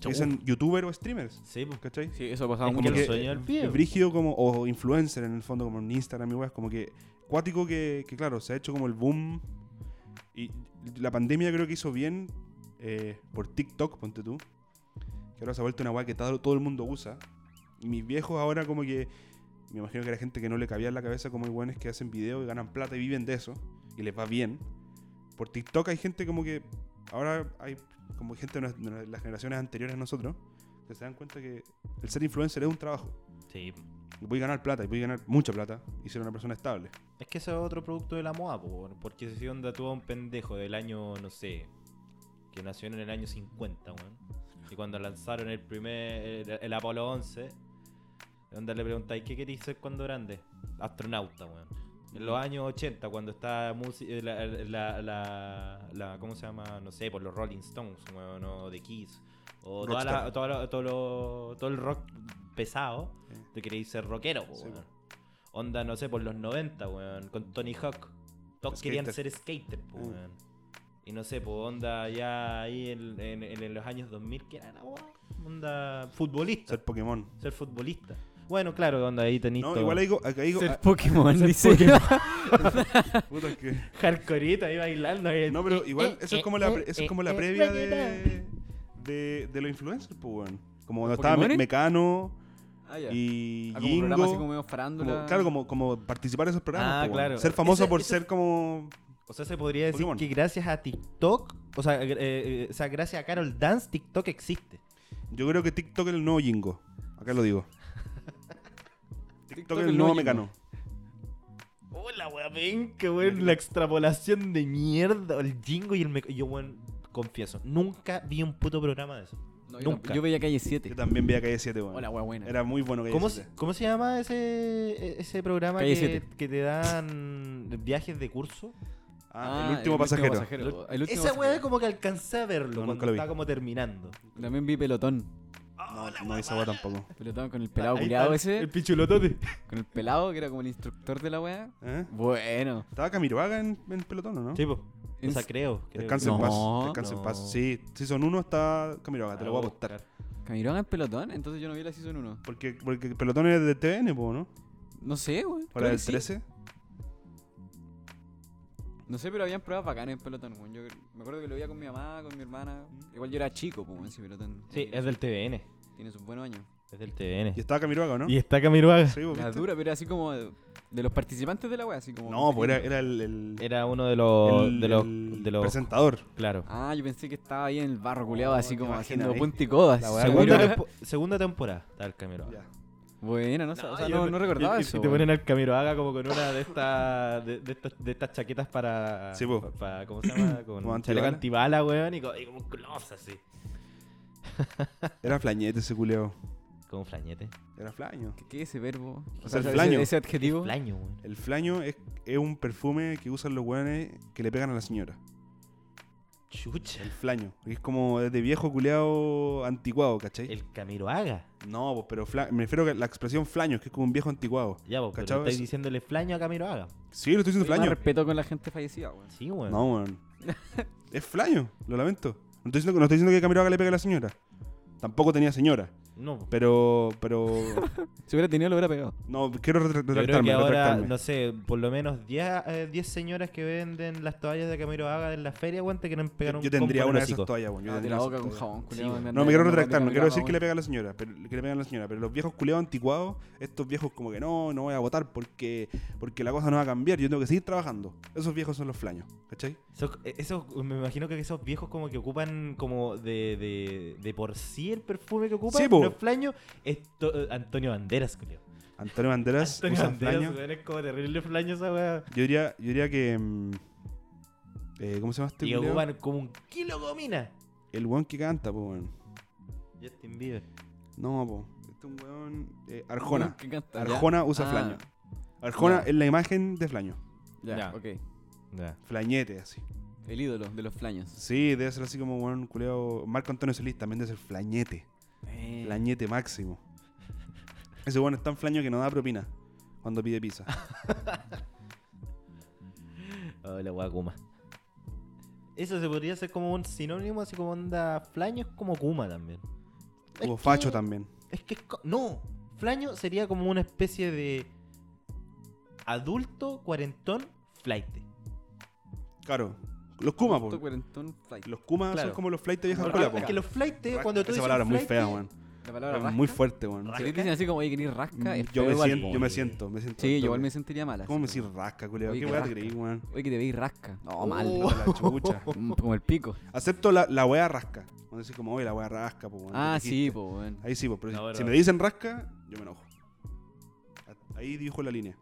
Speaker 9: Chau.
Speaker 8: dicen youtuber o streamers.
Speaker 9: Sí, pues.
Speaker 8: ¿cachai?
Speaker 7: Sí, eso ha pasado
Speaker 8: Es
Speaker 7: mucho.
Speaker 8: que
Speaker 7: El sueño del pibe,
Speaker 8: Es
Speaker 7: po.
Speaker 8: brígido como, o influencer en el fondo, como en Instagram y weas, como que cuático que, que, claro, se ha hecho como el boom. Y la pandemia creo que hizo bien eh, por TikTok, ponte tú. Que ahora se ha vuelto una wea que todo, todo el mundo usa. Y mis viejos ahora como que... Me imagino que era gente que no le cabía en la cabeza como hay weones que hacen video y ganan plata y viven de eso. Y les va bien. Por TikTok hay gente como que... Ahora hay como gente de nos- de las generaciones anteriores a nosotros que se dan cuenta que el ser influencer es un trabajo.
Speaker 9: Sí. pues.
Speaker 8: Y voy a ganar plata, y voy a ganar mucha plata y ser una persona estable.
Speaker 9: Es que eso es otro producto de la moda, po, weón, porque si onda tuvo un pendejo del año, no sé, que nació en el año 50, weón. Y cuando lanzaron el primer, el, el Apolo 11, onda le preguntáis, ¿qué queréis ser cuando grande? Astronauta, weón. En los años 80, cuando está musi- eh, la, la, la- la- ¿cómo se llama? No sé, por los Rolling Stones, weón, o The Kiss, o toda la-
Speaker 8: Rockstar.
Speaker 9: toda la- todo, lo- todo el rock pesado, te queréis ser rockero, po, weón. Onda, no sé, por los 90, weón, con Tony Hawk.
Speaker 8: Skater.
Speaker 9: Todos querían ser skater, po,
Speaker 8: Uh.
Speaker 9: weón. Y no sé, pues onda ya ahí en, en- en- en los años 2000, que era la weá? Onda futbolista.
Speaker 8: Ser Pokémon.
Speaker 9: Ser futbolista. Bueno, claro, onda ahí tenéis
Speaker 8: No,
Speaker 9: todo.
Speaker 8: igual ahí, acá digo.
Speaker 9: Ser
Speaker 8: ah,
Speaker 7: Pokémon, dice.
Speaker 8: Puta, es que-
Speaker 9: Hardcoreito ahí bailando. eh. ahí.
Speaker 8: No, pero igual, eso es como la, pre- eso es como la previa
Speaker 9: eh,
Speaker 8: de, de, de los influencers, pues, weón. Como cuando estaba
Speaker 7: Pokémones?
Speaker 8: Me- Mecano
Speaker 7: Ah, ya.
Speaker 8: y.
Speaker 7: Ah, como
Speaker 8: Jingo,
Speaker 7: programa así como medio farándula.
Speaker 8: como- claro, como, como participar en esos programas.
Speaker 9: Ah,
Speaker 8: pues, weón.
Speaker 9: claro.
Speaker 8: Ser famoso
Speaker 9: Ese-
Speaker 8: por
Speaker 9: ese-
Speaker 8: ser como.
Speaker 9: O sea, se podría decir
Speaker 8: Pokémon.
Speaker 9: que gracias a TikTok, o sea, eh, eh, o sea, gracias a Carol Dance, TikTok existe.
Speaker 8: Yo creo que TikTok es el nuevo Jingo. Acá lo digo. TikTok es
Speaker 9: el
Speaker 8: el nuevo
Speaker 9: nuevo
Speaker 8: Mecano.
Speaker 9: Hola, weón, ven que weón, la extrapolación de mierda. El jingo y el Mec- Yo, weón, confieso, nunca vi un puto programa de eso.
Speaker 7: No, yo
Speaker 9: nunca.
Speaker 7: tampoco. Yo veía Calle 7.
Speaker 8: Yo también veía Calle 7, weón.
Speaker 7: Hola, wea buena.
Speaker 8: Era muy bueno Calle
Speaker 9: ¿Cómo,
Speaker 8: 7.
Speaker 9: se- cómo se llama ese, e, ese programa
Speaker 7: Calle
Speaker 9: que,
Speaker 7: siete.
Speaker 9: que te dan viajes de curso?
Speaker 8: Ah, El Último Pasajero.
Speaker 7: El último
Speaker 9: Esa
Speaker 7: pasajero.
Speaker 9: weá como que alcancé a verlo
Speaker 7: No, nunca
Speaker 9: cuando
Speaker 7: lo vi.
Speaker 9: estaba como terminando.
Speaker 7: También vi Pelotón.
Speaker 9: Ah,
Speaker 8: No, no hay sabor tampoco.
Speaker 7: Pelotón con el pelado
Speaker 8: Ahí
Speaker 7: culiado
Speaker 8: está
Speaker 7: ese.
Speaker 8: el pichulotote.
Speaker 7: Con el pelado que era como el instructor de la wea. Bueno.
Speaker 8: ¿Eh? ¿Estaba Camiroaga en, en pelotón o no?
Speaker 7: Sí, po.
Speaker 9: O sea, creo, creo.
Speaker 8: Descansa en
Speaker 9: No. Ah,
Speaker 8: paz. Descansa en
Speaker 9: No.
Speaker 8: paz. Sí, Season 1 está Camiroaga, te lo voy a apostar.
Speaker 7: ¿Camiroaga en pelotón? Entonces yo no vi la Season 1.
Speaker 8: Porque, porque pelotón es de TN, po, ¿no?
Speaker 7: No sé, güey.
Speaker 8: ¿O la
Speaker 7: Creo que
Speaker 8: del
Speaker 7: sí.
Speaker 8: 13?
Speaker 7: No sé, pero habían pruebas bacanas en pelotón, weón. Yo me acuerdo que lo veía con mi mamá, con mi hermana. Igual yo era chico, pues, ese pelotón.
Speaker 9: Sí, es del TVN.
Speaker 7: Tiene sus buenos años.
Speaker 9: Es del TVN.
Speaker 8: Y estaba Camiroaga, ¿o ¿no?
Speaker 9: Y está Camiroaga.
Speaker 8: Sí, po,
Speaker 7: La
Speaker 8: ¿viste?
Speaker 7: dura, pero así como de de los participantes de la wea, así como.
Speaker 8: No, pues era, era el, el-
Speaker 9: Era uno de los.
Speaker 8: El-
Speaker 9: de los,
Speaker 8: el
Speaker 9: de los
Speaker 8: presentador.
Speaker 9: Claro.
Speaker 7: Ah, yo pensé que estaba ahí en el barro culeado, así como haciendo
Speaker 9: ¿eh?
Speaker 7: punta y codas.
Speaker 9: La wea-
Speaker 7: Seguro.
Speaker 9: segunda, tempo- segunda temporada está el Camiroaga.
Speaker 7: Bueno, no, sé, o sea,
Speaker 9: yo
Speaker 7: no, no recordaba
Speaker 9: Ah, y- y-
Speaker 7: eso.
Speaker 9: Y te
Speaker 7: weón.
Speaker 9: ponen al Camiroaga como con una de estas de, de estas, de estas chaquetas para,
Speaker 8: Sí, po.
Speaker 9: pa- pa- ¿Cómo se llama? Con
Speaker 8: Como
Speaker 9: un
Speaker 8: antibala.
Speaker 9: chaleco antibala, weón, y, co- y como un gloves así.
Speaker 8: Era flañete ese culeo.
Speaker 9: Como un flañete.
Speaker 8: Era flaño.
Speaker 7: ¿Qué, qué es ese verbo?
Speaker 8: O sea, el
Speaker 7: Ese-
Speaker 8: flaño.
Speaker 7: Ese adjetivo.
Speaker 9: Flaño, weón.
Speaker 8: El flaño es, es un perfume que usan los weones que le pegan a la señora.
Speaker 9: Chucha.
Speaker 8: El flaño. que Es como de viejo culeado anticuado, ¿cachai?
Speaker 9: El Camiroaga.
Speaker 8: No, pues, pero fla- me refiero a la expresión flaño, que es como un viejo anticuado.
Speaker 9: Ya, pues, pero
Speaker 8: ¿cachai?
Speaker 9: estáis diciéndole flaño a Camiroaga.
Speaker 8: Sí, lo estoy diciendo
Speaker 7: Más
Speaker 8: flaño.
Speaker 7: respeto con la gente fallecida, weón.
Speaker 9: Sí, weón.
Speaker 8: No, weón. es flaño, lo lamento. No estoy diciendo, que- no estoy diciendo que Camiroaga le pegue a la señora. Tampoco tenía señora.
Speaker 9: No.
Speaker 8: Pero, pero...
Speaker 7: Si hubiera tenido, lo hubiera pegado.
Speaker 8: no, quiero retra-
Speaker 9: Yo creo
Speaker 8: retractarme,
Speaker 9: que ahora,
Speaker 8: retractarme.
Speaker 9: no sé, por lo menos 10 eh, 10 señoras que venden las toallas de Camiroaga en la feria, weón, te quieren pegar
Speaker 8: Yo-
Speaker 9: un
Speaker 8: yo tendría
Speaker 9: combo en
Speaker 8: una
Speaker 9: el
Speaker 8: de esas
Speaker 9: hocico.
Speaker 8: toallas, weón. Yo
Speaker 7: Ah, de
Speaker 8: tendría
Speaker 7: la
Speaker 8: esas
Speaker 7: boca con
Speaker 8: toallas.
Speaker 7: jabón, culiao,
Speaker 9: Sí,
Speaker 7: andando
Speaker 8: No, me quiero
Speaker 7: en la boca
Speaker 8: retractar,
Speaker 7: con
Speaker 8: no quiero
Speaker 7: cama,
Speaker 8: decir que le
Speaker 7: weón.
Speaker 8: pega a la señora, pero que le pegan a la señora, pero los viejos culeados anticuados, estos viejos como que no, no voy a votar porque, porque la cosa no va a cambiar, yo tengo que seguir trabajando. Esos viejos son los flaños, ¿cachai?
Speaker 9: Esos, eh, esos- me imagino que esos viejos como que ocupan como de, de, de por sí el perfume que ocupan,
Speaker 8: Sí, po.
Speaker 9: no es flaño, es to- eh, Antonio Banderas, culio.
Speaker 8: Antonio Banderas
Speaker 9: Antonio
Speaker 8: usa
Speaker 9: Banderas,
Speaker 8: flaño.
Speaker 9: weón, es como terrible flaño esa weá.
Speaker 8: Yo diría, yo diría que... mm, eh, ¿Cómo se llama este
Speaker 9: Y
Speaker 8: culiao?
Speaker 9: ocupan como un kilo de gomina.
Speaker 8: El weón que canta, po, weón.
Speaker 9: Justin Bieber.
Speaker 8: No, po. Este es un weón... eh, Arjona.
Speaker 7: ¿Qué canta?
Speaker 8: Arjona
Speaker 7: Ya.
Speaker 8: usa
Speaker 7: Ah.
Speaker 8: flaño. Arjona
Speaker 7: Ya.
Speaker 8: es la imagen de flaño.
Speaker 7: Ya,
Speaker 9: Ya.
Speaker 7: ok.
Speaker 8: Flañete, así.
Speaker 7: El ídolo de los flaños.
Speaker 8: Sí, debe ser así como weón culeado. Marco Antonio Solís también debe ser flañete.
Speaker 7: Eh.
Speaker 8: Flañete máximo. Ese bueno es tan flaño que no da propina cuando pide pizza.
Speaker 9: Hola, Oh, weá, Kuma. Eso se podría hacer como un sinónimo, así como onda flaño es como Kuma también.
Speaker 8: Como
Speaker 9: que-
Speaker 8: facho también.
Speaker 9: Es que es co- no, flaño sería como una especie de adulto cuarentón flaite.
Speaker 8: Claro. Los Kuma,
Speaker 7: Justo
Speaker 8: po.
Speaker 7: cuarentón flight.
Speaker 8: Los Kuma
Speaker 9: Claro.
Speaker 8: son como los flightes viejas
Speaker 9: Porque-
Speaker 8: escuela, po.
Speaker 9: porque ah, los flaites,
Speaker 8: Rasca,
Speaker 9: cuando tú
Speaker 8: Esa
Speaker 9: dices
Speaker 8: palabra es muy
Speaker 9: flaite,
Speaker 8: fea, weón.
Speaker 7: La palabra
Speaker 8: Es muy
Speaker 7: rasca.
Speaker 8: fuerte, weón.
Speaker 7: Si le dicen así como, oye, querés rasca, es
Speaker 8: Yo
Speaker 7: feo
Speaker 8: me
Speaker 7: igual.
Speaker 8: siento, yo me siento, me siento.
Speaker 7: Sí, yo
Speaker 8: al
Speaker 7: igual
Speaker 8: toque.
Speaker 7: me sentiría mal. así,
Speaker 8: ¿Cómo me
Speaker 7: como,
Speaker 8: decís rasca, culiao?
Speaker 7: Oye,
Speaker 8: ¿Qué
Speaker 7: que
Speaker 8: weá te
Speaker 7: rasca.
Speaker 8: creí, weón?
Speaker 7: Oye, que te veis rasca. No, mal.
Speaker 8: Oh, la chucha.
Speaker 7: Mm, Como el pico.
Speaker 8: Acepto la, la weá rasca. Cuando decís como, oye, la weá rasca, po, weón. ¿qué
Speaker 7: Ah,
Speaker 8: te
Speaker 7: sí,
Speaker 8: dijiste?
Speaker 7: po, weón.
Speaker 8: Ahí sí, po, pero
Speaker 9: No,
Speaker 8: si-
Speaker 9: pero-
Speaker 8: si me dicen rasca, yo me enojo. Ahí dijo la línea.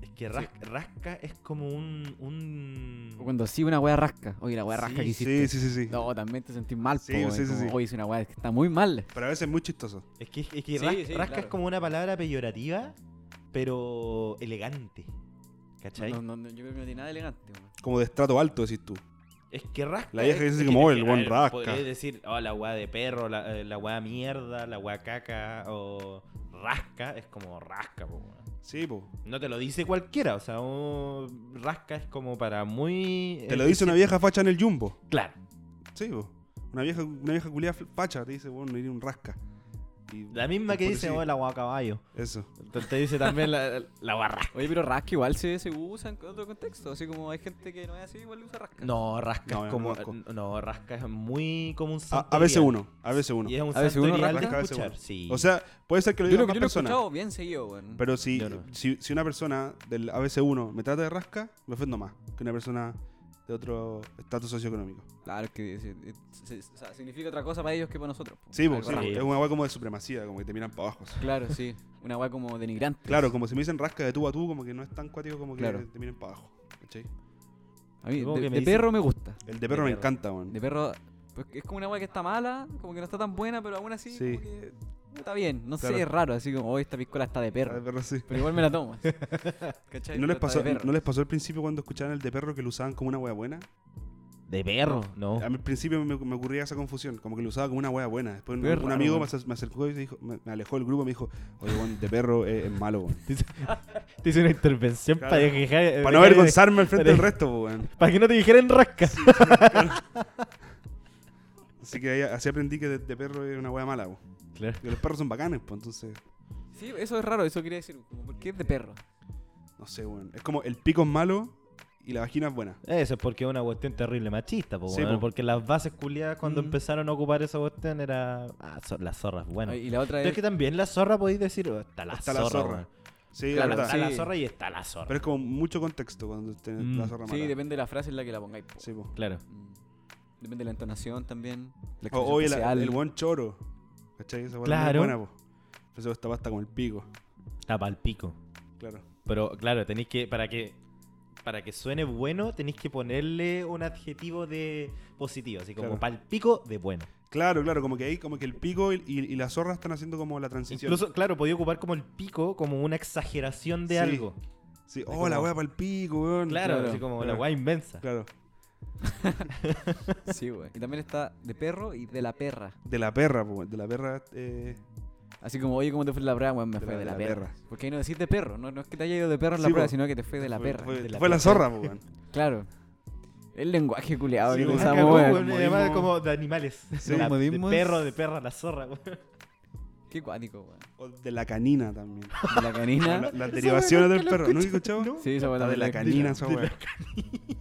Speaker 9: es que ras- rasca es como un, un-
Speaker 7: O Cuando sí una wea rasca. Oye, la wea rasca que
Speaker 8: Sí,
Speaker 7: hiciste.
Speaker 8: sí, sí, sí.
Speaker 7: No, también te sentís mal,
Speaker 8: Sí,
Speaker 7: po, weón.
Speaker 8: sí, sí,
Speaker 7: como,
Speaker 8: sí.
Speaker 7: Oye, es una wea que está muy mal.
Speaker 8: Pero a veces es muy chistoso.
Speaker 9: es que, es que
Speaker 7: Sí,
Speaker 9: ras-
Speaker 7: sí,
Speaker 9: rasca
Speaker 7: claro.
Speaker 9: es como una palabra peyorativa, pero elegante. ¿Cachai?
Speaker 7: No, no, no, yo creo que no tiene nada elegante, weón.
Speaker 8: Como de estrato alto, decís tú.
Speaker 9: Es que rasca.
Speaker 8: La vieja
Speaker 9: es-
Speaker 8: que dice
Speaker 9: es
Speaker 8: como,
Speaker 9: es
Speaker 8: "Oh, el
Speaker 9: que, a
Speaker 8: buen
Speaker 9: ver,
Speaker 8: rasca".
Speaker 9: Podrías decir, oh, la weá de perro, la, eh, la weá mierda, la weá caca, o rasca, es como rasca, po, weón.
Speaker 8: Sí, po.
Speaker 9: No te lo dice cualquiera, o sea, un rasca es como para muy.
Speaker 8: Te lo dice una vieja facha en el jumbo.
Speaker 9: Claro.
Speaker 8: Sí, po. Una vieja, una vieja culiada facha te dice, bueno, iría un rasca. Y-
Speaker 9: La misma que
Speaker 8: por
Speaker 9: dice,
Speaker 8: decir-
Speaker 9: oh, la weá caballo.
Speaker 8: Eso.
Speaker 9: Te, te dice también la, la weá rasca.
Speaker 7: Oye, pero rasca igual se, se usa en otro contexto. Así como hay gente que no es así, igual usa rasca.
Speaker 9: No, rasca
Speaker 8: No,
Speaker 9: es
Speaker 8: yo
Speaker 9: como.
Speaker 8: no rasco.
Speaker 9: No, rasca es muy como un
Speaker 8: A,
Speaker 9: santo
Speaker 8: a veces
Speaker 9: grial.
Speaker 8: uno, a veces uno.
Speaker 9: Y es un
Speaker 7: A veces
Speaker 9: santo
Speaker 7: uno
Speaker 9: grial de
Speaker 8: Rasca, a veces
Speaker 9: escuchar,
Speaker 8: uno.
Speaker 9: sí.
Speaker 8: O sea, puede ser que lo
Speaker 7: Yo
Speaker 8: diga
Speaker 7: lo,
Speaker 8: más
Speaker 7: yo lo he
Speaker 8: personas.
Speaker 7: escuchado bien seguido, weón.
Speaker 8: Pero si,
Speaker 9: Yo no.
Speaker 8: si, si una persona del ABC1 me trata de rasca, me ofendo más que una persona de otro estatus socioeconómico.
Speaker 7: Claro, que se- se- se- o sea, significa otra cosa para ellos que para nosotros. po.
Speaker 8: Sí, po,
Speaker 7: Algo
Speaker 8: sí, po.
Speaker 7: raro.
Speaker 8: es una weá como de supremacía, como que te miran para abajo. así.
Speaker 7: Claro, sí. Una weá como denigrante.
Speaker 8: Claro, como si me dicen rasca de tú a tú, como que no es tan cuático como que
Speaker 7: Claro.
Speaker 8: te miren para abajo. ¿cachai?
Speaker 7: A mí,
Speaker 9: Supongo
Speaker 7: de,
Speaker 9: que me
Speaker 7: de
Speaker 9: dicen-
Speaker 7: perro me gusta.
Speaker 8: El de perro
Speaker 9: De
Speaker 8: me
Speaker 9: perro.
Speaker 8: encanta, weón.
Speaker 7: De perro, pues, es como una weá que está mala, como que no está tan buena, pero aún así
Speaker 8: Sí.
Speaker 7: como que está bien. No
Speaker 8: Claro.
Speaker 7: sé, es raro, así como, hoy esta piscola está de
Speaker 8: Ah, de
Speaker 7: perro.
Speaker 8: perro, sí.
Speaker 7: Pero igual me la tomo. ¿Cachai?
Speaker 8: ¿Y ¿No
Speaker 7: Pero
Speaker 8: les,
Speaker 7: está
Speaker 8: pasó,
Speaker 7: de perro.
Speaker 8: ¿No les pasó al principio cuando escuchaban el de perro que lo usaban como una wea buena?
Speaker 9: De perro, no.
Speaker 8: A mí al principio me, me ocurría esa confusión, como que lo usaba como una wea buena. Después un,
Speaker 9: Pero es
Speaker 8: un
Speaker 9: raro,
Speaker 8: amigo me,
Speaker 9: weón.
Speaker 8: acer- me acercó y se dijo, me, me alejó del grupo y me dijo, oye, weón, de perro es, es malo, weón.
Speaker 9: Te hice una intervención
Speaker 8: Claro.
Speaker 9: para dejar-
Speaker 8: Para no
Speaker 9: dejar-
Speaker 8: avergonzarme al frente
Speaker 9: para-
Speaker 8: del resto, po, weón.
Speaker 9: Para que no te dijeran rasca.
Speaker 8: Así que ahí- así aprendí que de, de perro es una wea mala, weón.
Speaker 9: Claro.
Speaker 8: Que los perros son bacanes, pues entonces,
Speaker 7: Sí, eso es raro, eso quería decir. Como, ¿Por qué es de perro?
Speaker 8: no sé, weón. Es como el pico es malo y la vagina es buena.
Speaker 9: Eso es porque es una cuestión terrible machista, po,
Speaker 8: Sí,
Speaker 9: weón,
Speaker 8: po.
Speaker 9: porque las bases culiadas cuando
Speaker 7: Mm.
Speaker 9: empezaron a ocupar esa cuestión era ah, son las zorras, bueno.
Speaker 7: Ah, y la otra es-
Speaker 9: Pero es que también la zorra podéis decir, oh, está la
Speaker 8: Está la
Speaker 9: zorra.
Speaker 8: zorra.
Speaker 9: weón.
Speaker 8: Sí, es
Speaker 9: Claro,
Speaker 8: verdad.
Speaker 9: está la
Speaker 8: Sí.
Speaker 9: zorra y está la zorra.
Speaker 8: Pero es como mucho contexto cuando tenés
Speaker 9: Mm.
Speaker 8: la zorra mala.
Speaker 7: Sí, depende de la frase en la que la pongáis. po. Mm.
Speaker 8: Sí, po.
Speaker 9: Claro.
Speaker 7: Depende de la entonación también. La expresión
Speaker 8: O, oye, la-
Speaker 7: facial.
Speaker 8: el buen choro. ¿Cachai? Esa palabra
Speaker 9: Claro.
Speaker 8: es buena, po. Entonces esta pasta con el pico.
Speaker 9: Está pa'l pico.
Speaker 8: Claro.
Speaker 9: Pero claro, tenéis que para que para que suene bueno, tenéis que ponerle un adjetivo de positivo, así como
Speaker 8: Claro.
Speaker 9: pa'l pico de bueno.
Speaker 8: Claro, claro, como que ahí, como que el pico y, y- y la zorra están haciendo como la transición.
Speaker 9: Incluso, claro, podía ocupar como el pico como una exageración de
Speaker 8: Sí.
Speaker 9: algo.
Speaker 8: Sí, oh,
Speaker 9: como-
Speaker 8: la wea para el pico, weón.
Speaker 9: Claro, así como la weá inmensa.
Speaker 8: Claro.
Speaker 7: Sí, güey. Y también está de perro y de la perra.
Speaker 8: De la perra, po, de la perra. Eh...
Speaker 7: Así como, oye, ¿cómo te fue la prueba? Bueno, me
Speaker 8: De
Speaker 7: fue de
Speaker 8: la- de
Speaker 7: la,
Speaker 8: la
Speaker 7: perra. Porque ahí no decís de perro. No, no es que te haya ido de perro en la
Speaker 8: Sí,
Speaker 7: prueba,
Speaker 8: po.
Speaker 7: sino que te fue de la
Speaker 8: Fue-
Speaker 7: perra.
Speaker 8: fue-
Speaker 7: De la
Speaker 8: fue la
Speaker 7: perra.
Speaker 8: zorra, po, weón.
Speaker 7: Claro. El lenguaje culeado
Speaker 8: Sí,
Speaker 7: que
Speaker 8: güey. Ah,
Speaker 7: usamos,
Speaker 9: Cagó,
Speaker 7: güey.
Speaker 9: weón, además
Speaker 8: modismo.
Speaker 9: como de animales.
Speaker 8: Sí.
Speaker 9: La- de
Speaker 7: Modismos.
Speaker 9: perro, de perra, la zorra, weón.
Speaker 7: Qué cuático, güey.
Speaker 8: O de la canina también.
Speaker 7: De la canina.
Speaker 8: La- las
Speaker 9: Esa
Speaker 8: derivaciones
Speaker 9: weá
Speaker 8: del
Speaker 9: nunca la
Speaker 8: perro, ¿no has
Speaker 9: escuché,
Speaker 8: escuchado?
Speaker 9: ¿no?
Speaker 7: Sí, esa
Speaker 8: La
Speaker 7: weá
Speaker 8: de la
Speaker 7: también escuché.
Speaker 8: canina, esa
Speaker 9: De
Speaker 8: weá.
Speaker 9: la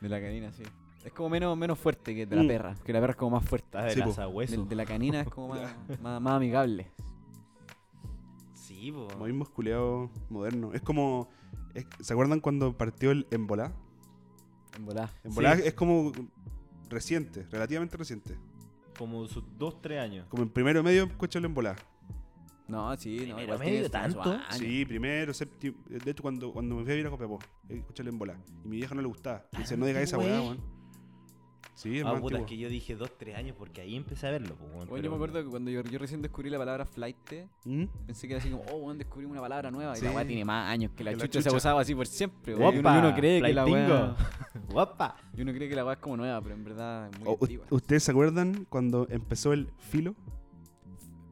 Speaker 7: De la canina, sí. Es como menos, menos fuerte que de la
Speaker 8: Mm.
Speaker 7: perra. Que la perra es como más fuerte.
Speaker 9: Está de
Speaker 8: Sí,
Speaker 9: la
Speaker 8: po.
Speaker 9: sabueso.
Speaker 7: De, de la canina es como más, más, más amigable.
Speaker 9: Sí, po.
Speaker 8: Modismo esculeado moderno. Es como. es- ¿Se acuerdan cuando partió el embolá?
Speaker 7: En volá.
Speaker 8: Embolá
Speaker 9: Sí.
Speaker 8: es como reciente, relativamente reciente.
Speaker 9: Como sus dos, tres años.
Speaker 8: Como en primero medio escuché el embolá.
Speaker 7: No, sí, no.
Speaker 9: Primero
Speaker 7: igual
Speaker 9: medio,
Speaker 7: tiene su- su
Speaker 9: ¿tanto?
Speaker 7: año.
Speaker 8: Sí, primero, séptimo. De hecho, cuando, cuando me fui a vivir a Copiapó, eh, escuché el embolá. Y mi vieja no le gustaba. Me Dice, no digas esa weá,
Speaker 9: Güey.
Speaker 8: weón. Sí, es
Speaker 9: Ah,
Speaker 8: más
Speaker 9: puta, es
Speaker 8: antiguo.
Speaker 9: que yo dije dos, tres años porque ahí empecé a verlo, po, weón,
Speaker 7: Bueno, yo
Speaker 9: pero-
Speaker 7: me acuerdo que cuando yo, yo recién descubrí la palabra flight,
Speaker 8: ¿Mm?
Speaker 7: pensé que era así como, oh, weón, descubrimos una palabra nueva. Y la
Speaker 8: Sí.
Speaker 7: weá tiene más años que la,
Speaker 8: Que la
Speaker 7: chucha, se
Speaker 8: chucha.
Speaker 7: usaba así por siempre.
Speaker 9: Guapa,
Speaker 7: weón. Y uno, y uno cree que la
Speaker 9: flaitingo.
Speaker 7: weá.
Speaker 9: Guapa.
Speaker 7: Y uno cree que la weá es como nueva, pero en verdad es muy
Speaker 8: O-
Speaker 7: antigua.
Speaker 8: u- ¿Ustedes se acuerdan cuando empezó el filo?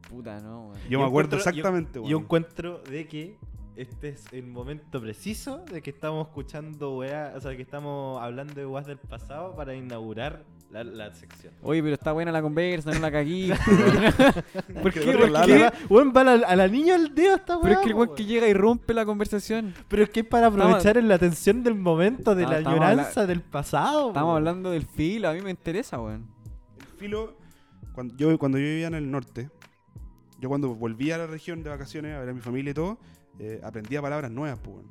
Speaker 7: Puta, no, weón.
Speaker 8: Yo me acuerdo
Speaker 9: encuentro-
Speaker 8: exactamente,
Speaker 9: Yo,
Speaker 8: weón.
Speaker 9: yo encuentro de que este es el momento preciso de que estamos escuchando weá, o sea, que estamos hablando de weas del pasado para inaugurar la, la sección.
Speaker 7: Oye, pero está buena la conversa, no la caguí. ¿Por qué?
Speaker 8: Creo que
Speaker 7: ¿Por
Speaker 8: la-
Speaker 7: qué?
Speaker 8: la-
Speaker 9: Weón, va a la, niña al dedo esta
Speaker 7: Pero es que el weón que llega y rompe la conversación.
Speaker 9: Pero es que es para aprovechar en la tensión del momento, de
Speaker 7: Ah,
Speaker 9: la
Speaker 7: estamos
Speaker 9: añoranza, del pasado.
Speaker 7: Estamos
Speaker 9: weón.
Speaker 7: hablando del filo, a mí me interesa, weón.
Speaker 8: El filo, cuando yo, cuando yo vivía en el norte, yo cuando volví a la región de vacaciones a ver a mi familia y todo, eh, aprendía palabras nuevas, pues. weón.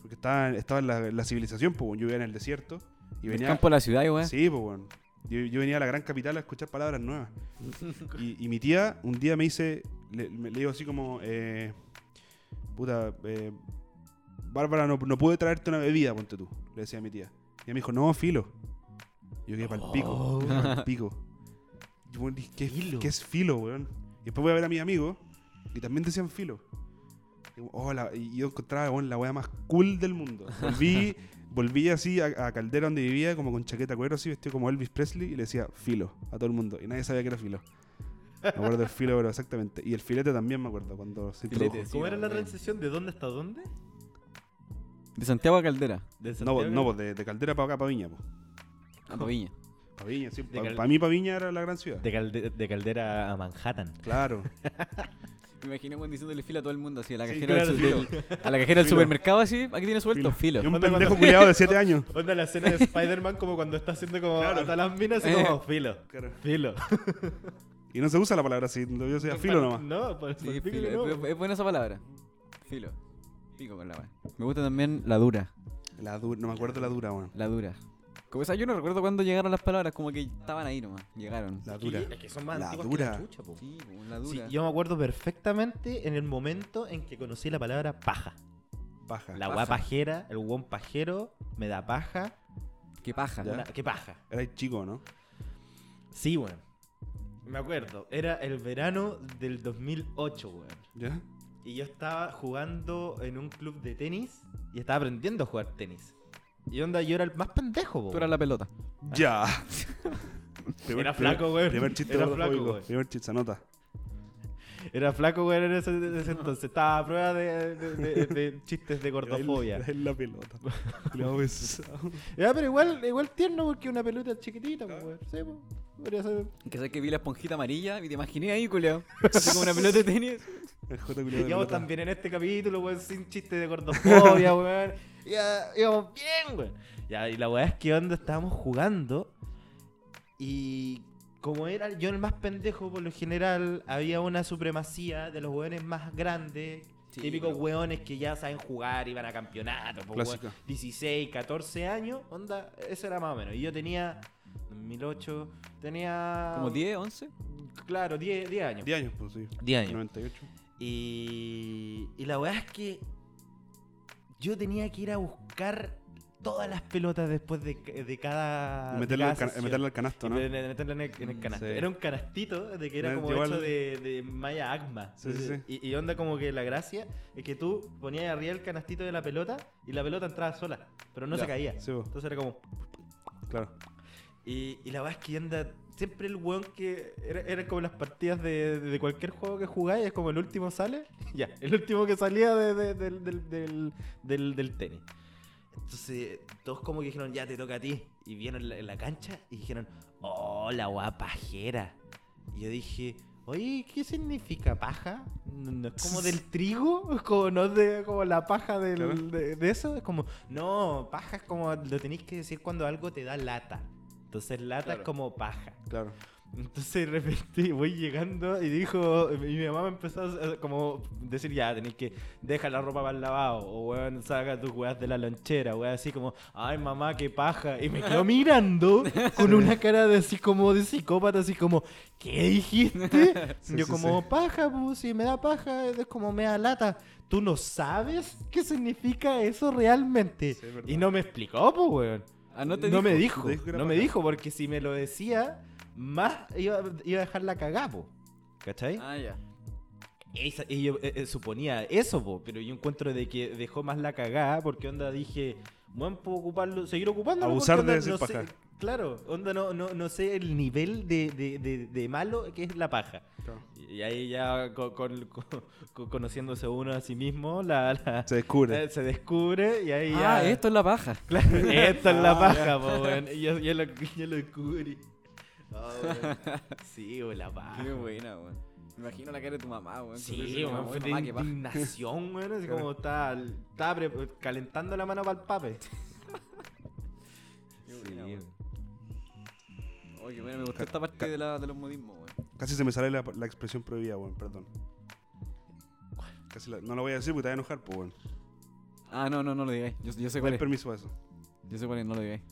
Speaker 8: Porque estaba, estaba en, la, en la civilización, pues. weón. Yo vivía en el desierto y
Speaker 7: El
Speaker 8: venía.
Speaker 7: campo de la ciudad, weón.
Speaker 8: Sí, pues, weón. Yo, yo venía a la gran capital a escuchar palabras nuevas. y, y mi tía un día me dice, le, me- le digo así como, eh, puta, eh, Bárbara, no, no pude traerte una bebida, ponte tú, le decía a mi tía. Y ella me dijo, no, filo. Y yo quedé pa'l pico, pa'l pico. Yo, weón, dije, ¿qué,
Speaker 9: Oh, Filo.
Speaker 8: qué es filo, weón? Y después voy a ver a mis amigos y también decían filo. Y, oh, la- y yo encontraba weón, la weá más cool del mundo. Volví, volví así a, a Caldera donde vivía, como con chaqueta cuero, así vestido como Elvis Presley, y le decía filo a todo el mundo. Y nadie sabía que era filo. Me acuerdo del filo, pero exactamente. Y el filete también me acuerdo cuando se
Speaker 7: Filete,
Speaker 8: introdujo.
Speaker 7: sí,
Speaker 9: ¿Cómo era la
Speaker 7: weón.
Speaker 9: transición de dónde hasta dónde?
Speaker 7: De Santiago a Caldera,
Speaker 9: De
Speaker 8: No,
Speaker 9: Santiago.
Speaker 8: po- no, po, de, de Caldera para acá, para Viña.
Speaker 7: a Paviña.
Speaker 8: Para Viña, sí.
Speaker 9: De
Speaker 8: Para
Speaker 9: Cal-
Speaker 8: mí, para Viña era la gran ciudad.
Speaker 9: De, calde- de Caldera a Manhattan.
Speaker 8: Claro.
Speaker 7: Me imagino weón diciéndole filo a todo el mundo, así, a la
Speaker 8: Sí,
Speaker 7: cajera,
Speaker 8: claro,
Speaker 7: del,
Speaker 8: filo.
Speaker 7: del- a la cajera del
Speaker 8: Filo.
Speaker 7: supermercado, así, aquí tiene suelto, filo.
Speaker 8: Y un
Speaker 9: Onda
Speaker 8: pendejo
Speaker 9: cuando-
Speaker 8: culiado de 7 años.
Speaker 9: Onda la escena de Spider-Man como cuando está haciendo como
Speaker 8: Claro.
Speaker 9: hasta las minas así
Speaker 7: Eh.
Speaker 9: como filo.
Speaker 8: Claro.
Speaker 9: Filo.
Speaker 8: Y no se usa la palabra así. Yo decía filo nomás.
Speaker 9: No, por
Speaker 7: Sí,
Speaker 9: por pico
Speaker 7: filo.
Speaker 9: que
Speaker 7: Es,
Speaker 9: no.
Speaker 7: es buena esa palabra. Filo. Pico con la weá. Me gusta también la dura.
Speaker 8: La du- no me acuerdo la dura, weón.
Speaker 7: La dura. Como esa, yo no recuerdo cuándo llegaron las palabras, como que estaban ahí nomás. Llegaron.
Speaker 8: La dura.
Speaker 9: Es que son más
Speaker 8: La
Speaker 9: antiguas
Speaker 8: dura.
Speaker 9: que la chucha, po.
Speaker 7: Sí, como la
Speaker 9: Sí,
Speaker 7: dura.
Speaker 9: yo me acuerdo perfectamente en el momento en que conocí la palabra paja.
Speaker 8: Paja.
Speaker 9: La weá pajera, el guón pajero, me da paja.
Speaker 7: Qué paja.
Speaker 9: una- ¿Qué paja?
Speaker 8: Era chico, ¿no?
Speaker 9: Sí, weón. Me acuerdo, era el verano del 2008, weón.
Speaker 8: ¿Ya?
Speaker 9: Y yo estaba jugando en un club de tenis y estaba aprendiendo a jugar tenis. Y onda, yo era el más pendejo, po,
Speaker 7: Tú eras la pelota.
Speaker 8: Ya.
Speaker 9: Ah. Era flaco, güey.
Speaker 8: Primer chiste
Speaker 9: Era
Speaker 8: gordofóbico.
Speaker 9: flaco, güey.
Speaker 8: Primer chiste, anota.
Speaker 9: Era flaco, güey, en ese, en ese entonces. Estaba a prueba de, de- de- de chistes de gordofobia.
Speaker 8: Era en la pelota. Le hago besado.
Speaker 9: Ya, pero igual, igual tierno porque una pelota chiquitita, pues, güey. Sí, pues. Podría ser.
Speaker 7: Que sabes que vi la esponjita amarilla y te imaginé ahí, culiao. Así como una pelota de tenis.
Speaker 8: El Jota culiao de
Speaker 9: Llegamos
Speaker 8: pelota.
Speaker 9: también en este capítulo, güey, sin chistes de gordofobia, güey. Ya, íbamos bien, güey. Ya, y la weá es que onda estábamos jugando. Y como era yo el más pendejo, por lo general, había una supremacía de los weones más grandes. típicos weones que ya saben jugar, iban a campeonato. po, weón.
Speaker 8: Clásica.
Speaker 9: 16, 14 años, onda, eso era más o menos. Y yo tenía 2008, tenía.
Speaker 7: Como 10, 11.
Speaker 9: Claro, 10, 10 años.
Speaker 8: 10 años, pues sí.
Speaker 9: 10 años.
Speaker 8: 98.
Speaker 9: Y, y la weá es que yo tenía que ir a buscar todas las pelotas después de, de cada.
Speaker 8: Y
Speaker 9: de
Speaker 8: meterla
Speaker 9: cada
Speaker 8: al can-
Speaker 9: sesión.
Speaker 8: meterla al canasto,
Speaker 9: Ah, Y
Speaker 8: ¿no? Mm,
Speaker 9: me- me- meterla en el, en el canasto.
Speaker 8: Sí.
Speaker 9: Era un canastito de que era
Speaker 8: Me-
Speaker 9: como
Speaker 8: igual-
Speaker 9: hecho de, de malla agma.
Speaker 8: Sí, sí, sí.
Speaker 9: Y, y onda como que la gracia es que tú ponías arriba el canastito de la pelota y la pelota entraba sola, pero no
Speaker 8: Ya,
Speaker 9: se caía.
Speaker 8: sí, bo.
Speaker 9: Entonces era como.
Speaker 8: Claro.
Speaker 9: Y, y la verdad es que anda siempre el weón que. Era, era como las partidas de, de cualquier juego que jugáis, es como el último sale. Ya, el último que salía de- de- del, del- del- del- del tenis. Entonces, todos como que dijeron, ya te toca a ti. Y vieron la, la cancha y dijeron, oh, la guapajera. Y yo dije, oye, ¿qué significa paja? No, no es como del trigo, es como, no es de, como la paja del-
Speaker 8: Claro.
Speaker 9: de, de eso. Es como, no, paja es como lo tenéis que decir cuando algo te da lata. Entonces, lata es como paja.
Speaker 8: Claro.
Speaker 9: Entonces de repente voy llegando y dijo, y mi mamá me empezó a como decir, ya, tenés que deja la ropa para el lavado, o weón, saca tus weas de la lonchera, weón, así como, ay mamá, qué paja. Y me quedó mirando con una cara de así como de psicópata, así como, ¿qué dijiste?
Speaker 8: Sí,
Speaker 9: Yo
Speaker 8: sí,
Speaker 9: como,
Speaker 8: sí.
Speaker 9: paja, pues, si me da paja, es como me da lata. ¿Tú no sabes qué significa eso realmente? y no me explicó, pues, weón.
Speaker 7: Ah, no te
Speaker 9: me
Speaker 7: dijo.
Speaker 9: dijo,
Speaker 7: Te dijo que era
Speaker 9: no me
Speaker 7: paja.
Speaker 9: dijo, porque si me lo decía, más iba, iba a dejar la cagada, po. ¿Cachai?
Speaker 7: Ah, ya.
Speaker 9: Esa- y yo eh, eh, suponía eso, po, pero yo encuentro de que dejó más la cagada porque onda dije, bueno, puedo ocuparlo, seguir ocupándolo.
Speaker 8: Abusar
Speaker 9: porque,
Speaker 8: de
Speaker 9: onda,
Speaker 8: decir
Speaker 9: no sé-
Speaker 8: paja.
Speaker 9: claro, onda no, no, no sé el nivel de, de- de- de malo que es la paja. Y ahí ya co- con- co- co- conociéndose uno a sí mismo, la, la-
Speaker 8: Se descubre.
Speaker 9: eh, se descubre y ahí
Speaker 7: Ah,
Speaker 9: ya...
Speaker 7: esto es la paja.
Speaker 9: Claro, esto es la
Speaker 7: Ah,
Speaker 9: paja,
Speaker 7: ya.
Speaker 9: po, weón. Y Yo, yo lo, yo lo descubrí. Ah, weón. sí, weón, la paja.
Speaker 7: Qué buena, weón. Me imagino la cara de tu mamá, weón.
Speaker 9: Sí, weón, fue de
Speaker 7: Mamá, qué paja.
Speaker 9: indignación, weón. Así como estaba, estaba pre- calentando la mano para el pape. Sí, weón.
Speaker 7: Oye, bueno, me gustó esta parte de, la, de los modismos, weón.
Speaker 8: Casi se me sale la, la expresión prohibida, weón, perdón. Casi la- no la voy a decir porque te voy a enojar, pues, weón.
Speaker 7: Ah, no, no, no lo digáis. Yo, yo sé
Speaker 8: No
Speaker 7: cuál
Speaker 8: hay
Speaker 7: es.
Speaker 8: permiso para eso.
Speaker 7: Yo sé cuál es, no lo digáis.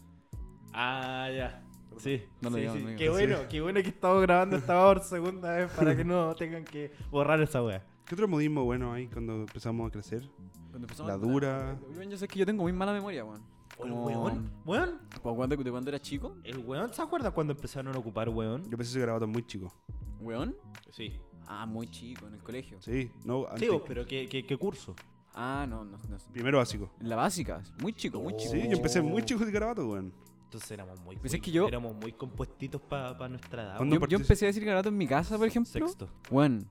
Speaker 9: Ah, ya. Sí,
Speaker 7: No lo
Speaker 9: sí,
Speaker 7: digamos,
Speaker 9: sí.
Speaker 7: no lo
Speaker 9: Qué
Speaker 7: digamos.
Speaker 9: bueno, qué bueno que estamos grabando esta por segunda vez para que no tengan que borrar esa weá.
Speaker 8: ¿Qué otro modismo bueno hay cuando empezamos a crecer?
Speaker 7: Cuando empezamos
Speaker 8: La
Speaker 7: a-
Speaker 8: dura.
Speaker 7: Weón, Yo sé que yo tengo muy mala memoria, weón.
Speaker 9: El
Speaker 7: Como-
Speaker 9: weón, weón,
Speaker 7: como cuando, de cuando era chico?
Speaker 9: el weón, ¿se acuerda cuando empezaron a ocupar weón?
Speaker 8: Yo pensé ese grabato muy chico.
Speaker 7: ¿Weón?
Speaker 9: Sí.
Speaker 7: Ah, muy chico, en el colegio.
Speaker 8: Sí, no,
Speaker 9: Sí,
Speaker 8: antes,
Speaker 9: vos, pero ¿qué, qué, qué curso?
Speaker 7: Ah, no, no, no. sé.
Speaker 8: primero básico.
Speaker 7: En la básica, muy chico, muy chico.
Speaker 8: Sí, yo empecé muy chico de grabato, weón.
Speaker 9: Entonces éramos muy,
Speaker 7: Pues es
Speaker 9: muy-
Speaker 7: que yo-
Speaker 9: éramos muy compuestitos para nuestra edad.
Speaker 8: ¿Cuándo
Speaker 7: Yo, yo
Speaker 8: participo?
Speaker 7: empecé a decir garabato en mi casa, por ejemplo.
Speaker 9: Sexto.
Speaker 7: Weón.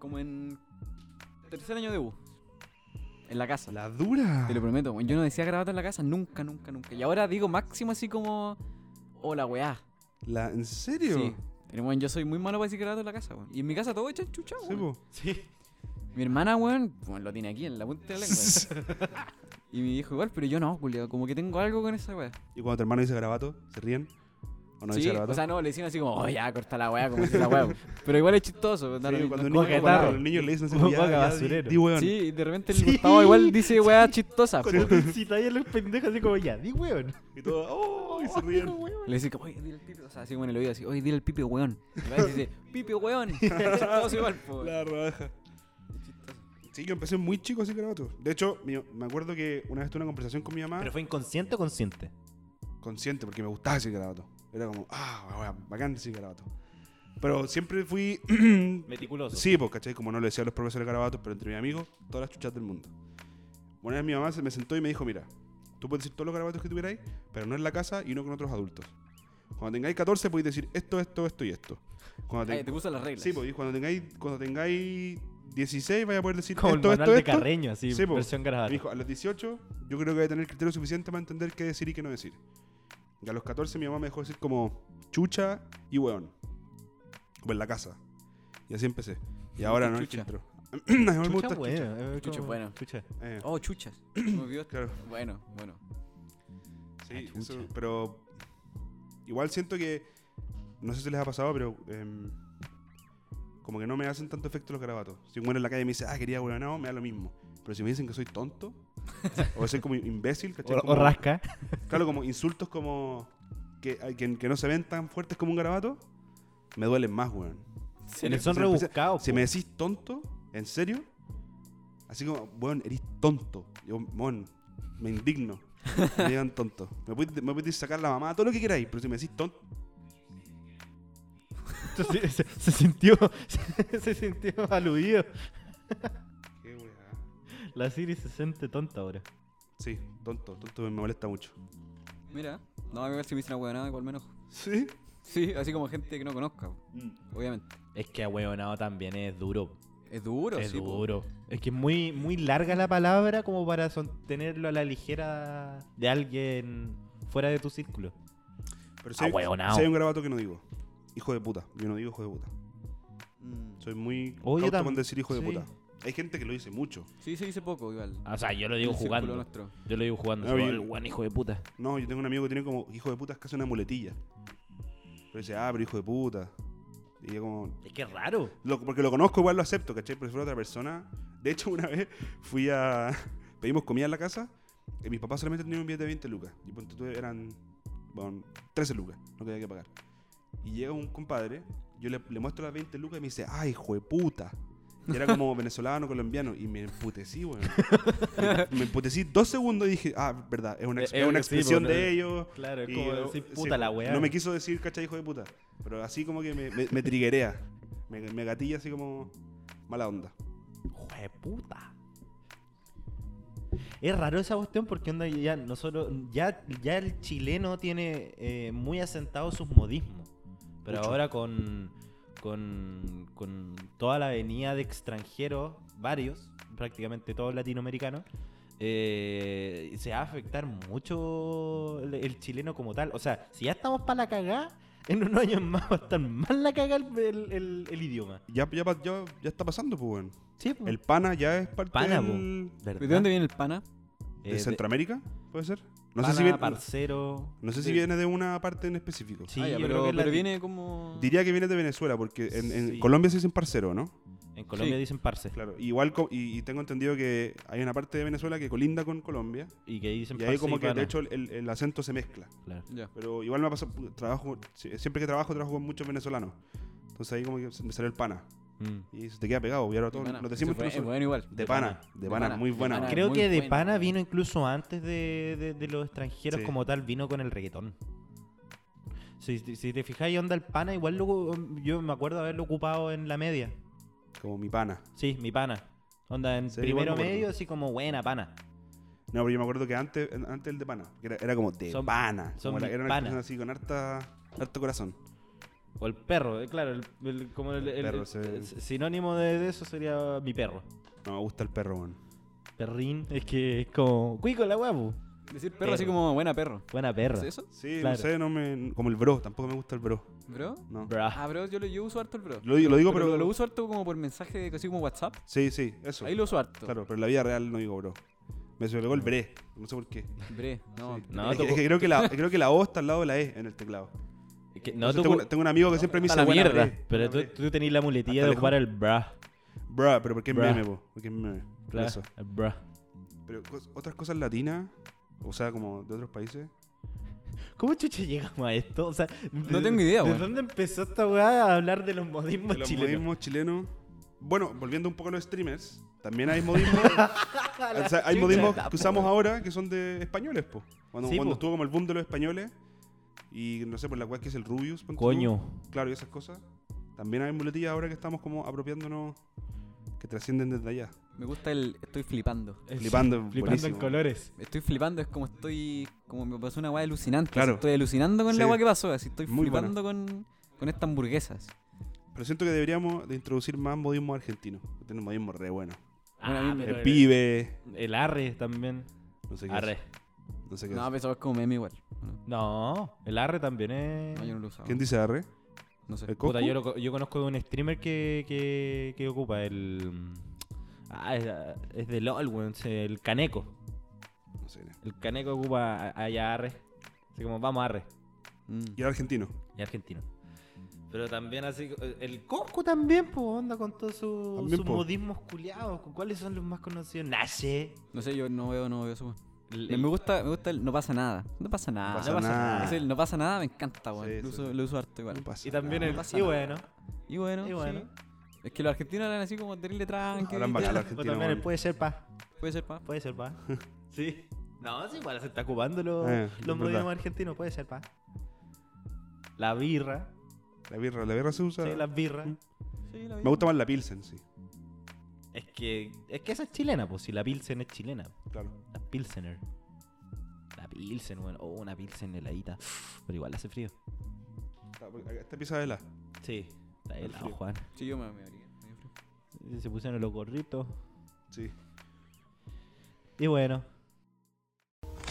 Speaker 7: Como en tercer año de U. En la casa.
Speaker 8: La dura.
Speaker 7: Te lo prometo, weón. Yo no decía garabato en la casa nunca, nunca, nunca. Y ahora digo máximo así como. Hola, weá.
Speaker 8: La, ¿En serio?
Speaker 7: Sí. Pero bueno, yo soy muy malo para decir garabato en la casa, weón. Y en mi casa todo echan chucha,
Speaker 8: Sí,
Speaker 7: weón.
Speaker 8: po.
Speaker 9: Sí.
Speaker 7: Mi hermana, weón, bueno, lo tiene aquí en la punta de la lengua. y mi hijo igual, pero yo no, culiao. Como que tengo algo con esa weá.
Speaker 8: Y cuando tu hermano dice grabato, ¿se ríen? ¿O no
Speaker 7: sí,
Speaker 8: dice grabato?
Speaker 7: o sea, no, le decían así como, oh, ya, corta la weá, como si la weá. pero igual es chistoso. da lo
Speaker 8: Sí,
Speaker 7: mismo,
Speaker 8: cuando,
Speaker 7: es
Speaker 8: un
Speaker 7: como
Speaker 8: niño,
Speaker 7: catarro.
Speaker 8: cuando los niños le dicen así,
Speaker 9: Como
Speaker 8: ya,
Speaker 9: vaca
Speaker 8: ya, di,
Speaker 9: basurero.
Speaker 8: di, weón.
Speaker 7: Sí, y de repente el
Speaker 9: Sí,
Speaker 7: Gustavo igual dice weá chistosa. po.
Speaker 9: Pero si todavía los pendejos así como ya, di weón.
Speaker 8: Y todo, oh, y se ríen.
Speaker 7: Le dice como, oye, dile al pipe, o sea, así como en el oído, así, oye, dile al pipe weón. Y va y dice, pipe weón. Chistoso igual, po.
Speaker 8: La raja. Sí, yo empecé muy chico así grabato. De hecho, mi- me acuerdo que una vez tuve una conversación con mi mamá,
Speaker 9: ¿Pero fue inconsciente o consciente?
Speaker 8: consciente, porque me gustaba decir grabato. Era como, ah, weón, bacán decir grabato. Pero siempre fui
Speaker 9: Meticuloso.
Speaker 8: Sí, pues, ¿cachai? Como no le decía a los profesores garabatos, pero entre mis amigos, todas las chuchas del mundo. Una vez mi mamá se me sentó y me dijo, mira, Tú puedes decir todos los garabatos que tuvierais, pero no en la casa y no con otros adultos. Cuando tengáis 14 podéis decir esto, esto, esto y esto. Cuando
Speaker 7: Ah, te gustan las reglas.
Speaker 8: Sí, pues, y cuando tengáis, cuando tengáis 16 vais a poder decir
Speaker 9: Como el
Speaker 8: esto,
Speaker 9: manual
Speaker 8: esto,
Speaker 9: de
Speaker 8: esto.
Speaker 9: Carreño, así,
Speaker 8: pues.
Speaker 9: versión garabato.
Speaker 8: Mi hijo, a los 18 yo creo que voy a tener criterio suficiente para entender qué decir y qué no decir. Y a los 14 mi mamá me dejó decir como chucha y weón. Como en la casa. Y así empecé. Y ahora no el
Speaker 7: Chucha.
Speaker 8: filtro.
Speaker 7: Chucha,
Speaker 8: gusta
Speaker 9: bueno,
Speaker 8: chucha.
Speaker 9: eh,
Speaker 7: Chucha,
Speaker 9: como-
Speaker 7: bueno.
Speaker 9: chucha.
Speaker 8: Eh.
Speaker 7: Oh, chuchas. Me olvidó.
Speaker 8: Claro.
Speaker 7: Bueno, bueno.
Speaker 8: Sí, eso- pero igual siento que, no sé si les ha pasado, pero em, como que no me hacen tanto efecto los garabatos. Si un bueno en la calle y me dice, ah, quería huevonao, me da lo mismo. Pero si me dicen que soy tonto, o que soy como imbécil, ¿cachai?
Speaker 9: O- o
Speaker 8: Como-
Speaker 9: rasca.
Speaker 8: Claro, como insultos como que, que, que no se ven tan fuertes como un garabato, me duelen más, weón.
Speaker 9: Pero son
Speaker 8: Si-
Speaker 9: rebuscados,
Speaker 8: Si me decís tonto, ¿en serio? Así como, weón, eres tonto. Yo, weón, me indigno. Me digan tonto. Me puedes, me puedes sacar la mamá, todo lo que queráis, pero si me decís tonto.
Speaker 9: Se, se- se sintió, se, sintió aludido.
Speaker 8: Qué weá.
Speaker 9: La Siri se siente tonta ahora.
Speaker 8: Sí, tonto, tonto me molesta mucho.
Speaker 7: Mira, no, a ver si me dicen una hueá, igual me enojo.
Speaker 8: ¿Sí?
Speaker 7: Sí, así como gente que no conozca,
Speaker 8: Mm.
Speaker 7: obviamente.
Speaker 9: Es que ahueonado también es duro.
Speaker 7: Es duro,
Speaker 9: Es
Speaker 7: sí, po.
Speaker 9: duro. Es que es muy, muy larga la palabra como para sostenerlo a la ligera de alguien fuera de tu círculo.
Speaker 8: Pero si hay,
Speaker 9: Ahueonao.
Speaker 8: si hay un grabato que no digo. Hijo de puta. Yo no digo hijo de puta. Soy muy
Speaker 9: Oh, yo
Speaker 8: cauto
Speaker 9: tam-
Speaker 8: con decir hijo de
Speaker 9: sí.
Speaker 8: puta. Hay gente que lo dice mucho.
Speaker 7: Sí, se dice poco, igual.
Speaker 9: O sea, yo lo digo
Speaker 7: El círculo
Speaker 9: jugando.
Speaker 7: nuestro.
Speaker 9: Yo lo digo jugando.
Speaker 8: No,
Speaker 9: soy
Speaker 8: yo-
Speaker 9: el buen hijo de puta.
Speaker 8: No, yo tengo un amigo que tiene como hijo de puta es casi una muletilla. Pero dice, ah, pero hijo de puta. Y yo como.
Speaker 9: Es que es raro.
Speaker 8: Lo- porque lo conozco, igual lo acepto, ¿cachai? Pero si fuera otra persona. De hecho, una vez fui a. Pedimos comida en la casa. Y mis papás solamente tenían un billete de 20 lucas. Y ponte tú, eran. Bueno, 13 lucas, lo que había que pagar. Y llega un compadre, yo le, le muestro las 20 lucas y me dice, ¡ay, hijo de puta! Y era como venezolano, colombiano. Y me emputecí, weón. me, me emputecí dos segundos y dije, ah, verdad, es una, ex-
Speaker 9: Eh,
Speaker 8: es una
Speaker 9: sí,
Speaker 8: expresión
Speaker 9: pues,
Speaker 8: de
Speaker 9: no-
Speaker 8: ellos.
Speaker 9: claro, es
Speaker 8: Y,
Speaker 9: como
Speaker 8: eh,
Speaker 9: decir,
Speaker 8: sí,
Speaker 9: puta la weá.
Speaker 8: No me quiso decir, ¿cachai, hijo de puta? Pero así como que me, me, me triguea. Me, me gatilla así como mala onda.
Speaker 9: Hijo de puta. Es raro esa cuestión porque onda ya nosotros ya, ya el chileno tiene eh, muy asentado sus modismos. Pero
Speaker 2: Mucho.
Speaker 9: ahora con, con, con toda la venida de extranjeros, varios, prácticamente todos latinoamericanos, eh, se va a afectar mucho el, el chileno como tal. O sea, si ya estamos para la cagada, en unos años más va a estar más la cagada el, el- el- el idioma.
Speaker 8: Ya, ya, pa- ya, ya está pasando, pues, weón.
Speaker 9: Sí,
Speaker 8: El pana ya es parte
Speaker 9: Mm. Pana,
Speaker 8: del-
Speaker 9: po, ¿verdad?
Speaker 7: ¿De dónde viene el pana?
Speaker 8: de
Speaker 9: ¿Ah? Eh, de-
Speaker 8: Centroamérica, puede ser. No sé
Speaker 9: Pana,
Speaker 8: si viene,
Speaker 9: parcero.
Speaker 8: No sé si
Speaker 9: Sí.
Speaker 8: viene de una parte en específico.
Speaker 9: Sí,
Speaker 7: Ah, ya,
Speaker 9: yo
Speaker 7: pero,
Speaker 9: creo que
Speaker 7: pero
Speaker 9: la-
Speaker 7: viene como...
Speaker 8: Diría que viene de Venezuela, porque en, en
Speaker 9: Sí.
Speaker 8: Colombia se dicen parcero, ¿no?
Speaker 9: En Colombia
Speaker 7: Sí.
Speaker 9: dicen parce.
Speaker 8: Claro. Igual, co- y, y tengo entendido que hay una parte de Venezuela que colinda con Colombia.
Speaker 9: Y que ahí dicen
Speaker 8: Y ahí
Speaker 9: parce
Speaker 8: como
Speaker 9: y
Speaker 8: que,
Speaker 9: pana.
Speaker 8: de hecho, el, el- el acento se mezcla.
Speaker 9: Claro.
Speaker 7: Ya.
Speaker 8: Pero igual me ha pasado, trabajo, si- siempre que trabajo, trabajo con muchos venezolanos. Entonces ahí como que se- me salió el pana.
Speaker 9: Mm.
Speaker 8: Y se te queda pegado, y ahora todo,
Speaker 7: pana.
Speaker 8: lo decimos
Speaker 7: Se fue-
Speaker 8: entre
Speaker 7: es bueno igual.
Speaker 8: De pana, de pana, muy buena.
Speaker 7: pana.
Speaker 9: Creo
Speaker 7: Ah, muy
Speaker 9: que de
Speaker 7: buena.
Speaker 9: pana vino incluso antes de, de- de los extranjeros
Speaker 8: Sí.
Speaker 9: como tal, vino con el reggaetón. Si, si te fijáis, onda el pana, igual lo- yo me acuerdo haberlo ocupado en la media.
Speaker 8: Como mi pana.
Speaker 9: Sí, mi pana. Onda en
Speaker 8: Sí, igual me
Speaker 9: primero
Speaker 8: acuerdo.
Speaker 9: medio, así como buena pana.
Speaker 8: No, pero yo me acuerdo que antes, antes el de pana, que era, era como de
Speaker 9: Son-
Speaker 8: pana.
Speaker 9: son
Speaker 8: como la-
Speaker 9: mi
Speaker 8: era una
Speaker 9: pana.
Speaker 8: persona así con harta, harto corazón.
Speaker 9: O el perro, eh, claro, el- el- como el, el-
Speaker 8: perro,
Speaker 9: el-
Speaker 8: sí.
Speaker 9: el sinónimo de, de eso sería mi perro.
Speaker 8: No, me gusta el perro, weón.
Speaker 9: Perrín, es que es como cuico la guapo.
Speaker 7: Decir perro, así
Speaker 9: Perro.
Speaker 7: como buena perro.
Speaker 9: Buena perra.
Speaker 7: ¿Es eso?
Speaker 8: Sí,
Speaker 9: Claro.
Speaker 8: no sé, no me, como el bro, tampoco me gusta el bro.
Speaker 7: ¿Bro?
Speaker 8: No.
Speaker 9: Bra.
Speaker 7: Ah, bro, yo, lo, yo uso harto el bro.
Speaker 8: Lo, di- lo digo,
Speaker 7: Pero
Speaker 8: pero...
Speaker 7: lo, lo uso harto como por mensaje, de- así como WhatsApp.
Speaker 8: Sí, sí, eso.
Speaker 7: Ahí lo uso harto.
Speaker 8: Claro, pero en la vida real no digo bro. Me se me pegó el bre, no sé por qué.
Speaker 7: Bre, no.
Speaker 8: Sí.
Speaker 9: No,
Speaker 8: Es que-
Speaker 9: tocó-
Speaker 8: es que creo, que la, creo que la O está al lado de la E en el teclado.
Speaker 9: Es que no
Speaker 8: Entonces
Speaker 9: tocó-
Speaker 8: tengo, un- tengo un amigo que siempre me
Speaker 7: Está
Speaker 8: dice... eh,
Speaker 7: la
Speaker 8: "Buena,
Speaker 9: mierda.
Speaker 8: bre,
Speaker 9: Pero tú,
Speaker 8: buena, bre".
Speaker 9: tú tenías la muletilla
Speaker 8: Hasta
Speaker 9: de
Speaker 8: lejos.
Speaker 9: ocupar el bra.
Speaker 8: Bra, pero porque es
Speaker 9: Bra.
Speaker 8: meme, po, porque es meme. Por
Speaker 9: Claro,
Speaker 8: eso.
Speaker 9: el bra.
Speaker 8: Pero cos- otras cosas latinas, o sea, como de otros países...
Speaker 9: ¿Cómo chucha llegamos a esto? O sea,
Speaker 7: No tengo idea,
Speaker 9: ¿De
Speaker 7: weón.
Speaker 9: dónde empezó esta weá a hablar de los modismos
Speaker 8: De los
Speaker 9: chilenos?
Speaker 8: modismos chilenos. Bueno, volviendo un poco a los streamers, también hay modismos. o sea, hay
Speaker 9: chucha.
Speaker 8: modismos que usamos ahora que son de españoles, po. Cuando,
Speaker 9: Sí,
Speaker 8: cuando
Speaker 9: po.
Speaker 8: estuvo como el boom de los españoles y no sé, por la cual que es el Rubius. ponte tú.
Speaker 9: Coño.
Speaker 8: Claro, y esas cosas. También hay muletillas ahora que estamos como apropiándonos que trascienden desde allá.
Speaker 7: Me gusta el estoy flipando.
Speaker 8: Es- Flipando, flipando buenísimo. en
Speaker 9: colores.
Speaker 7: Estoy flipando, es como estoy. Como me pasó una weá alucinante.
Speaker 8: Claro.
Speaker 7: así, estoy alucinando con
Speaker 8: Sí.
Speaker 7: la weá que pasó, así estoy
Speaker 8: Muy buena.
Speaker 7: flipando con, con estas hamburguesas.
Speaker 8: Pero siento que deberíamos de introducir más modismo argentino. Tiene un modismo re bueno.
Speaker 9: Ah, pero
Speaker 8: el pibe.
Speaker 9: El arre también.
Speaker 8: No sé qué
Speaker 9: Arre.
Speaker 8: es. No sé qué
Speaker 7: No,
Speaker 8: es.
Speaker 7: pero eso es como meme igual.
Speaker 9: No, el arre también es.
Speaker 7: No, yo no lo usaba.
Speaker 8: ¿Quién Eh, dice arre?
Speaker 7: No sé.
Speaker 8: ¿El
Speaker 9: Puta,
Speaker 8: Coscu?
Speaker 9: yo, lo co- yo conozco de un streamer que, que, que ocupa el. Ah, es, es de LOL, weón. es El caneco.
Speaker 8: No sé.
Speaker 9: El caneco ocupa allá arre. Así como, vamos arre.
Speaker 7: Mm.
Speaker 8: Y el argentino.
Speaker 9: Y argentino. Pero también así. eh, El Coscu también, pues, onda con todos sus
Speaker 8: También,
Speaker 9: sus
Speaker 8: po.
Speaker 9: modismos culiados. ¿Cuáles son los más conocidos? Nache.
Speaker 7: No sé, yo no veo, no veo eso. weón.
Speaker 9: El-
Speaker 7: Me- Me gusta, me gusta el no pasa nada. No pasa nada.
Speaker 8: pasa nada.
Speaker 7: Es el no pasa nada, me encanta, weón.
Speaker 8: Sí,
Speaker 7: lo,
Speaker 8: sí,
Speaker 7: uso,
Speaker 8: sí.
Speaker 7: lo uso harto igual.
Speaker 8: Ah, No pasa
Speaker 9: Y también
Speaker 8: nada.
Speaker 9: el.
Speaker 7: No pasa
Speaker 9: y
Speaker 7: nada.
Speaker 9: bueno.
Speaker 7: Y bueno,
Speaker 9: Y
Speaker 7: sí.
Speaker 9: bueno.
Speaker 7: Es que los argentinos hablan así como terrible tranqui.
Speaker 8: Hablan bacán los
Speaker 9: O
Speaker 8: argentinos.
Speaker 9: también el
Speaker 8: weón.
Speaker 9: puede ser pa.
Speaker 7: Puede ser, pa.
Speaker 9: Puede ser pa. sí. No, sí, igual se está ocupando los,
Speaker 8: Eh, es
Speaker 9: los
Speaker 8: verdad.
Speaker 9: modismos argentinos. Puede ser pa. La birra.
Speaker 8: La birra, la birra se usa.
Speaker 9: Sí, las birras.
Speaker 8: Me gusta más la pilsen, sí.
Speaker 9: Es que, es que esa es chilena, pues si la Pilsen es chilena.
Speaker 8: Claro.
Speaker 9: La Pilsener. La Pilsen, bueno, o una Pilsen heladita. Pero igual hace frío.
Speaker 8: Está- porque Esta pieza de la.
Speaker 9: Sí, está
Speaker 8: El
Speaker 9: helado,
Speaker 8: frío.
Speaker 9: Juan.
Speaker 7: Sí, yo me, me abrigué, me dio frío.
Speaker 9: Se pusieron los gorritos.
Speaker 8: Sí.
Speaker 9: Y bueno,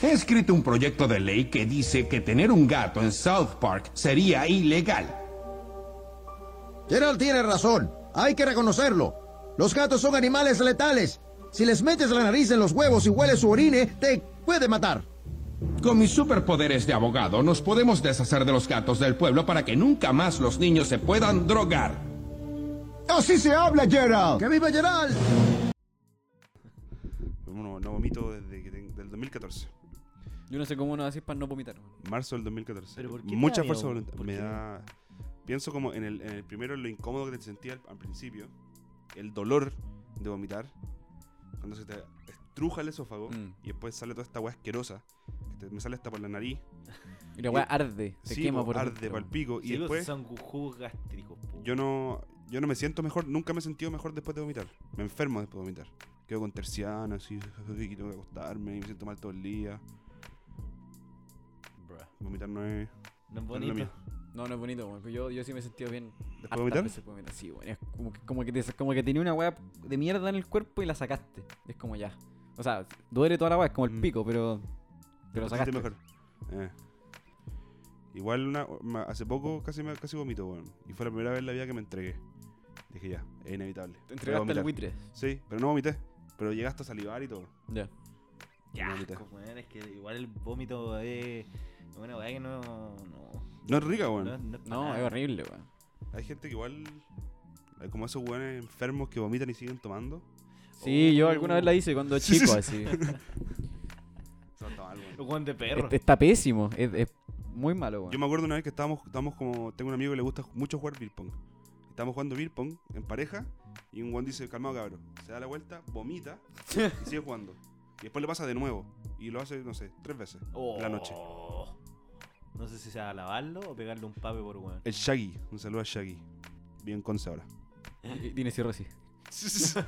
Speaker 14: He escrito un proyecto de ley que dice que tener un gato en South Park sería ilegal.
Speaker 15: Gerald tiene razón. Hay que reconocerlo. Los gatos son animales letales. Si les metes la nariz en los huevos y hueles su orine, te puede matar.
Speaker 14: Con mis superpoderes de abogado nos podemos deshacer de los gatos del pueblo para que nunca más los niños se puedan drogar.
Speaker 15: Así se habla, Gerald. ¡Que viva Gerald!
Speaker 8: No, no vomito desde que ten- del 2014.
Speaker 7: Yo no sé cómo no haces para no vomitar, weón.
Speaker 8: Marzo del 2014.
Speaker 9: ¿Pero por qué te da
Speaker 8: Mucha
Speaker 9: miedo?
Speaker 8: fuerza de voluntad.
Speaker 9: ¿Por
Speaker 8: Me
Speaker 9: qué?
Speaker 8: da. Pienso como en el, en el primero lo incómodo que te sentía al, al principio. El dolor de vomitar. Cuando se te estruja el esófago
Speaker 7: Mm.
Speaker 8: y después sale toda esta weá asquerosa. que te- me sale hasta por la nariz.
Speaker 7: Y la weá
Speaker 8: Y-
Speaker 7: arde, se
Speaker 8: sí,
Speaker 7: quema
Speaker 8: po,
Speaker 7: por
Speaker 8: arde
Speaker 7: dentro.
Speaker 8: pa'l pico.
Speaker 9: sí,
Speaker 8: y
Speaker 9: pues,
Speaker 8: después
Speaker 9: son gu- jugos gástricos. pues. po.
Speaker 8: yo no yo no me siento mejor. Nunca me he sentido mejor después de vomitar. Me enfermo después de vomitar. Quedo con terciana, así. Y tengo que acostarme. Y me siento mal todo el día.
Speaker 9: Bruh.
Speaker 8: Vomitar no es. no
Speaker 9: No es
Speaker 8: es lo
Speaker 9: bonito.
Speaker 8: mío.
Speaker 7: No, no es bonito, weón. Yo, yo sí me he sentido bien.
Speaker 8: ¿Después de
Speaker 7: hartas
Speaker 8: vomitar?
Speaker 7: veces, pues, mira, sí, weón. Es como que, como, que te- como que tenía una weá de mierda en el cuerpo y la sacaste. Es como ya. O sea, duele toda la weá, es como el pico, pero. Pero lo
Speaker 8: Mm. Te sentiste
Speaker 7: sacaste.
Speaker 8: mejor. Eh. Igual una, ma- hace poco casi me- casi vomito, weón. Y fue la primera vez en la vida que me entregué. Dije ya, es inevitable.
Speaker 7: Te
Speaker 8: Voy a
Speaker 7: entregaste al
Speaker 8: vomitar.
Speaker 7: buitre.
Speaker 8: Sí, pero no vomité. Pero llegaste a salivar y todo.
Speaker 7: Ya.
Speaker 9: Qué
Speaker 8: No,
Speaker 9: asco, weón, es que igual el vómito es una weá que no. No,
Speaker 8: No es rica, weón.
Speaker 9: no, no es pa'
Speaker 7: No,
Speaker 9: nada.
Speaker 7: es horrible, weón.
Speaker 8: Hay gente que igual. Hay como esos weones enfermos que vomitan y siguen tomando.
Speaker 7: Sí,
Speaker 9: Oh,
Speaker 7: yo alguna vez la hice cuando
Speaker 8: Sí, sí,
Speaker 7: chico,
Speaker 8: sí.
Speaker 7: así.
Speaker 8: Eso está mal, weón.
Speaker 9: Un Juan de perro.
Speaker 7: Es- Este, Está pésimo, es, es muy malo, weón.
Speaker 8: Yo me acuerdo una vez que estábamos, estábamos como. Tengo un amigo que le gusta mucho jugar beer pong. Estábamos jugando beer pong en pareja y un guan dice, calmado cabrón. Se da la vuelta, vomita y sigue jugando. Y después le pasa de nuevo. Y lo hace, no sé, tres veces
Speaker 9: Oh.
Speaker 8: en la noche.
Speaker 9: No sé si sea lavarlo o pegarle un pape por weón.
Speaker 8: El Shaggy, un saludo a Shaggy. Bien conce ahora.
Speaker 7: Y- y Dine cierro así.
Speaker 8: Solo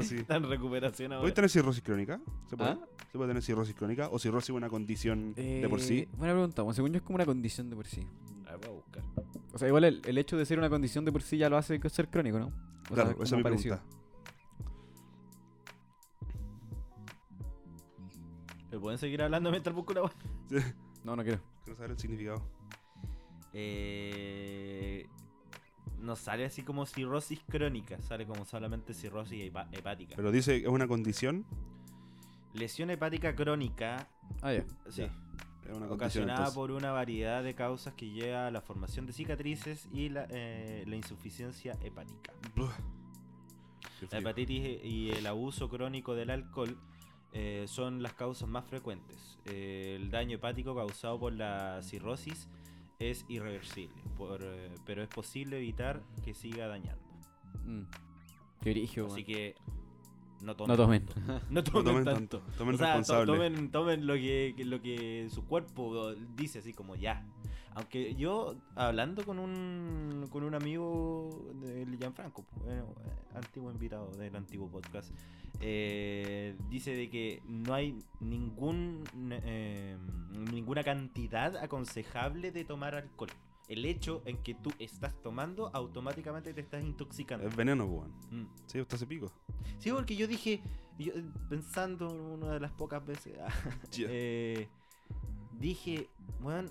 Speaker 8: así.
Speaker 9: Está en recuperación ahora.
Speaker 8: ¿Puede tener cirrosis crónica? ¿Se puede?
Speaker 7: ¿Ah?
Speaker 8: ¿Se puede tener cirrosis crónica? ¿O cirrosis es una condición de por
Speaker 7: Eh,
Speaker 8: sí?
Speaker 7: Buena pregunta, weón. Según yo es como una condición de por sí.
Speaker 9: A ver, voy a buscar.
Speaker 7: O sea, igual el, el hecho de ser una condición de por sí ya lo hace ser crónico, ¿no? O sea,
Speaker 8: Claro, esa es mi
Speaker 7: como parecido.
Speaker 8: pregunta.
Speaker 9: ¿Me pueden seguir hablando mientras busco la weá?
Speaker 7: No, no quiero.
Speaker 8: Quiero saber el significado.
Speaker 9: Eh, no sale así como cirrosis crónica, sale como solamente cirrosis hepa- hepática.
Speaker 8: Pero dice, ¿es una condición?
Speaker 9: Lesión hepática crónica,
Speaker 7: Ah, ya.
Speaker 9: sí,
Speaker 8: Ya, Es una condición.
Speaker 9: ocasionada
Speaker 8: entonces.
Speaker 9: por una variedad de causas que lleva a la formación de cicatrices y la, eh, la insuficiencia hepática.
Speaker 8: Buah. Qué
Speaker 9: La
Speaker 8: frío.
Speaker 9: hepatitis E y el abuso crónico del alcohol eh, son las causas más frecuentes. Eh, el daño hepático causado por la cirrosis es irreversible, por, eh, pero es posible evitar que siga dañando.
Speaker 7: Mm. Qué origen,
Speaker 9: Así que no tomen.
Speaker 7: No tomen. No tomen
Speaker 9: tanto. No tomen, tanto.
Speaker 7: tanto, tomen
Speaker 9: O sea, to-
Speaker 7: responsable.
Speaker 9: tomen, tomen lo, que, que- lo que su cuerpo dice, así como ya. Aunque yo, hablando con un, con un amigo del Gianfranco, bueno, eh, antiguo invitado del antiguo podcast, eh, dice de que no hay ningún eh, ninguna cantidad aconsejable de tomar alcohol. El hecho en que tú estás tomando, automáticamente te estás intoxicando.
Speaker 8: Es veneno, pues, weón.
Speaker 9: Mm.
Speaker 8: Sí, usted hace pico.
Speaker 9: Sí, porque yo dije, yo, eh, pensando una de las pocas veces, ah, eh, dije, weón,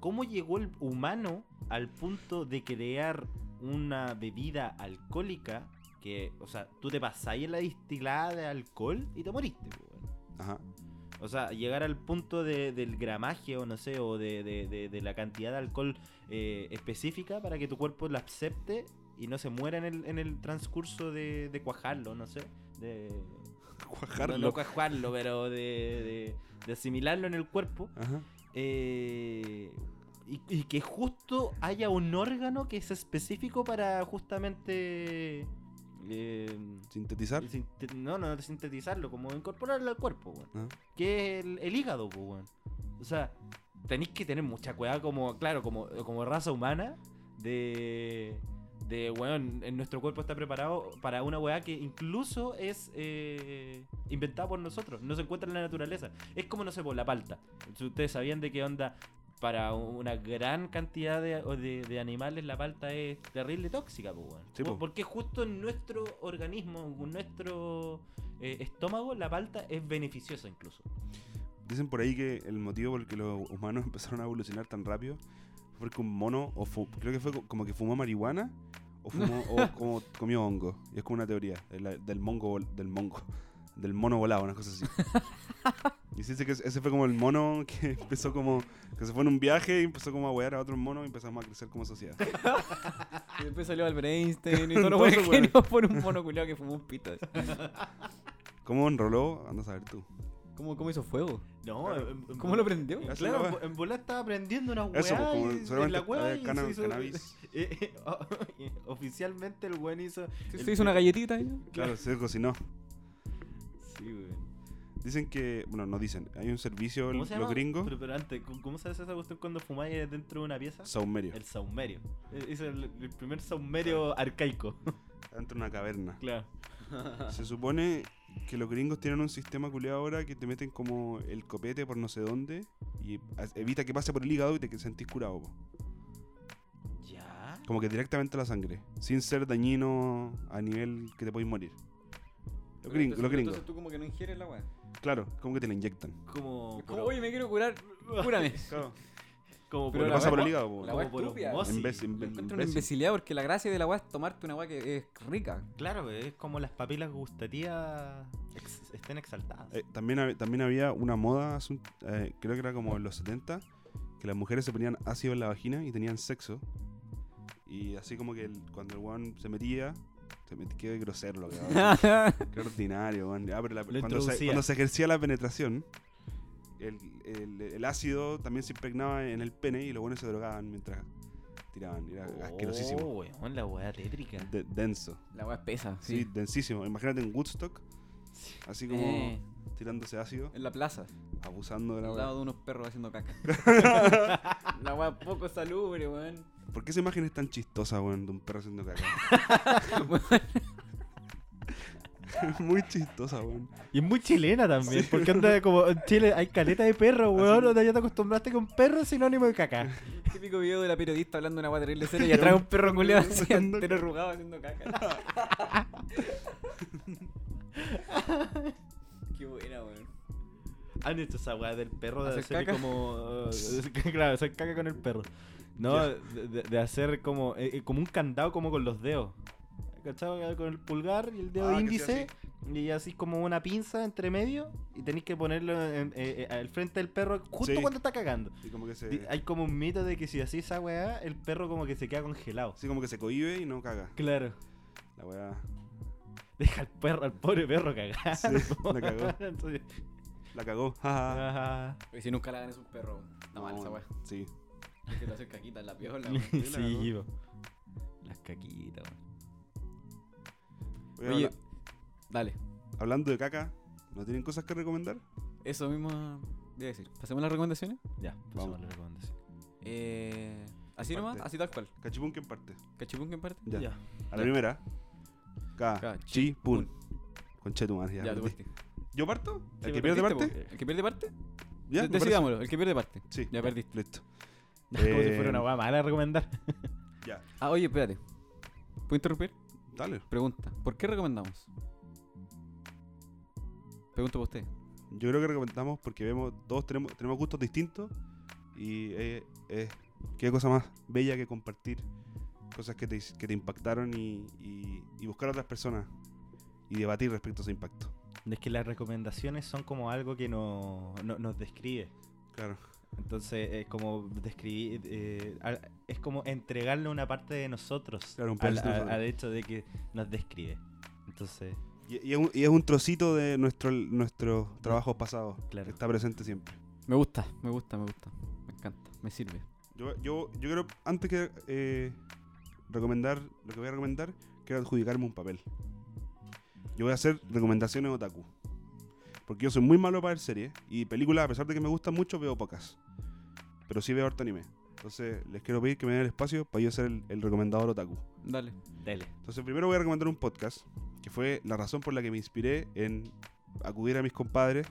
Speaker 9: ¿cómo llegó el humano al punto de crear una bebida alcohólica que, o sea, tú te pasáis en la destilada de alcohol y te moriste, weón?
Speaker 8: Ajá.
Speaker 9: O sea, llegar al punto de- del gramaje o no sé, o de, de- de- de la cantidad de alcohol eh, específica para que tu cuerpo la acepte y no se muera en el, en el transcurso de, de cuajarlo, no sé. De,
Speaker 8: Cuajarlo.
Speaker 9: No, no cuajarlo, pero de, de- de asimilarlo en el cuerpo.
Speaker 8: Ajá.
Speaker 9: Eh, y, y que justo haya un órgano que es específico para justamente... eh,
Speaker 8: Sintetizar.
Speaker 9: sinte- no, no, sintetizarlo, como incorporarlo al cuerpo, weón
Speaker 8: Ah.
Speaker 9: que es el, el hígado, pues, weón. O sea, tenéis que tener mucha cuidado como, claro, como, como raza humana de, de, weón, en nuestro cuerpo está preparado para una weá que incluso es eh, inventada por nosotros, no se encuentra en la naturaleza. Es como, no sé, por la palta. Si ustedes sabían de qué onda, para una gran cantidad de, de- de animales la palta es terrible tóxica, pues, weón.
Speaker 8: Sí,
Speaker 9: Por-
Speaker 8: po.
Speaker 9: Porque justo en nuestro organismo, en nuestro eh, estómago, la palta es beneficiosa incluso.
Speaker 8: Dicen por ahí que el motivo por el que los humanos empezaron a evolucionar tan rápido fue porque un mono, o fu- creo que fue co- como que fumó marihuana, o, fumó- o como comió hongo. Y es como una teoría de la- del mongo, vol- del mongo, del mono volado, una cosa así. Y se dice que ese fue como el mono que empezó como, que se fue en un viaje y empezó como a wear a otros monos y empezamos a crecer como sociedad.
Speaker 7: Y después salió Albert Einstein y todo lo
Speaker 8: Todo
Speaker 7: bueno
Speaker 8: eso,
Speaker 7: que
Speaker 8: weón.
Speaker 7: no por un mono culiao que fumó un pito.
Speaker 8: ¿Cómo enroló? Anda a saber tú.
Speaker 7: ¿Cómo, cómo hizo fuego?
Speaker 9: No, en- en-
Speaker 7: ¿Cómo lo prendió?
Speaker 9: en-
Speaker 8: Eso
Speaker 9: Claro,
Speaker 8: no
Speaker 9: en bola estaba aprendiendo una weá
Speaker 8: Eso, pues, como
Speaker 9: y- en
Speaker 8: solamente
Speaker 9: la weá
Speaker 8: había
Speaker 9: y
Speaker 8: cana-
Speaker 9: se hizo-
Speaker 8: cannabis.
Speaker 9: eh, eh, o- oficialmente el weón hizo. el-
Speaker 7: Se hizo una galletita. ahí.
Speaker 8: Claro, se cocinó.
Speaker 9: Sí, weón.
Speaker 8: Dicen que, bueno, no dicen, hay un servicio,
Speaker 9: ¿Cómo
Speaker 8: los
Speaker 9: se llama?
Speaker 8: gringos,
Speaker 9: Pero, pero antes, ¿cómo- ¿cómo se hace esa cuestión cuando fumáis dentro de una pieza?
Speaker 8: Saumerio.
Speaker 9: El saumerio. Eh, Es el, el primer saumerio arcaico.
Speaker 8: dentro de una caverna.
Speaker 9: Claro.
Speaker 8: Se supone que los gringos tienen un sistema culiado ahora que te meten como el copete por no sé dónde y as- evita que pase por el hígado y te sentís curado. po.
Speaker 9: Ya.
Speaker 8: Como que directamente a la sangre, sin ser dañino a nivel que te podéis morir. Los gringos, los gringos.
Speaker 7: Entonces tú como que no ingieres la weá.
Speaker 8: Claro, como que te la inyectan.
Speaker 9: Como.
Speaker 7: Como, oye, me quiero curar, cúrame.
Speaker 8: Claro.
Speaker 9: Como
Speaker 8: Pero
Speaker 7: la
Speaker 8: pasa por el
Speaker 7: weá-
Speaker 8: hígado, po.
Speaker 7: La weá
Speaker 9: Como por
Speaker 7: estúpida.
Speaker 9: osmosis.
Speaker 8: Imbécil, imbe-
Speaker 7: Encuentro una
Speaker 8: imbécil.
Speaker 7: imbecilidad porque la gracia de la weá es tomarte una weá que es rica.
Speaker 9: Claro, es como las papilas gustativas ex- estén exaltadas.
Speaker 8: Eh, también, hab- también había una moda, hace un- eh, creo que era como en los 70, que las mujeres se ponían ácido en la vagina y tenían sexo. Y así como que el- cuando el weón se metía, se metía, qué grosero lo que ahora. Qué ordinario, weón. Ah, pero la-
Speaker 9: Lo
Speaker 8: cuando, se,
Speaker 9: introducía.
Speaker 8: cuando se ejercía la penetración, el, el- el ácido también se impregnaba en el pene y los buenos se drogaban mientras tiraban. Era asquerosísimo.
Speaker 9: Oh, weón, la weá tétrica.
Speaker 8: De- denso.
Speaker 7: La weá es pesa,
Speaker 8: Sí,
Speaker 7: sí.
Speaker 8: densísimo. Imagínate en Woodstock, así como
Speaker 7: Eh.
Speaker 8: tirándose ácido,
Speaker 7: En la plaza,
Speaker 8: abusando de la
Speaker 7: al
Speaker 8: weá.
Speaker 7: lado de unos perros haciendo caca. la weá poco salubre, weón.
Speaker 8: ¿Por qué esa imagen es tan chistosa, weón, de un perro haciendo caca? Es Muy chistosa, weón.
Speaker 9: Y es muy chilena también,
Speaker 8: Sí.
Speaker 9: porque anda como en Chile hay caleta de perro, weón.
Speaker 8: Así-
Speaker 9: o sea, Ya te acostumbraste que un perro es sinónimo de caca.
Speaker 7: Típico video de la periodista hablando una weá terrible seria y atrás un perro culiado así
Speaker 8: Haciendo
Speaker 7: entero arrugado haciendo caca. Qué buena, weón.
Speaker 9: Han hecho esa weá del perro de
Speaker 7: ¿Hacer
Speaker 9: hacer
Speaker 7: caca?
Speaker 9: como. eh, claro, hacer caca con el perro. No,
Speaker 8: Ya.
Speaker 9: de, de- de hacer como, eh, eh, como un candado como con los dedos. ¿Cachado? Con el pulgar y el dedo
Speaker 8: Ah, que sea
Speaker 9: índice. Y así como una pinza entre medio. Y tenéis que ponerlo en- eh, eh, al frente del perro justo
Speaker 8: Sí.
Speaker 9: cuando está cagando.
Speaker 8: Y como que se,
Speaker 9: Di- Hay como un mito de que si así esa weá, el perro como que se queda congelado.
Speaker 8: así como que se cohibe y no caga.
Speaker 9: Claro.
Speaker 8: La weá.
Speaker 9: Deja al perro, al pobre perro cagar.
Speaker 8: Sí, la cagó. Ah,
Speaker 9: Entonces, ah,
Speaker 8: La cagó. jaja.
Speaker 9: ajá.
Speaker 7: Y si nunca la ganas un perro, está mal esa weá.
Speaker 8: Sí.
Speaker 7: Es que lo hacen caquita en la piola, weón.
Speaker 9: Sí,
Speaker 8: la cagó.
Speaker 9: Ivo. Las caquitas, weón.
Speaker 8: Oye,
Speaker 7: Oye,
Speaker 8: habla-
Speaker 7: dale.
Speaker 8: hablando de caca, ¿no tienen cosas que recomendar?
Speaker 7: Eso mismo iba a decir. ¿Pasemos las recomendaciones?
Speaker 9: Ya,
Speaker 8: Vamos.
Speaker 9: pasemos las recomendaciones.
Speaker 7: Eh, así nomás,
Speaker 8: Parte.
Speaker 7: así tal cual.
Speaker 8: Cachipún que en parte.
Speaker 7: ¿Cachipún en parte?
Speaker 8: Ya. A la primera. Cachipún. Conche tu madre, ya.
Speaker 7: Ya, tú
Speaker 8: perdí. ¿Yo parto?
Speaker 7: Sí,
Speaker 8: ¿El
Speaker 7: me
Speaker 8: que pierde
Speaker 7: perdiste,
Speaker 8: parte?
Speaker 7: po. ¿El que pierde parte?
Speaker 8: Ya,
Speaker 7: De-
Speaker 8: me parece.
Speaker 7: Decidámoslo, el que pierde parte.
Speaker 8: Sí.
Speaker 7: Ya perdiste.
Speaker 8: Listo.
Speaker 9: Como si
Speaker 8: Eh,
Speaker 9: fuera una hueá mala a recomendar.
Speaker 8: Ya.
Speaker 7: Ah, oye, espérate. ¿Puedo interrumpir?
Speaker 8: Dale.
Speaker 7: Pregunta. ¿Por qué recomendamos? Pregunto por usted.
Speaker 8: Yo creo que recomendamos porque vemos, todos tenemos, tenemos gustos distintos y eh, eh, qué cosa más bella que compartir cosas que te, his- que te impactaron y, y- y buscar a otras personas y debatir respecto a ese impacto.
Speaker 9: Es que las recomendaciones son como algo que no, no- nos describe.
Speaker 8: Claro.
Speaker 9: Entonces es como describir, eh, al- es como entregarle una parte de nosotros,
Speaker 8: Claro, un
Speaker 9: al,
Speaker 8: pedazo de
Speaker 9: al-
Speaker 8: nosotros.
Speaker 9: al hecho de que nos describe. Entonces,
Speaker 8: Y, y es, un, y es un trocito de nuestro, nuestros trabajos pasados
Speaker 9: Claro.
Speaker 8: que está presente siempre.
Speaker 7: Me gusta, me gusta, me gusta. Me encanta, me sirve.
Speaker 8: Yo, yo, yo creo, antes que eh, recomendar lo que voy a recomendar, quiero adjudicarme un papel. Yo voy a hacer recomendaciones otaku. Porque yo soy muy malo para ver series y películas, a pesar de que me gustan mucho, veo pocas. Pero sí veo harto anime. Entonces les quiero pedir que me den el espacio para yo ser el, el recomendador otaku.
Speaker 7: Dale.
Speaker 9: dele.
Speaker 8: Entonces primero voy a recomendar un podcast, que fue la razón por la que me inspiré en acudir a mis compadres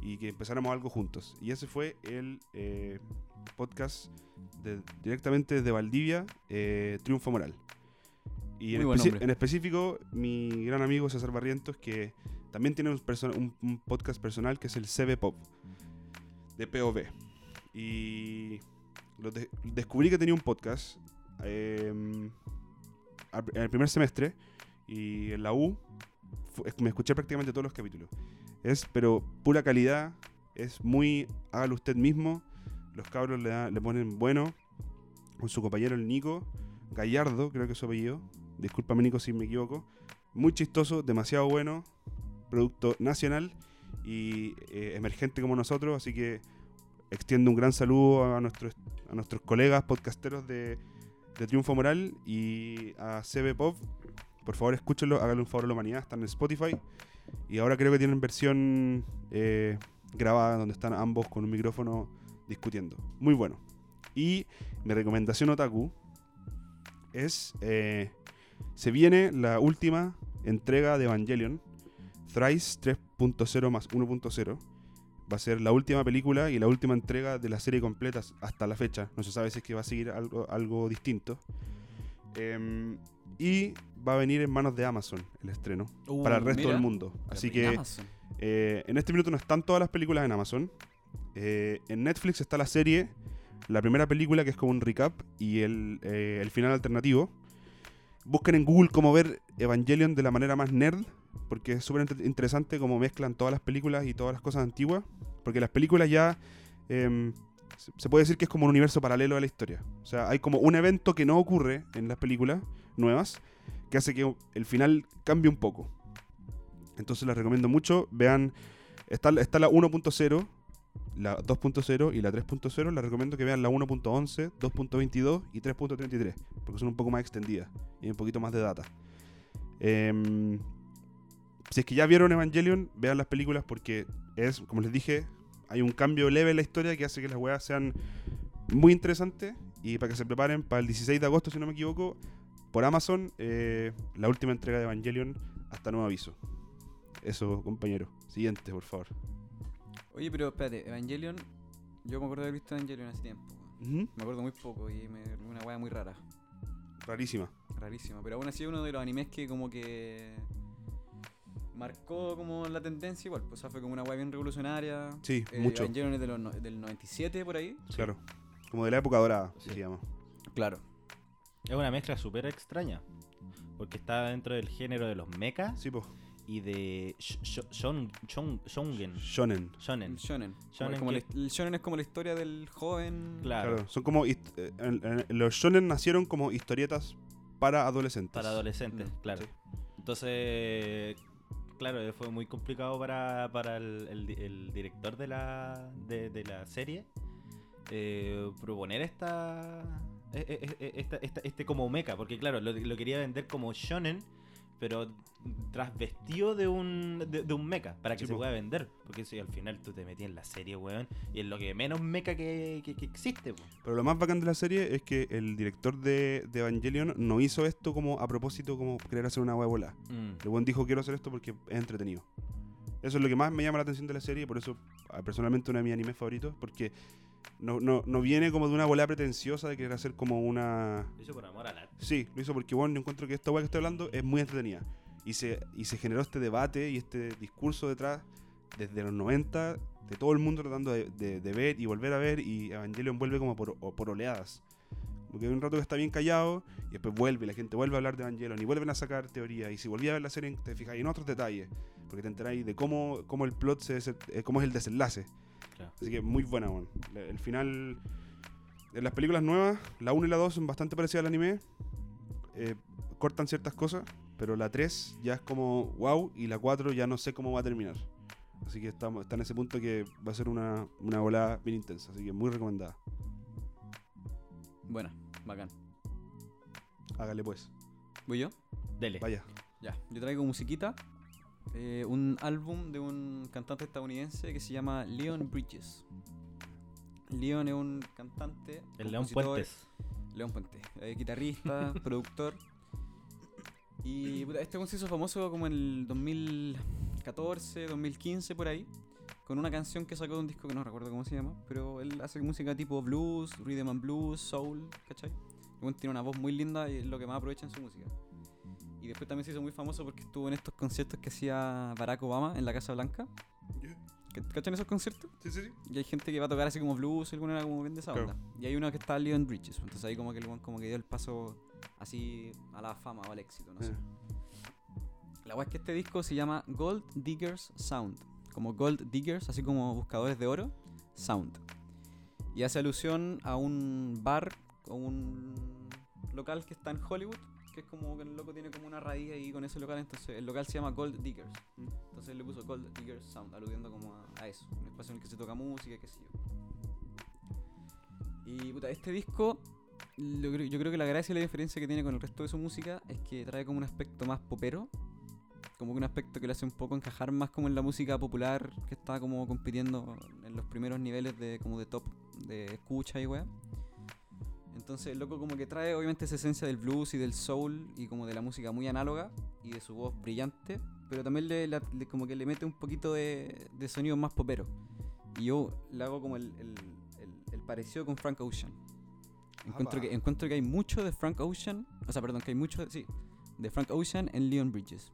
Speaker 8: y que empezáramos algo juntos. Y ese fue el eh, podcast de- directamente desde Valdivia, eh, Triunfo Moral. Y en,
Speaker 7: Muy buen
Speaker 8: especi-
Speaker 7: nombre.
Speaker 8: en específico, mi gran amigo César Barrientos, que también tiene un, perso- un- un podcast personal que es el CB Pop, de POV. Y lo de- descubrí que tenía un podcast eh, al- en el primer semestre y en la U fu- es- me escuché prácticamente todos los capítulos. Es, pero pura calidad, es muy hágalo usted mismo. Los cabros le, da- le ponen bueno con su compañero el Nico Gallardo, creo que es su apellido. Discúlpame, Nico, si me equivoco. Muy chistoso, demasiado bueno, producto nacional y eh, emergente como nosotros. Así que extiendo un gran saludo a nuestros, a nuestros colegas podcasteros de, de Triunfo Moral y a CB Pop. Por favor, escúchenlo, háganle un favor a la humanidad. Están en Spotify y ahora creo que tienen versión eh, grabada donde están ambos con un micrófono discutiendo. Muy bueno. Y mi recomendación otaku es... eh, se viene la última entrega de Evangelion, Thrice 3.0 más 1.0. Va a ser la última película y la última entrega de la serie completa hasta la fecha. No se sabe si es que va a seguir algo, algo distinto. Em, y va a venir en manos de Amazon el estreno
Speaker 7: Uh,
Speaker 8: para el resto
Speaker 7: mira.
Speaker 8: del mundo. Así
Speaker 7: Pero en
Speaker 8: que
Speaker 7: Amazon.
Speaker 8: eh, en este minuto no están todas las películas en Amazon. Eh, en Netflix está la serie, la primera película que es como un recap y el, eh, el final alternativo. Busquen en Google cómo ver Evangelion de la manera más nerd, porque es súper inter- interesante cómo mezclan todas las películas y todas las cosas antiguas, porque las películas ya em, se- se puede decir que es como un universo paralelo a la historia. O sea, hay como un evento que no ocurre en las películas nuevas, que hace que el final cambie un poco. Entonces les recomiendo mucho. Vean, está, está la 1.0, la 2.0 y la 3.0. Les recomiendo que vean la 1.11, 2.22 y 3.33, porque son un poco más extendidas y hay un poquito más de data. Em, si es que ya vieron Evangelion, vean las películas porque es, como les dije, hay un cambio leve en la historia que hace que las weas sean muy interesantes y para que se preparen para el 16 de agosto, si no me equivoco, por Amazon, eh, la última entrega de Evangelion hasta nuevo aviso. Eso, compañero. Siguiente, por favor.
Speaker 7: Oye, pero espérate, Evangelion. Yo me acuerdo de haber visto Evangelion hace tiempo.
Speaker 8: Ujú.
Speaker 7: Me acuerdo muy poco y me, una weá muy rara.
Speaker 8: Rarísima.
Speaker 7: Rarísima. Pero aún así uno de los animes que como que marcó como la tendencia igual. Pues, o sea, fue como una weá bien revolucionaria. Eh,
Speaker 8: Sí, mucho.
Speaker 7: Evangelion es de los no- del 97 por ahí.
Speaker 8: Claro. Como de la época dorada, se llama.
Speaker 7: Claro.
Speaker 9: Es una mezcla súper extraña. Porque está dentro del género de los mechas y de sh- sh- shon- shon- shongen.
Speaker 8: Shonen.
Speaker 9: Shonen.
Speaker 7: El shonen. Como-
Speaker 9: Shonen
Speaker 7: como
Speaker 9: que-
Speaker 7: la- el shonen es como la historia del joven.
Speaker 9: Claro.
Speaker 8: Son como. hist- eh, en- en- los shonen nacieron como historietas para adolescentes.
Speaker 9: Para adolescentes, claro. Entonces, claro, eh, fue muy complicado para, para el, el di- el director de la, de, de la serie eh, proponer e, esta, e- e- e- esta- esta- este como mecha, porque claro, lo, lo quería vender como shonen, pero trasvestido de un, de, de un mecha para que
Speaker 8: Sí,
Speaker 9: se
Speaker 8: po.
Speaker 9: pueda vender. Porque si al final tú te metías en la serie, weón, y es lo que menos mecha que, que- que existe, po.
Speaker 8: Pero lo más bacán de la serie es que el director de, de Evangelion no hizo esto como a propósito, como querer hacer una hueá volada.
Speaker 9: Mm.
Speaker 8: El buen dijo, quiero hacer esto porque es entretenido. Eso es lo que más me llama la atención de la serie, por eso ah, personalmente uno de mis animes favoritos, porque no, no, no viene como de una volada pretenciosa de querer hacer como una...
Speaker 9: Lo hizo por amor al arte.
Speaker 8: Sí, lo hizo porque, bueno, yo encuentro que esta weá que estoy hablando es muy entretenida. Y se, y se generó este debate y este discurso detrás desde los 90, de todo el mundo tratando de, de- de ver y volver a ver, y Evangelion vuelve como por, o- por oleadas. Porque hay un rato que está bien callado, y después vuelve, y la gente vuelve a hablar de Evangelion, y vuelven a sacar teoría, y si volví a ver la serie, te fijáis en otros detalles, porque te enteráis de cómo, cómo el plot, se, dese- eh, cómo es el desenlace.
Speaker 9: Claro.
Speaker 8: Así que muy buena, weón. La- El final. En las películas nuevas, la 1 y la 2 son bastante parecidas al anime. eh, cortan ciertas cosas, pero la 3 ya es como wow, y la 4 ya no sé cómo va a terminar. Así que estamos, está en ese punto que va a ser una, una volada bien intensa, así que muy recomendada.
Speaker 7: Buena, bacán.
Speaker 8: Hágale pues.
Speaker 7: ¿Voy yo?
Speaker 9: Dele.
Speaker 8: Vaya.
Speaker 7: Ya, yo traigo musiquita. eh, un álbum de un cantante estadounidense que se llama Leon Bridges. Leon es un cantante.
Speaker 9: El León
Speaker 7: compositor,
Speaker 9: Puentes.
Speaker 7: León Puentes. eh, guitarrista, productor. Y puta, este weón se hizo famoso como en el 2014, 2015, por ahí. Con una canción que sacó de un disco que no recuerdo cómo se llama. Pero él hace música tipo blues, rhythm and blues, soul, ¿cachai? El weón tiene una voz muy linda y es lo que más aprovecha en su música. Y después también se hizo muy famoso porque estuvo en estos conciertos que hacía Barack Obama en la Casa Blanca. ¿Ca- ¿Cachan esos conciertos?
Speaker 8: Sí, sí, sí.
Speaker 7: Y hay gente que va a tocar así como blues, alguna era como bien de esa
Speaker 8: Claro.
Speaker 7: onda. Y hay uno que está Leon Bridges, entonces ahí como que el weón como que dio el paso así a la fama o al éxito, no
Speaker 8: Eh.
Speaker 7: sé.
Speaker 8: Ah,
Speaker 7: La weá es que este disco se llama Gold Diggers Sound. Como Gold Diggers, así como buscadores de oro, Sound. Y hace alusión a un bar o un local que está en Hollywood, que es como que el loco tiene como una raíz ahí con ese local, entonces el local se llama Gold Diggers. ¿Mm? Entonces le puso Gold Diggers Sound, aludiendo como a, a eso, un espacio en el que se toca música, qué sé yo. Y puta, este disco, lo creo- yo creo que la gracia y la diferencia que tiene con el resto de su música es que trae como un aspecto más popero, como que un aspecto que le hace un poco encajar más como en la música popular que está como compitiendo en los primeros niveles de como de top de escucha y weá. Entonces el loco como que trae obviamente esa esencia del blues y del soul y como de la música muy análoga y de su voz brillante, pero también le, la- le- como que le mete un poquito de, de sonido más popero. Y yo le hago como el, el, el- el parecido con Frank Ocean. Encuentro
Speaker 16: Apa.
Speaker 7: que, encuentro que hay mucho de Frank Ocean, o sea, perdón, que hay mucho, sí, de Frank Ocean en Leon Bridges.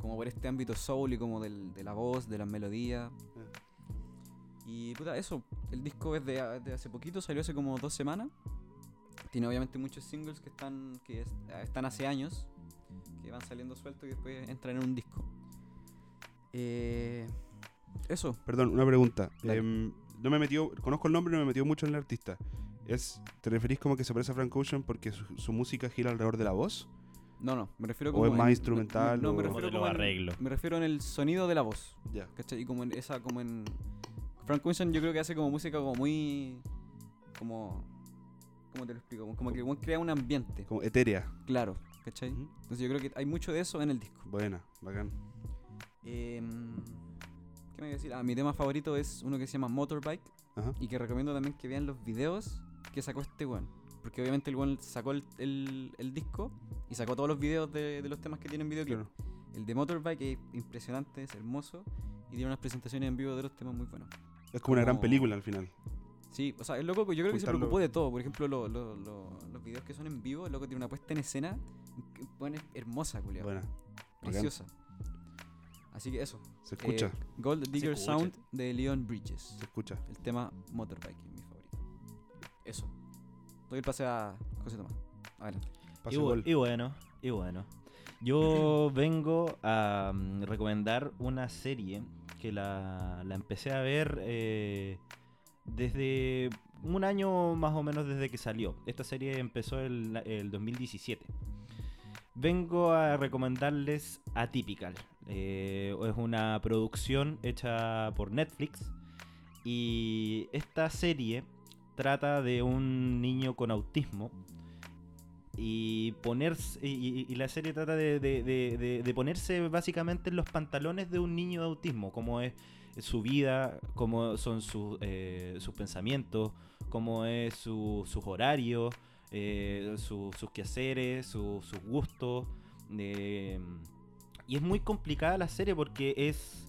Speaker 7: Como por este ámbito soul y como del- de la voz, de las melodías.
Speaker 8: Eh.
Speaker 7: Y puta, eso, el disco es de, de hace poquito, salió hace como dos semanas. Tiene obviamente muchos singles que están, que es- están hace años, que van saliendo sueltos y después entran en un disco. Eh, eso.
Speaker 8: Perdón, una pregunta.
Speaker 7: Dale.
Speaker 8: Em, no me metió, conozco el nombre, no me metió mucho en el artista. Es, ¿Te referís como que se parece a Frank Ocean porque su, su música gira alrededor de la voz?
Speaker 7: No, no, me refiero
Speaker 8: ¿O
Speaker 7: como
Speaker 8: es más
Speaker 7: en-
Speaker 8: instrumental?
Speaker 7: No, no, me
Speaker 8: o-
Speaker 7: refiero como en- me refiero en el sonido de la voz.
Speaker 8: Ya.
Speaker 7: ¿Cachai? Y como en esa, como en. Frank Ocean yo creo que hace como música como muy. como. ¿Cómo te lo explico? Como que el weón crea un ambiente.
Speaker 8: Como etérea.
Speaker 7: Claro, ¿cachai? Entonces yo creo que hay mucho de eso en el disco.
Speaker 8: Buena, bacán.
Speaker 7: Em, ¿Qué me voy a decir? Ah, mi tema favorito es uno que se llama Motorbike.
Speaker 8: Ajá.
Speaker 7: Y que recomiendo también que vean los videos que sacó este weón. Porque obviamente el weón sacó el, el- el disco y sacó todos los videos de, de los temas que tienen videoclip. El de Motorbike es impresionante, es hermoso. Y tiene unas presentaciones en vivo de los temas muy buenos.
Speaker 8: Es como una gran
Speaker 7: Como-
Speaker 8: película al final.
Speaker 7: Sí, o sea, el loco yo creo que se
Speaker 8: Juntarlo.
Speaker 7: preocupó de todo. Por ejemplo, lo- lo- lo- los videos que son en vivo, el loco tiene una puesta en escena que, bueno, es hermosa, culiao.
Speaker 8: Buena.
Speaker 7: Preciosa. Así que eso. eh,
Speaker 8: Se escucha.
Speaker 9: Eh,
Speaker 7: Gold
Speaker 8: Se
Speaker 7: Digger
Speaker 8: escucha.
Speaker 7: Sound de Leon Bridges. Se
Speaker 8: escucha.
Speaker 7: El tema Motorbike, mi favorito. Eso. Doy el pase a José Tomás. Adelante.
Speaker 9: Y, bu- y bueno, y bueno. Yo vengo a mm, recomendar una serie que la, la empecé a ver eh, desde un año más o menos desde que salió. Esta serie empezó el, el 2017. Vengo a recomendarles Atypical. Eh, es una producción hecha por Netflix. Y esta serie trata de un niño con autismo y ponerse y, y- y la serie trata de, de- de- de- de ponerse básicamente en los pantalones de un niño de autismo, cómo es su vida, cómo son sus, eh, sus pensamientos, cómo es su- sus horarios, eh, su- sus quehaceres, su- sus gustos. eh, y es muy complicada la serie porque es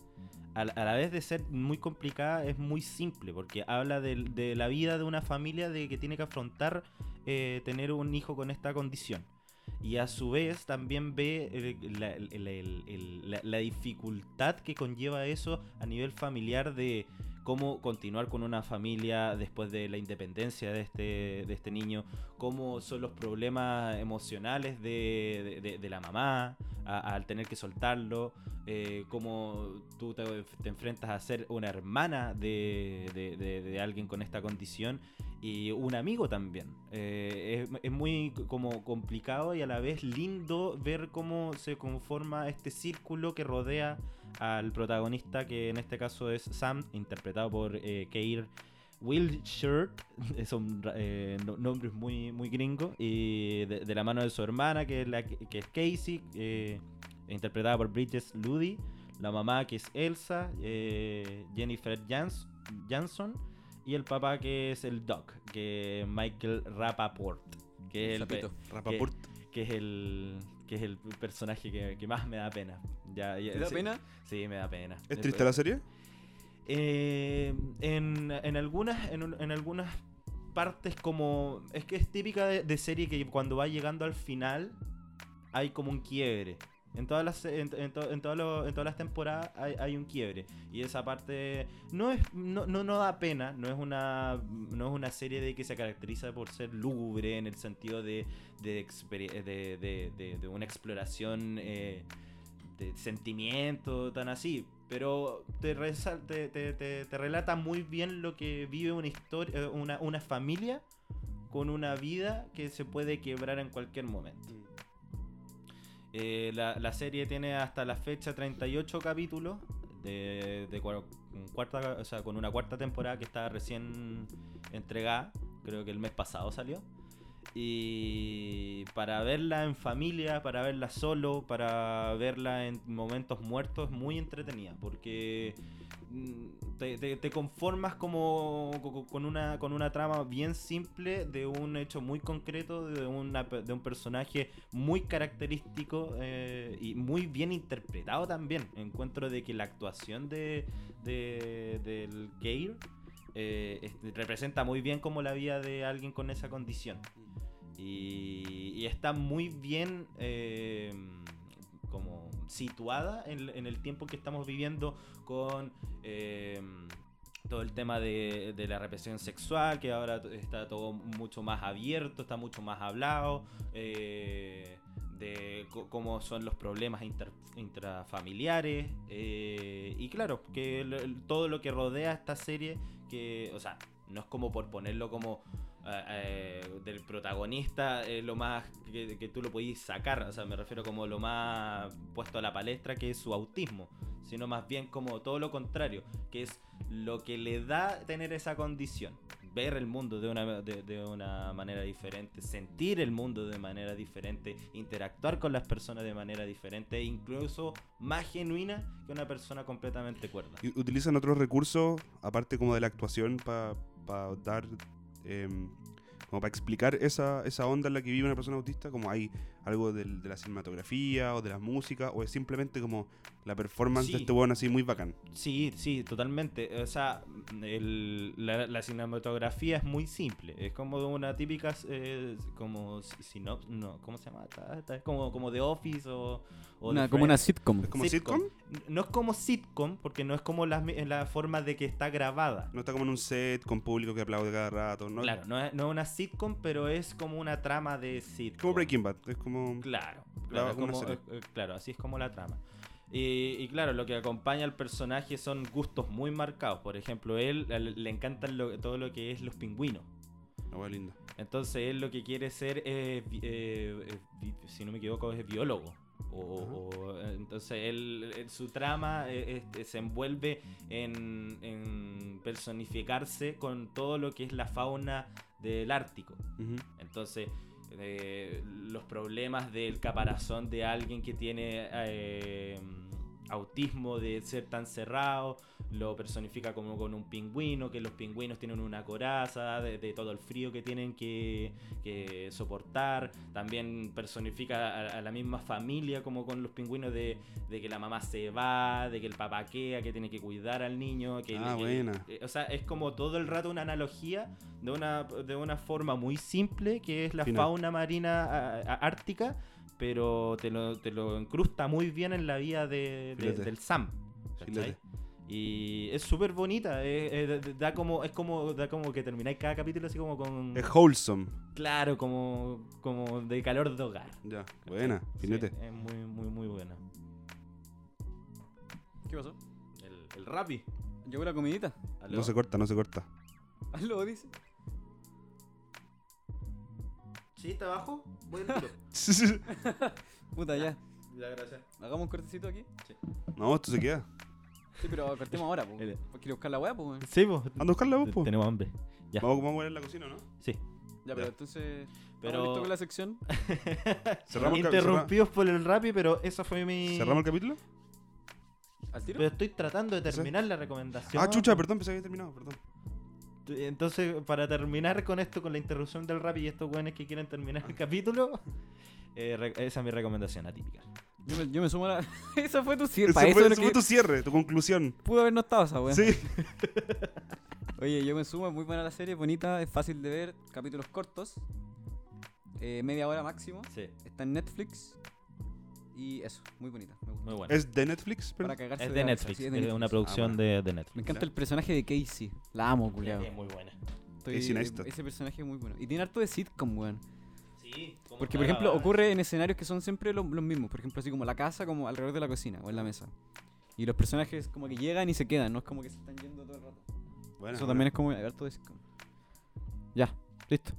Speaker 9: a la, a la vez de ser muy complicada, es muy simple, porque habla del- de, la vida de una familia de que tiene que afrontar eh, tener un hijo con esta condición. Y a su vez también ve el- la, el- el- el- la- la dificultad que conlleva eso a nivel familiar de cómo continuar con una familia después de la independencia de este, de este niño, cómo son los problemas emocionales de, de- de- de la mamá a- al tener que soltarlo, eh, cómo tú te, te enfrentas a ser una hermana de, de- de- de alguien con esta condición y un amigo también. Eh, es, es muy c- como complicado y a la vez lindo ver cómo se conforma este círculo que rodea al protagonista, que en este caso es Sam, interpretado por eh, Keir Wilshire, son eh, no- nombres muy, muy gringos, y de, de la mano de su hermana, que es, la, que que es Casey, eh, interpretada por Bridges Luddy, la mamá que es Elsa, eh, Jennifer Jans- Jansson, y el papá que es el Doc, que es Michael Rapaport, que es el, pe-
Speaker 4: Sapito.
Speaker 9: que-
Speaker 4: Rapaport.
Speaker 9: que es el que es el personaje que, que más me da pena. Ya, ya-
Speaker 4: ¿Te da
Speaker 9: sí.
Speaker 4: pena?
Speaker 9: Sí, me da pena.
Speaker 8: ¿Es triste la serie?
Speaker 9: Eh, en, en algunas en, un- en algunas partes como es que es típica de, de serie que cuando va llegando al final hay como un quiebre. En todas las en, en to- en todos los- en todas las temporadas hay, hay un quiebre y esa parte no es no, no, no da pena, no es una no es una serie de que se caracteriza por ser lúgubre en el sentido de de, exper- de- de- de- de una exploración eh, de sentimiento tan así. Pero te, resal- te, te- te- te relata muy bien lo que vive una historia, eh, una, una familia con una vida que se puede quebrar en cualquier momento. Eh, la, la serie tiene hasta la fecha 38 capítulos de, de cua- con cuarta, o sea, con una cuarta temporada que está recién entregada, creo que el mes pasado salió. Y para verla en familia, para verla solo, para verla en momentos muertos, es muy entretenida, porque mm, te, te- te conformas como co- co- con una, con una trama bien simple de un hecho muy concreto, de, una pe- de un personaje muy característico eh, y muy bien interpretado también. Encuentro de que la actuación de, de- del Geir eh, este, representa muy bien como la vida de alguien con esa condición. Y, y está muy bien eh, como situada en, en el tiempo que estamos viviendo con eh, todo el tema de, de la represión sexual, que ahora t- está todo mucho más abierto, está mucho más hablado, eh, de co- cómo son los problemas inter- intrafamiliares, eh, y claro, que el- el- todo lo que rodea esta serie, que, o sea, no es como por ponerlo como eh, eh, del protagonista eh, lo más que, que tú lo podís sacar, o sea, me refiero como lo más puesto a la palestra que es su autismo, sino más bien como todo lo contrario, que es lo que le da tener esa condición, ver el mundo de una, de, de una manera diferente, sentir el mundo de manera diferente, interactuar con las personas de manera diferente, e incluso más genuina que una persona completamente cuerda.
Speaker 8: Y utilizan otros recursos, aparte como de la actuación, para dar. em, como para explicar esa, esa onda en la que vive una persona autista, como hay algo del- de la cinematografía o de la música, o es simplemente como la performance de
Speaker 9: Sí.
Speaker 8: este weón así muy bacán.
Speaker 9: Sí, sí, totalmente. O sea, el- la, la cinematografía es muy simple. Es como una típica, eh, como sino, no, ¿cómo se llama? Esta- esta- Es como, como The Office o, o
Speaker 7: Una-
Speaker 9: The
Speaker 7: como una
Speaker 9: Friends.
Speaker 7: sitcom. ¿Es
Speaker 8: como sitcom?
Speaker 9: N- No es como sitcom porque no es como la, la forma de que está grabada.
Speaker 8: No está como en un set con público que aplaude cada rato, ¿no?
Speaker 9: Claro, no es, no es una sitcom, pero es como una trama de sitcom.
Speaker 8: Como Breaking Bad, es como.
Speaker 9: Claro,
Speaker 8: grabado
Speaker 9: claro, es
Speaker 8: como una
Speaker 9: como-
Speaker 8: serie.
Speaker 9: eh, eh, claro, así es como la trama. Y, y claro, lo que acompaña al personaje son gustos muy marcados. Por ejemplo, él a él le encantan lo- todo lo que es los pingüinos.
Speaker 8: Una hueá linda.
Speaker 9: Entonces él lo que quiere ser es, vi- eh, eh, vi- si no me equivoco, es biólogo. O, o- entonces él, él- su trama eh, este, se envuelve en, en personificarse con todo lo que es la fauna del Ártico.
Speaker 8: Ujú.
Speaker 9: Entonces, de los problemas del caparazón de alguien que tiene eh, autismo, de ser tan cerrado, lo personifica como con un pingüino, que los pingüinos tienen una coraza, de, de todo el frío que tienen que, que soportar, también personifica a, a la misma familia como con los pingüinos de, de que la mamá se va, de que el papá queda, que tiene que cuidar al niño, que,
Speaker 8: Ah,
Speaker 9: que-
Speaker 8: buena.
Speaker 9: eh, o sea, es como todo el rato una analogía de una, de una forma muy simple que es la
Speaker 8: Final.
Speaker 9: fauna marina a- a- ártica, pero te lo, te lo incrusta muy bien en la vida de, de-
Speaker 8: Filete.
Speaker 9: del Sam. ¿cachai?
Speaker 8: Filete.
Speaker 9: Y es súper bonita, eh, eh, da- da da como, es como, da como que termináis cada capítulo así como con...
Speaker 8: Es wholesome.
Speaker 9: Claro, como, como de calor de hogar.
Speaker 8: Ya, buena,
Speaker 9: Sí,
Speaker 8: filete.
Speaker 9: es muy, muy, muy buena.
Speaker 7: ¿Qué pasó?
Speaker 9: El, el Rappi.
Speaker 7: Llegó la comidita.
Speaker 8: No se corta, no se corta.
Speaker 7: ¿Aló, dice?
Speaker 9: Sí, está abajo. Voy al tiro.
Speaker 7: Puta, ya.
Speaker 9: Ya, gracias.
Speaker 7: ¿Hagamos un cortecito aquí? Sí.
Speaker 8: No, esto se queda.
Speaker 7: pero cortemos ahora, po. ¿Quieres buscar la weá, po? weón?
Speaker 9: Sí, vos.
Speaker 8: Anda a buscarla vos, po.
Speaker 9: Tenemos hambre. Ya.
Speaker 8: Vamos, vamos a ver en la cocina, ¿no?
Speaker 9: Sí.
Speaker 7: Ya, pero entonces.
Speaker 9: Pero-
Speaker 7: ¿estamos listos con la sección?
Speaker 8: Cerramos el cap-
Speaker 9: Interrumpidos por el Rappi, pero esa fue mi...
Speaker 8: ¿Cerramos el capítulo?
Speaker 7: ¿Al
Speaker 9: Pero estoy tratando de terminar la recomendación.
Speaker 8: Ah, chucha, perdón, pensé que había terminado, perdón.
Speaker 9: Entonces, para terminar con esto, con la interrupción del rap y estos weones que quieren terminar el capítulo, eh, re- esa es mi recomendación atípica.
Speaker 7: Yo me, yo me sumo a la. Esa fue tu cierre.
Speaker 8: Ese
Speaker 7: pa'
Speaker 8: fue,
Speaker 7: eso
Speaker 8: ese
Speaker 7: era
Speaker 8: fue
Speaker 7: que-
Speaker 8: tu cierre, tu conclusión.
Speaker 7: Pudo haber no estado esa weá.
Speaker 8: Sí.
Speaker 7: Oye, yo me sumo, es muy buena la serie, bonita, es fácil de ver, capítulos cortos, eh, media hora máximo.
Speaker 9: Sí.
Speaker 7: Está en Netflix. Y eso, muy bonita. Me gusta.
Speaker 9: Muy buena.
Speaker 8: ¿Es de Netflix?
Speaker 7: Para
Speaker 8: perdón?
Speaker 7: cagarse
Speaker 9: Es
Speaker 7: la
Speaker 9: de
Speaker 7: risa,
Speaker 9: Netflix,
Speaker 7: sí,
Speaker 9: es
Speaker 7: de
Speaker 9: una producción
Speaker 8: Ah,
Speaker 9: de, de Netflix.
Speaker 7: Me encanta el personaje de Casey. La amo, culiao.
Speaker 9: Es muy buena.
Speaker 7: Estoy-
Speaker 8: Casey Neistat.
Speaker 7: Ese personaje es muy bueno. Y tiene harto de sitcom, weón.
Speaker 9: Sí, como
Speaker 7: Porque, por
Speaker 9: está
Speaker 7: ejemplo,
Speaker 9: grabada.
Speaker 7: ocurre en escenarios que son siempre lo- los mismos. Por ejemplo, así como la casa, como alrededor de la cocina o en la mesa. Y los personajes como que llegan y se quedan, no es como que se están yendo todo el rato.
Speaker 8: Buena,
Speaker 7: Eso
Speaker 8: buena.
Speaker 7: también es como harto de sitcom. Ya, listo.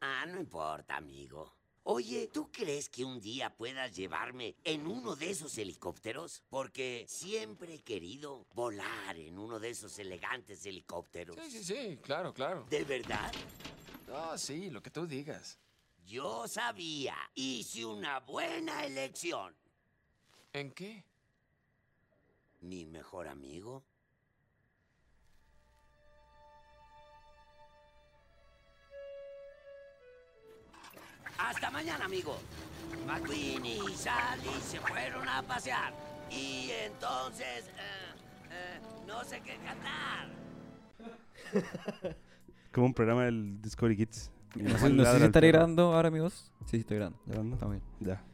Speaker 16: Ah, no importa, amigo. Oye, ¿tú crees que un día puedas llevarme en uno de esos helicópteros? Porque siempre he querido volar en uno de esos elegantes helicópteros.
Speaker 17: Sí, sí, sí, claro, claro.
Speaker 16: ¿De verdad?
Speaker 17: Ah, sí, lo que tú digas.
Speaker 16: Yo sabía. Hice una buena elección.
Speaker 17: ¿En qué?
Speaker 16: Mi mejor amigo. Hasta mañana, amigo. McQueen y Sally se fueron a pasear. Y entonces... eh, eh, no sé qué cantar.
Speaker 8: Como un programa del Discovery Kids. Mi
Speaker 7: No
Speaker 8: mamá
Speaker 7: sé, no
Speaker 8: ladra
Speaker 7: sé si
Speaker 8: al
Speaker 7: estaré
Speaker 8: perro.
Speaker 7: grabando ahora, amigos. Sí, sí, estoy grabando.
Speaker 8: ¿Grabando?
Speaker 7: Está bien.
Speaker 8: Ya.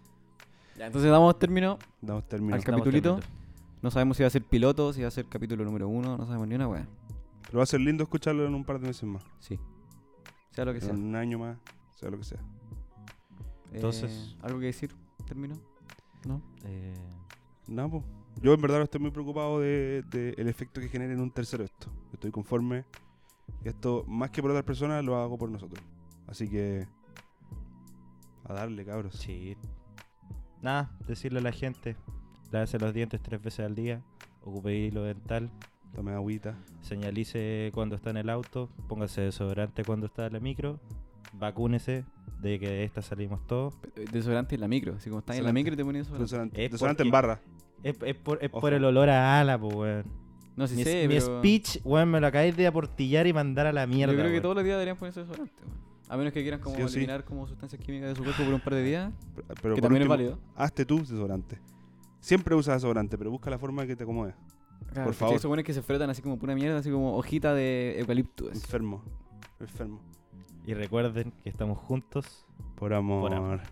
Speaker 7: Ya, entonces damos término
Speaker 8: Damos término.
Speaker 7: al
Speaker 8: Damos
Speaker 7: capitulito.
Speaker 8: término.
Speaker 7: No sabemos si va a ser piloto, si va a ser capítulo número uno, no sabemos ni una weá.
Speaker 8: Pero va a ser lindo escucharlo en un par de meses más.
Speaker 7: Sí. Sea lo que
Speaker 8: En
Speaker 7: sea.
Speaker 8: Un año más, sea lo que sea.
Speaker 7: Eh, ¿Algo que decir? ¿Termino? ¿No?
Speaker 9: Eh,
Speaker 8: No, po. Yo en verdad estoy muy preocupado de, de el efecto que genera en un tercero esto. Estoy conforme. Esto, más que por otras personas, lo hago por nosotros. Así que. A darle, cabros.
Speaker 9: Sí. Nada, decirle a la gente, lávese los dientes tres veces al día, ocupe hilo dental,
Speaker 8: Tome agüita.
Speaker 9: señalice cuando está en el auto, póngase desodorante cuando está en la micro, vacúnese de que de esta salimos todos.
Speaker 7: Eh, Desodorante en la micro. Así como estás en la
Speaker 9: Desodorante.
Speaker 7: micro y te pones desodorante.
Speaker 9: Es
Speaker 8: Desodorante en
Speaker 9: porque-
Speaker 8: barra.
Speaker 9: Es, es por, es
Speaker 8: Ojo.
Speaker 9: por el olor a ala, pues, weón.
Speaker 7: No, sí
Speaker 9: mi,
Speaker 7: sé,
Speaker 9: mi
Speaker 7: pero-
Speaker 9: speech, weón, me lo acabáis de aportillar y mandar a la mierda.
Speaker 7: Yo creo que
Speaker 9: weón.
Speaker 7: todos los días deberían ponerse desodorante, weón. A menos que quieran como
Speaker 8: Sí o sí.
Speaker 7: eliminar como sustancias químicas de su cuerpo por un par de días.
Speaker 8: Pero- Pero
Speaker 7: que
Speaker 8: por
Speaker 7: también es
Speaker 8: último,
Speaker 7: válido.
Speaker 8: Hazte tú desodorante. Siempre usa desodorante, pero busca la forma que te acomode.
Speaker 7: Claro,
Speaker 8: por
Speaker 7: ¿cachai?
Speaker 8: favor.
Speaker 7: Se supone que se frotan así como pura mierda, así como hojita de eucalipto. así.
Speaker 8: Enfermo. Enfermo.
Speaker 9: Y recuerden que estamos juntos
Speaker 8: Por amor.
Speaker 9: Por amor.